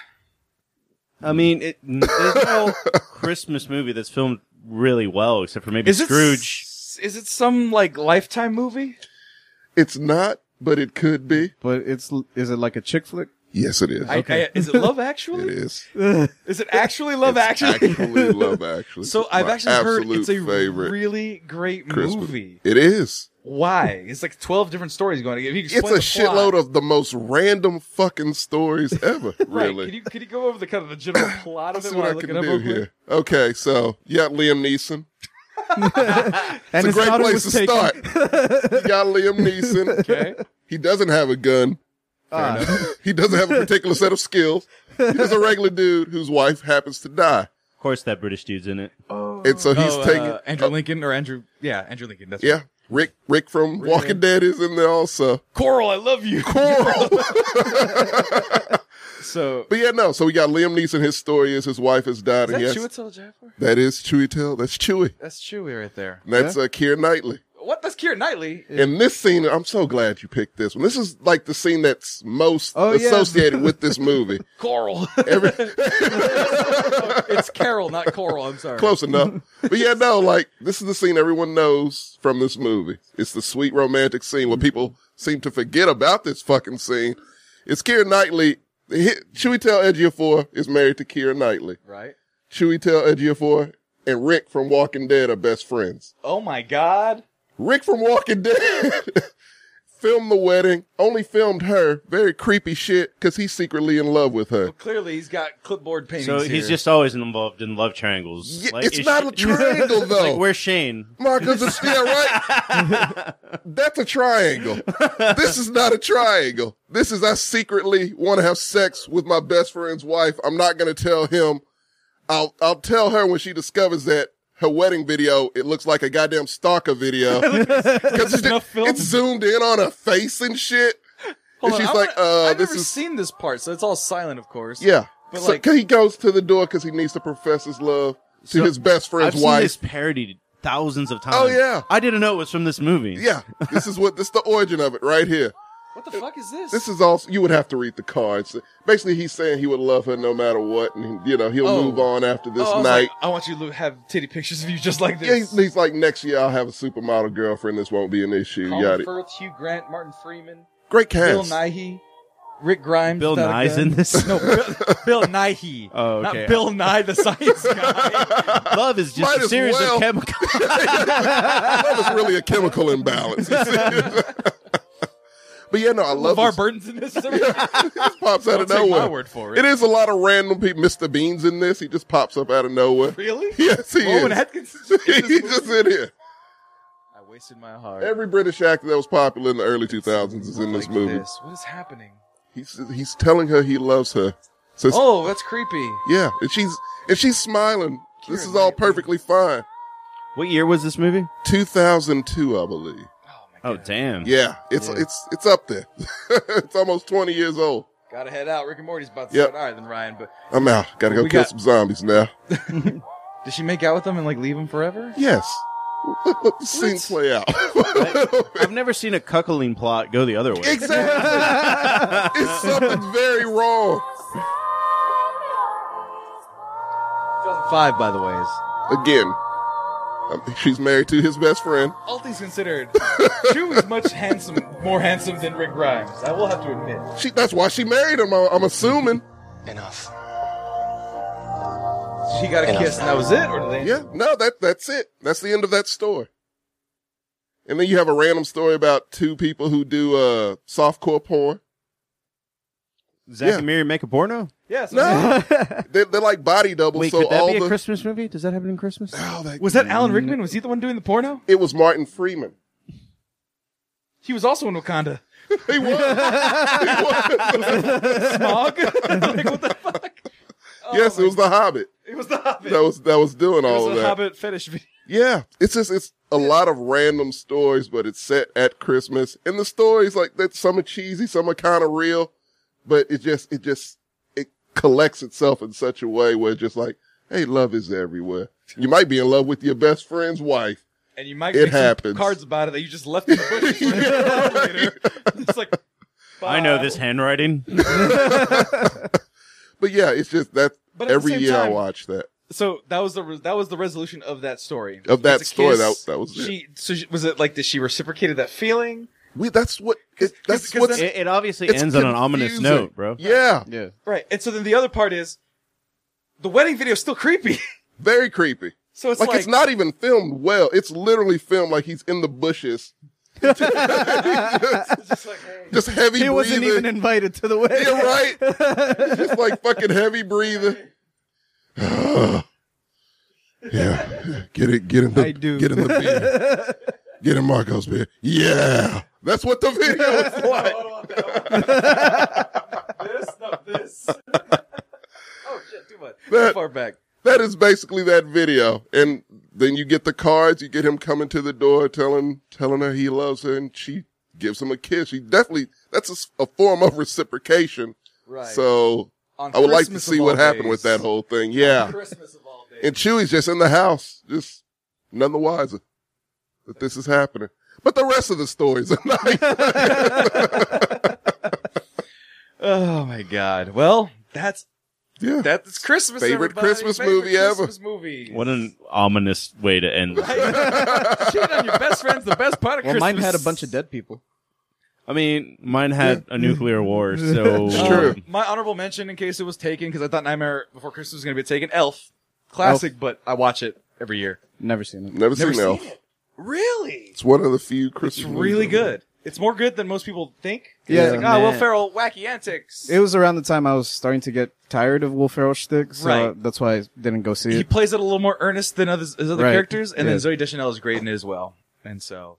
I mean, it, n- there's no Christmas movie that's filmed really well, except for maybe Is it Scrooge. Is it some like Lifetime movie? it's not. But it could be. But it's is it like a chick flick? Yes, it is. I- I- is it Love Actually? It is. Is it actually Love Actually? Actually, Love Actually. So I've My actually heard absolute it's a favorite really great Christmas. movie. It is. Why? It's like twelve different stories going. If you It's a shitload of the most random fucking stories ever. really. Could you, could you go over the kind of the general plot of it See while what I I look can it up? do real quick? here. Okay, so you got Liam Neeson. And it's a his great daughter place to was taken. start. you got Liam Neeson. Okay. He doesn't have a gun. Uh, Ah. He doesn't have a particular set of skills. He's just a regular dude whose wife happens to die. Of course, that British dude's in it. And so he's Oh, uh, taking Andrew Lincoln or Andrew. Yeah, Andrew Lincoln. That's Yeah. right. Rick Rick from Walking Dead is in there also. Coral, I love you. Coral. So, but yeah, no. So we got Liam Neeson. His story is his wife has died. Is and that yes, Chiwetel Ejiofor? That is Chewy Tell. That's Chewy. That's Chewy right there. And that's uh, Keira Knightley. What? That's Keira Knightley. And this scene, I'm so glad you picked this one. This is like the scene that's most Oh, yeah. associated with this movie. Coral. it's Carol, not Coral. I'm sorry. Close enough. But yeah, no, like this is the scene everyone knows from this movie. It's the sweet romantic scene where people seem to forget about this fucking scene. It's Keira Knightley. Hi- Chewy Tell Ejiofor is married to Keira Knightley. Right. Chewy Tell Ejiofor and Rick from Walking Dead are best friends. Oh my God. Rick from Walking Dead filmed the wedding, only filmed her. Very creepy shit because he's secretly in love with her. Clearly, he's got clipboard paintings. So he's here. just always involved in love triangles. Yeah, it's not a triangle, though. Like where's Shane? Marcus is still right. That's a triangle. This is not a triangle. This is I secretly want to have sex with my best friend's wife. I'm not going to tell him. I'll I'll tell her when she discovers that her wedding video it looks like a goddamn stalker video because it's, it's zoomed in on her face and shit. Hold and on, she's I like, wanna- uh, I've this never is seen this part, so it's all silent, of course. yeah. But So- like, 'cause he goes to the door because he needs to profess his love to So, his best friend's I've wife. Seen this parodied thousands of times. Oh, yeah. I didn't know it was from this movie. Yeah, this is what this is the origin of it right here. what the fuck is this? This is also you would have to read the cards. Basically, he's saying he would love her no matter what, and you know he'll Oh. move on after this Oh, I was night. like, I want you to have titty pictures of you just like this. yeah, he's, he's like next year I'll have a supermodel girlfriend. This won't be an issue. Colin Yada. Firth, Hugh Grant, Martin Freeman, Great Bill cast. Nighy, Rick Grimes. Bill without a Nye's gun. in this? No, Bill, Bill Nighy. Oh, Not okay. Bill Nye the Science Guy. Love is just Might a as series well. of chemicals. Love is really a chemical imbalance. but yeah, no, I love LeVar this. Burton's in this. It pops out Don't of take nowhere. my word for it. It is a lot of random people. Mr. Bean's in this. He just pops up out of nowhere. Really? Yes, he Rowan is. Atkinson. He's just in here. I wasted my heart. Every British actor that was popular in the early 2000s is in this Like movie. this. What is happening? He's he's telling her he loves her. So it's- Oh, that's creepy. yeah, and she's and she's smiling. This is all perfectly fine. What year was this movie? 2002, I believe. Oh damn. Yeah, it's it's it's up there. it's almost 20 years old. Gotta head out. Rick and Morty's about to Yep. start. All right, then Ryan. But I'm out. Got to go We kill got- some zombies now. did she make out with him and like leave him forever? Yes. Let, let the scene play out. I've never seen a cuckolding plot go the other way. exactly. it's something very wrong. Five, by the way. Is. Again, um, she's married to his best friend. All things considered, Chew is much handsome, more handsome than Rick Grimes. I will have to admit. She, that's why she married him. I- I'm assuming. Enough. She got a kiss, and that was it, or did they? Yeah, no, that that's it. That's the end of that story. And then you have a random story about two people who do uh softcore porn. Zach Yeah. and Mary make a porno? Yes. No, they're, they're like body doubles. Wait, so could that all be a the Christmas movie? Does that happen in Christmas? Oh, that- Was that Alan Rickman? Was he the one doing the porno? It was Martin Freeman. He was also in Wakanda. He was. Smog. yes, it was The Hobbit. It was the Hobbit. That was that was doing It was all of a that. Hobbit fetish video. Yeah, it's just it's a lot of random stories, but it's set at Christmas, and the stories like that some are cheesy, some are kind of real, but it just it just it collects itself in such a way where it's just like, hey, love is everywhere. You might be in love with your best friend's wife. And you might It make some happens. cards about it that you just left in the bushes. for later. It's like, I know this handwriting. But yeah, it's just that But at the every same year I time- watch that. So that was the re- that was the resolution of that story Of that It's a story, kiss. that- that was it. she. So she, was it like that? She reciprocated that feeling, We that's what it, that's 'cause what then- It, it obviously It's ends on an ominous confusing. note, bro. yeah, Yeah. right? And so then the other part is the wedding video is still creepy. very creepy. So it's like, like- it's not even filmed well. It's literally filmed like he's in the bushes, It's just like, hey. just heavy. He wasn't breathing. even invited to the wedding. Yeah, right. It's just like fucking heavy breathing. yeah, get it, get in the, I do. get in the beer, get in Marco's beer. Yeah, that's what the video is like. this, not this. oh shit! Too much. Too That- far back. That is basically that video, and then you get the cards. You get him coming to the door, telling telling her he loves her, and she gives him a kiss. She definitely that's a s a a form of reciprocation Right. So On I would like to Christmas see of what all happened with days. that whole thing. Yeah. On Christmas of all days. And Chewie's just in the house, just none the wiser that this is happening. But the rest of the stories are nice. Oh my god. Well, that's yeah. That's Christmas. Favorite everybody. Christmas Favorite movie ever. Christmas movie. What an ominous way to end. this. Shit on your best friend's the best part of Well, Christmas. mine had a bunch of dead people. I mean, mine had a nuclear war, so Um, my honorable mention, in case it was taken, because I thought Nightmare Before Christmas was going to be taken. Elf, classic, but I watch it every year. Never seen it. Never, seen, Elf. it. Really? It's one of the few Christmas. It's really movies. good. It's more good than most people think. Yeah. It's like, oh, Will Man. Ferrell, wacky antics. It was around the time I was starting to get tired of Will Ferrell shtick, so Right. that's why I didn't go see He it. plays it a little more earnest than others, his other Right. characters, and Yeah. then Zoe Deschanel is great in it as well. And so,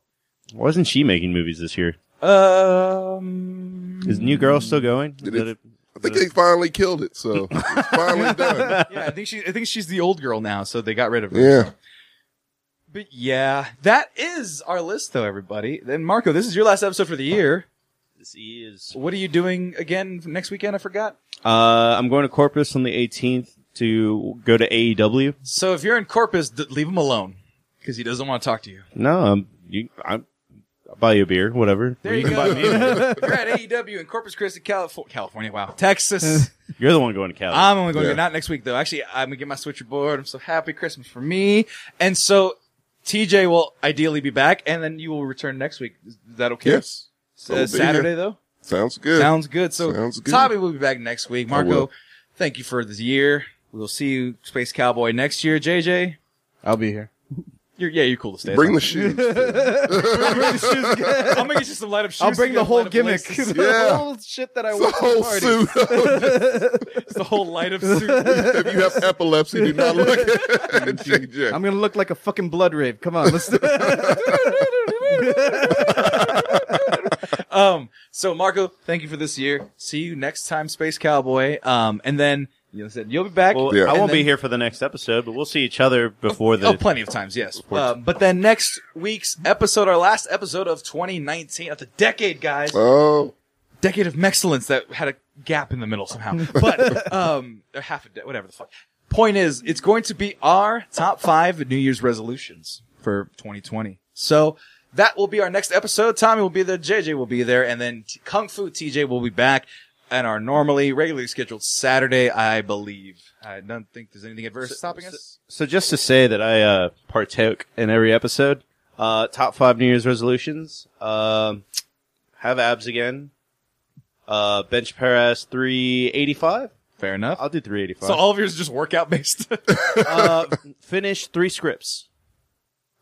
Why isn't she making movies this year? um, Is New Girl still going? Is Did that it- a- I think they finally killed it, so it's finally done. yeah, I think she, I think she's the old girl now, so they got rid of her. Yeah. But yeah, that is our list, though, everybody. Then Marco, this is your last episode for the year. This is. What are you doing again next weekend? I forgot. Uh, I'm going to Corpus on the 18th to go to E AEW. So if you're in Corpus, d- leave him alone because he doesn't want to talk to you. No, I'm, you, I'm, I'll buy you a beer, whatever. There you can go. buy me a beer. If you're at AEW in Corpus Christi, California. California, wow, Texas. You're the one going to Cali. I'm only going to not next week though. Actually, I'm gonna get my switcher board. I'm so happy Christmas for me. And so TJ will ideally be back, and then you will return next week. Is that okay? Yes. S- I'll be Uh, Saturday here. though. Sounds good. Sounds good. So Sounds good. Tommy will be back next week. Marco, will. thank you for this year. We'll see you, Space Cowboy, next year. JJ, I'll be here. you're yeah, you're cool to stay. Bring on. the shoes. I'm gonna get you some light up shoes. I'll bring You the got whole light up gimmick. laces. The Yeah. whole shit that I It's want a whole suit. it's the whole light up suit. if you have epilepsy, do not look at JJ. I'm gonna look like a fucking blood rave. Come on, let's do Um, so Marco, thank you for this year. See you next time, Space Cowboy. Um, and then you said you'll be back. Well, Yeah. I And won't be then- here for the next episode, but we'll see each other before the. Oh, plenty of times, yes. Um, but then next week's episode, our last episode of 2019, of the decade, guys. Oh, decade of excellence that had a gap in the middle somehow. But um, or half a de- whatever the fuck. Point is, it's going to be our top five New Year's resolutions for 2020. So that will be our next episode. Tommy will be there, JJ will be there, and then T- Kung Fu TJ will be back at our normally regularly scheduled Saturday, I believe. I don't think there's anything adverse stopping us. So just to say that I uh, partook in every episode. Uh, top five New Year's resolutions: Um have abs again. Uh, bench press three eighty five. Fair enough. I'll do three eighty five. So all of yours is just workout based. uh, finish three scripts.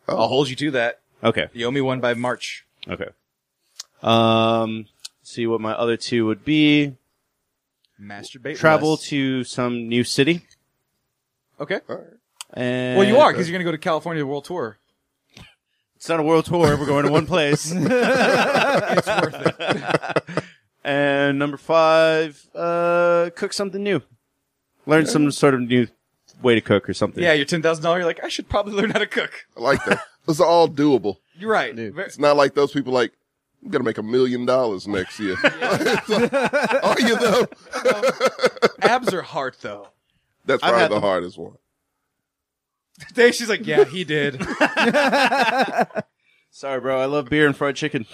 I'll hold you to that. Okay. You owe me one by March. Okay. Um, see what my other two would be. Masturbate. Travel less. to some new city. Okay. And Well, you are because you're going to go to California World Tour. It's not a world tour. We're going to one place. It's worth it. And number five, uh, cook something new. Learn some sort of new way to cook or something. Yeah, your ten thousand dollar. You're like, I should probably learn how to cook. I like that. Those are all doable. You're right. Ver- It's not like those people like, I'm going to make a million dollars next year. It's like, are you though? Abs are hard though. That's I've probably had the them. hardest one. Today she's like, yeah, he did. Sorry, bro. I love beer and fried chicken.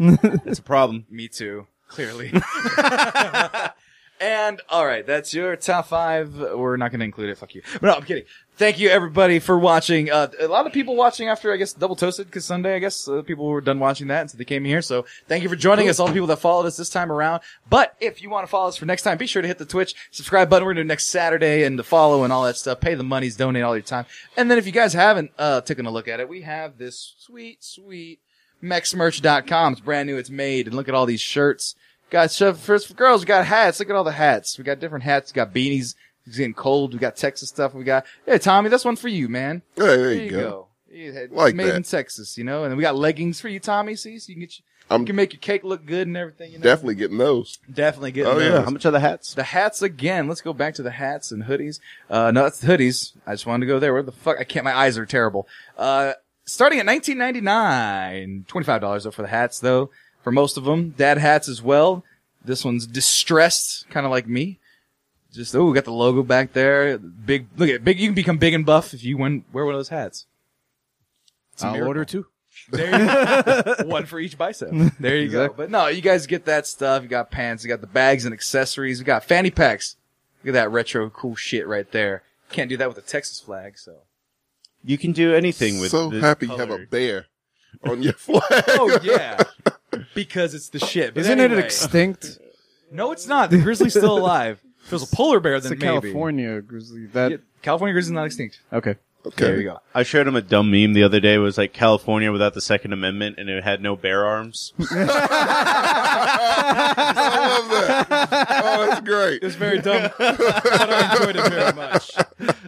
it's a problem. Me too. Clearly. and all right, that's your top five. We're not going to include it. Fuck you. But no, I'm kidding. Thank you everybody for watching. Uh, a lot of people watching after I guess double toasted because Sunday I guess uh, people were done watching that and so they came here. So thank you for joining us, all the people that followed us this time around. But if you want to follow us for next time, be sure to hit the Twitch subscribe button. We're going to do next Saturday and the follow and all that stuff. Pay the monies, donate all your time. And then if you guys haven't uh, taken a look at it, we have this sweet, sweet mexmerch.com. It's brand new. It's made. And look at all these shirts. Got stuff first for girls. We got hats. Look at all the hats. We got different hats. We got beanies. It's getting cold. We got Texas stuff. We got, yeah, Tommy, that's one for you, man. Hey, there, you go. You had- Like made that. in Texas, you know, and then we got leggings for you, Tommy. See, so you can get, your, I'm- you can make your cake look good and everything. You know? Definitely getting those. definitely getting. Oh, yeah. those. How much are the hats? The hats again. Let's go back to the hats and hoodies. Uh, no, that's the hoodies. I just wanted to go there. Where the fuck? I can't. My eyes are terrible. Uh, starting at 19.99, $25 though for the hats though. For most of them, dad hats as well. This one's distressed, kind of like me. Just oh, we got the logo back there. Big, look at big. You can become big and buff if you win. Wear one of those hats. It's a I'll miracle. order two. There you go. one for each bicep. There you go. But no, you guys get that stuff. You got pants. You got the bags and accessories. You got fanny packs. Look at that retro cool shit right there. Can't do that with a Texas flag. So You can do anything with So the happy you have a color. bear on your flag. oh yeah, because it's the shit. But Isn't it anyway- extinct? No, it's not. The grizzly's still alive. If it was a polar bear, It's then a maybe. California grizzly. That Yeah, California grizzly's not extinct. okay. There you go. I showed him a dumb meme the other day. It was like California without the Second Amendment, and it had no bear arms. I love that. Oh, that's great. It's very dumb, but I enjoyed it very much.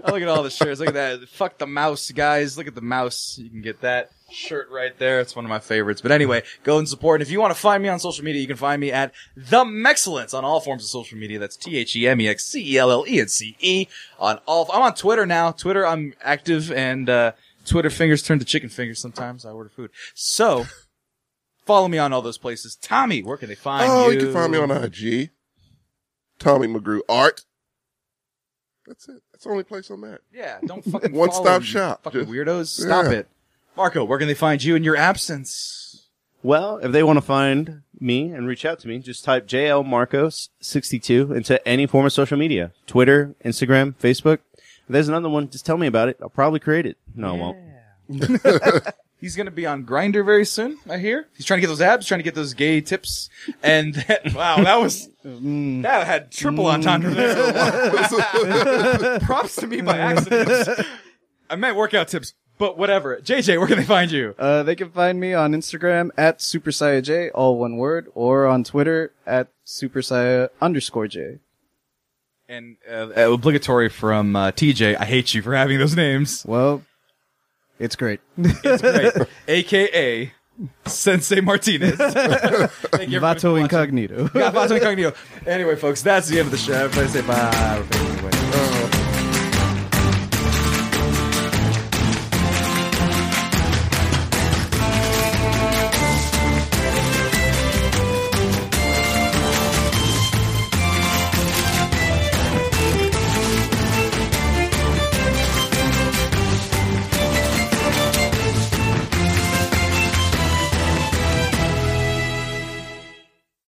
Oh, look at all the shirts. Look at that. Fuck the mouse, guys. Look at the mouse. You can get that shirt right there. It's one of my favorites. But anyway, go and support. And if you want to find me on social media, you can find me at The Mexcellence on all forms of social media. That's T H E M E X C E L L E N C E on all. I'm on Twitter now. Twitter, I'm active and, uh, Twitter fingers turn to chicken fingers sometimes. I order food. So, follow me on all those places. Tommy, where can they find oh, you? you can find me on IG. Tommy McGrew Art. That's it. That's the only place I'm at. Yeah, don't fucking one follow stop me, shop. Fucking Just- weirdos, stop Yeah. it. Marco, where can they find you in your absence? Well, if they want to find me and reach out to me, just type JL Marcos 62 into any form of social media Twitter, Instagram, Facebook. If there's another one, just tell me about it. I'll probably create it. No, I won't. He's gonna be on Grinder very soon. I hear he's trying to get those abs, trying to get those gay tips, and that, wow, that was that had triple entendre there. Props to me by accident. I meant workout tips, but whatever. JJ, where can they find you? Uh, they can find me on Instagram at Super Saya J, all one word, or on Twitter at Super Saya underscore J. And uh, obligatory from uh, TJ. I hate you for having those names. Well, it's great. It's great. AKA Sensei Martinez. Thank you. everybody. Vato Incognito. Yeah, Vato Incognito. Anyway, folks, that's the end of the show. Everybody say bye.